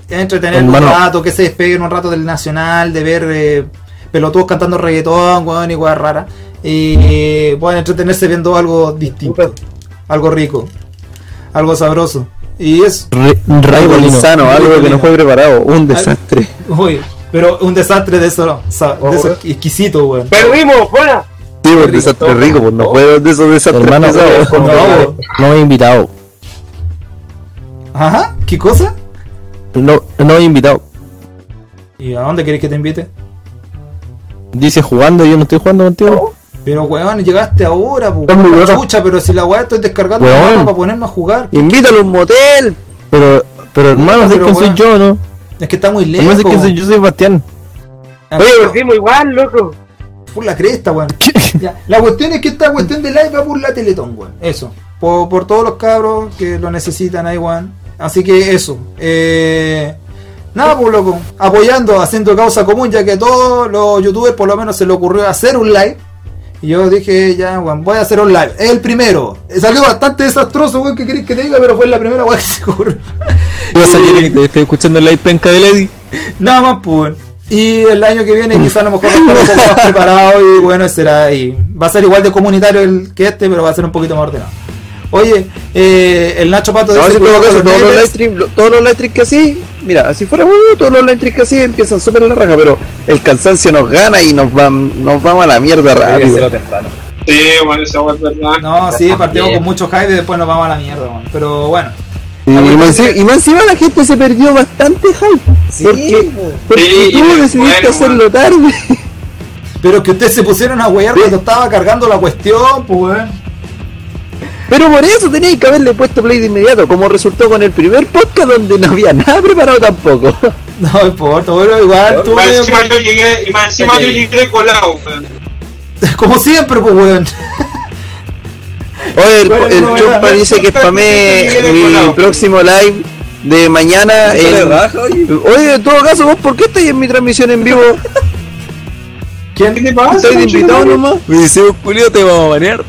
S1: entretener un
S4: Hermano.
S1: rato, que se despeguen un rato del Nacional, de ver eh, pelotudos cantando reggaetón, weón, y weas raras. Y puedan entretenerse viendo algo distinto, algo rico, algo sabroso. Y es.
S4: Re- Raigo
S1: Ricolino.
S4: Lizano, algo que no fue preparado, un desastre.
S1: Uy, pero un desastre de eso, no, sa- de eso exquisito, weón.
S5: Perdimos, fuera.
S4: Sí, un desastre rico, pues no fue de esos desastres
S9: Hermano,
S4: pesados.
S1: No, weón.
S9: No he invitado.
S1: Ajá, ¿qué cosa?
S9: No, no he invitado.
S1: ¿Y a dónde querés que te invite?
S9: Dice jugando, yo no estoy jugando contigo.
S1: Pero weón, llegaste ahora, pu.
S9: Es muy bueno.
S1: Chucha, pero si la weá estoy descargando
S9: Weón.
S1: la mapa para ponerme a jugar.
S9: Invítalo a un motel. Pero, pero hermano, sé
S1: Pero,
S9: que soy
S1: weón.
S9: yo, ¿no?
S1: Es que está muy
S9: Hermano,
S1: lejos.
S9: sé que soy yo, soy Bastián.
S5: Oye, perdimos igual, loco.
S1: Por la cresta, weón. Ya, La cuestión es que esta cuestión de live va por la Teletón, weón. Eso. Por, por todos los cabros que lo necesitan ahí, weón. Así que eso. Eh, nada, pues loco. Apoyando, haciendo causa común, ya que todos los youtubers por lo menos se le ocurrió hacer un live. Y yo dije, ya, weón, voy a hacer un live. El primero. Eh, Salió bastante desastroso, weón, que querés que te diga, pero fue la primera weón que se ocurrió.
S9: Yo salir y estoy escuchando el live penca de Lady.
S1: Nada más, pues. Y el año que viene quizás a lo mejor estaré un poco más preparado y bueno, será ahí. Va a ser igual de comunitario el que este, pero va a ser un poquito más ordenado. Oye, eh, el Nacho Pato
S4: No,
S1: dice
S4: si
S1: que
S4: todo
S1: los
S4: caso, todos los live
S1: niveles-
S4: stream, lo- todos los live stream que así, mira, así fuera, uh, todos los live stream que así empiezan súper en la raja, pero el cansancio nos gana y nos van, nos vamos a la mierda rápido.
S3: Sí, bueno, esa weá es verdad.
S1: No, sí, partimos con mucho hype y después nos vamos a la mierda, weón. pero bueno.
S4: Y, más enci- y más encima la gente se perdió bastante hype. porque porque
S3: Sí,
S4: tú
S3: y
S4: decidiste
S3: bueno,
S4: hacerlo tarde.
S1: Pero que ustedes se pusieron a huear cuando estaba cargando la cuestión, pues weón.
S4: Pero por eso tenéis que haberle puesto play de inmediato, como resultó con el primer podcast donde no había nada preparado tampoco.
S1: No importa, bueno, igual tú
S3: Más
S1: medio-
S3: encima yo llegué, y más encima yo llegué colado, weón.
S1: como siempre, pues weón.
S4: Oye, el,
S1: Bueno,
S4: el
S1: no,
S4: Chumpa
S1: bueno,
S4: dice que spamé mi próximo live de mañana. en- Oye, en todo caso, ¿vos por qué estáis en mi transmisión en vivo?
S1: ¿Quién te pasa?
S4: ¿Estáis de invitado nomás?
S9: Me dice, Julio, te vamos a banear.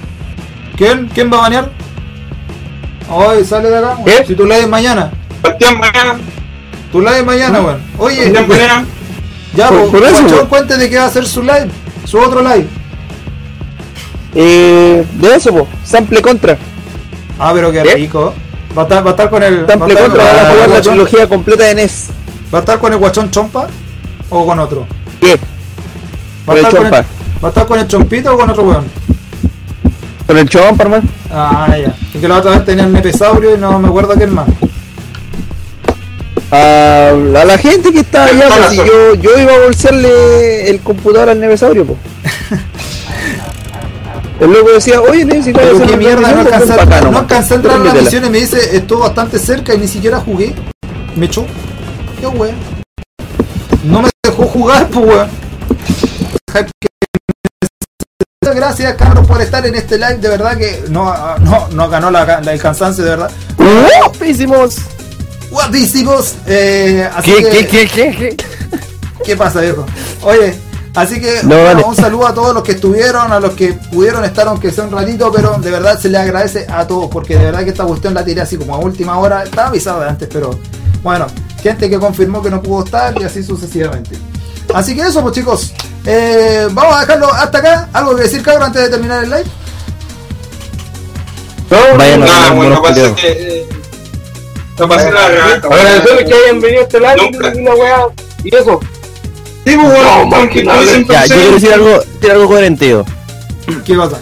S1: ¿Quién? ¿Quién va a banear? Hoy sale de acá, weón.
S5: ¿Qué?
S1: Si tú la ves mañana.
S3: Bastián Mañana,
S1: Tu live mañana, weón. Oye,
S3: Bastián Mañana.
S1: ya,
S4: pues. Por-
S1: pues,
S4: por eso,
S1: guachón,
S4: weón.
S1: cuente de qué va a hacer su live, su otro live.
S4: Eh, de eso, po. Sample contra.
S1: Ah, pero
S4: ¿Eh?
S1: qué rico. Va a estar, va a estar con el. Va a
S4: Sample
S1: estar,
S4: contra.
S1: va a
S4: Van a
S1: estar
S4: jugar
S1: con
S4: la
S1: el guachón-
S4: trilogía completa de E NES.
S1: va a estar con el guachón chompa o con otro.
S4: ¿Qué?
S1: Va a
S4: Con el
S1: estar con el,
S4: Chompa.
S1: va a estar con el chompito o con otro weón.
S4: Con el chabón, parman.
S1: Ah, ya. Y que la otra vez tenía el nepesaurio y no me acuerdo quién más.
S4: A, a la gente que estaba allá, pues, si yo, yo iba a bolsearle el computador al nevesaurio, po. El loco decía, oye, necesito
S1: Pero qué mierda, no alcancé, a- no alcancé a entrar en la
S4: misiones
S1: misión y me dice, estuvo bastante cerca y ni siquiera jugué. Me echó. Qué weón. No me dejó jugar, pues weón. Hype que- Muchas gracias, Carlos, por estar en este live. De verdad que no, no, no ganó la, la- el cansancio, de verdad.
S4: ¡Guapísimos!
S1: Guapísimos. Eh, así que-
S9: qué, qué?
S1: ¿Qué pasa, viejo? Oye, así que
S4: No,
S1: bueno,
S4: vale.
S1: un saludo a todos los que estuvieron, a los que pudieron estar, aunque sea un ratito, pero de verdad se les agradece a todos, porque de verdad que esta cuestión la tiré así como a última hora. Estaba avisada antes, pero bueno, gente que confirmó que no pudo estar y así sucesivamente. Así que eso, pues chicos, eh, vamos a dejarlo hasta acá. ¿Algo que decir, cabrón, antes de terminar el live?
S9: Vayan a
S3: Nada,
S9: banear,
S3: bueno,
S9: monos
S3: lo que pasa es
S9: culiaos.
S3: que. eh, Lo pasé la regata,
S5: Agradecemos que hayan venido a este live
S3: Nunca.
S5: y una weá. Y eso.
S3: Sí, pues, weón, porque no dicen
S9: Ya, yo quiero
S3: entonces-
S9: decir algo, decir algo coherente, yo.
S1: ¿Qué pasa?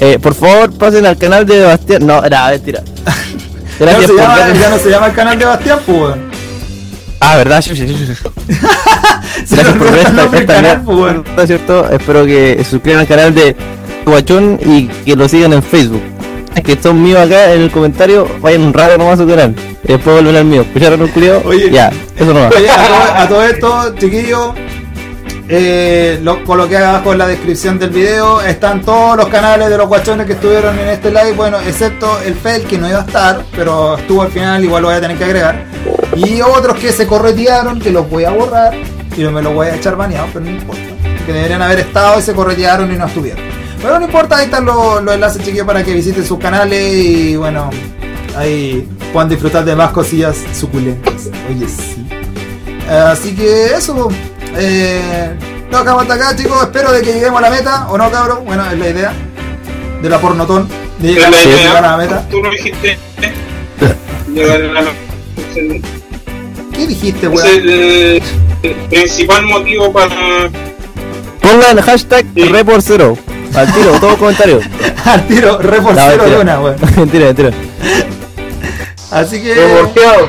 S9: Eh, por favor, pasen al canal de Bastián. No, era, mentira.
S1: Ya, no
S9: Gracias
S1: se
S9: por
S1: llama,
S9: darme-
S1: ya no se llama el canal de Bastián, pues. weón.
S9: Ah, verdad, sí, sí, sí, sí.
S1: Se
S9: Gracias por ver
S1: nos olvidó el
S9: esta,
S1: nombre del
S9: esta
S1: canal, pues, weón.
S9: mierda, ¿cierto? Espero que se suscriban al canal de Guachón y que lo sigan en Facebook. Que son míos acá en el comentario, vayan un rato nomás a su canal. Y después vuelven al mío. ¿Escucharon un culio?
S1: Oye.
S9: Ya, eso nomás.
S1: Oye, a, todo, a todo esto, chiquillos, eh, lo coloqué abajo en la descripción del video. Están todos los canales de los guachones que estuvieron en este live. Bueno, excepto el Fel que no iba a estar, pero estuvo al final, igual lo voy a tener que agregar. Y otros que se corretearon, que los voy a borrar y me los voy a echar baneados, pero no importa. Que deberían haber estado y se corretearon y no estuvieron. Pero no importa, ahí están los, los enlaces, chiquillos, para que visiten sus canales y bueno, ahí puedan disfrutar de más cosillas suculentas. Oye, sí. Así que eso, eh, Lo acabamos hasta acá, chicos. Espero de que lleguemos a la meta. ¿O no, cabrón? Bueno, es la idea. De la pornotón. De llegar,
S3: la
S1: de
S3: idea.
S1: llegar a la meta.
S3: Tú lo dijiste. ¿eh? Llegar a la-
S1: ¿Qué dijiste,
S3: Es
S1: weón?
S3: el, eh, el principal motivo para.
S9: Pongan hashtag
S3: Sí.
S9: report cero. Al tiro, todo comentario.
S1: Al tiro,
S9: No,
S1: reforcero de
S9: mentira.
S1: una, weón.
S9: mentira, mentira.
S1: Así que.
S5: Remorqueado.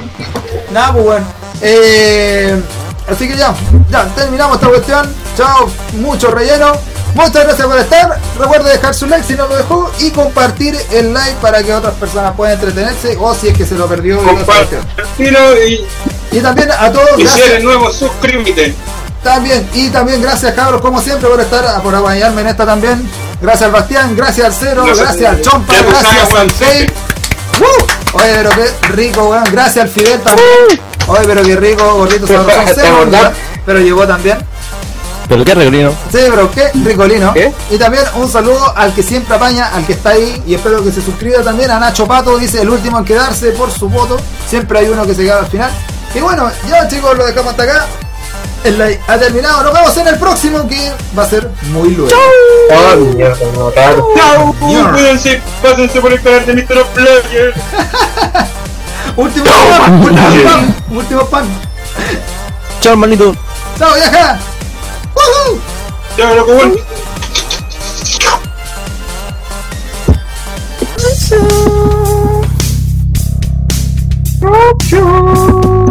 S1: Nada, pues bueno. Eh, así que ya, ya, terminamos esta cuestión. Chao, mucho relleno. Muchas gracias por estar. Recuerde dejar su like si no lo dejó y compartir el like para que otras personas puedan entretenerse o si es que se lo perdió. y no se
S3: Comparte.
S1: enteró.
S3: Tiro y,
S1: Y también a todos,
S3: y si
S1: gracias.
S3: eres nuevo, suscríbete.
S1: También, y también gracias cabros como siempre por estar, por acompañarme en esta también. Gracias al Bastián, gracias al Cero,
S3: Gracias,
S1: gracias al Chompa,
S3: Ya pues, tú sabes,
S1: gracias al
S3: weón.
S1: Fake. ¡Uh! Oye, pero qué rico, weón. Gracias al Fidel también. Oye, pero qué rico, gordito sabrosón
S5: Uh. ¿Te
S1: Cero,
S5: acordás?
S1: weón. Pero llegó también.
S9: Pero qué arreglino.
S1: Sí, pero qué ricolino.
S5: ¿Qué?
S1: Y también un saludo al que siempre apaña, al que está ahí. Y espero que se suscriba también a Nacho Pato. Dice el último en quedarse por su voto. Siempre hay uno que se queda al final. Y bueno, ya chicos, lo dejamos hasta acá. El like ha terminado. Nos vemos en el próximo que va a ser muy luego.
S5: Oh, mierda, no, claro.
S3: Chao, cuídense, pásense por el canal de Mr. Player.
S1: Último pan, último pan, último pan.
S9: Chao, hermanito.
S1: Chao, vieja. ¡Woohoo!
S3: Chao, loco, bueno.
S7: Nacho.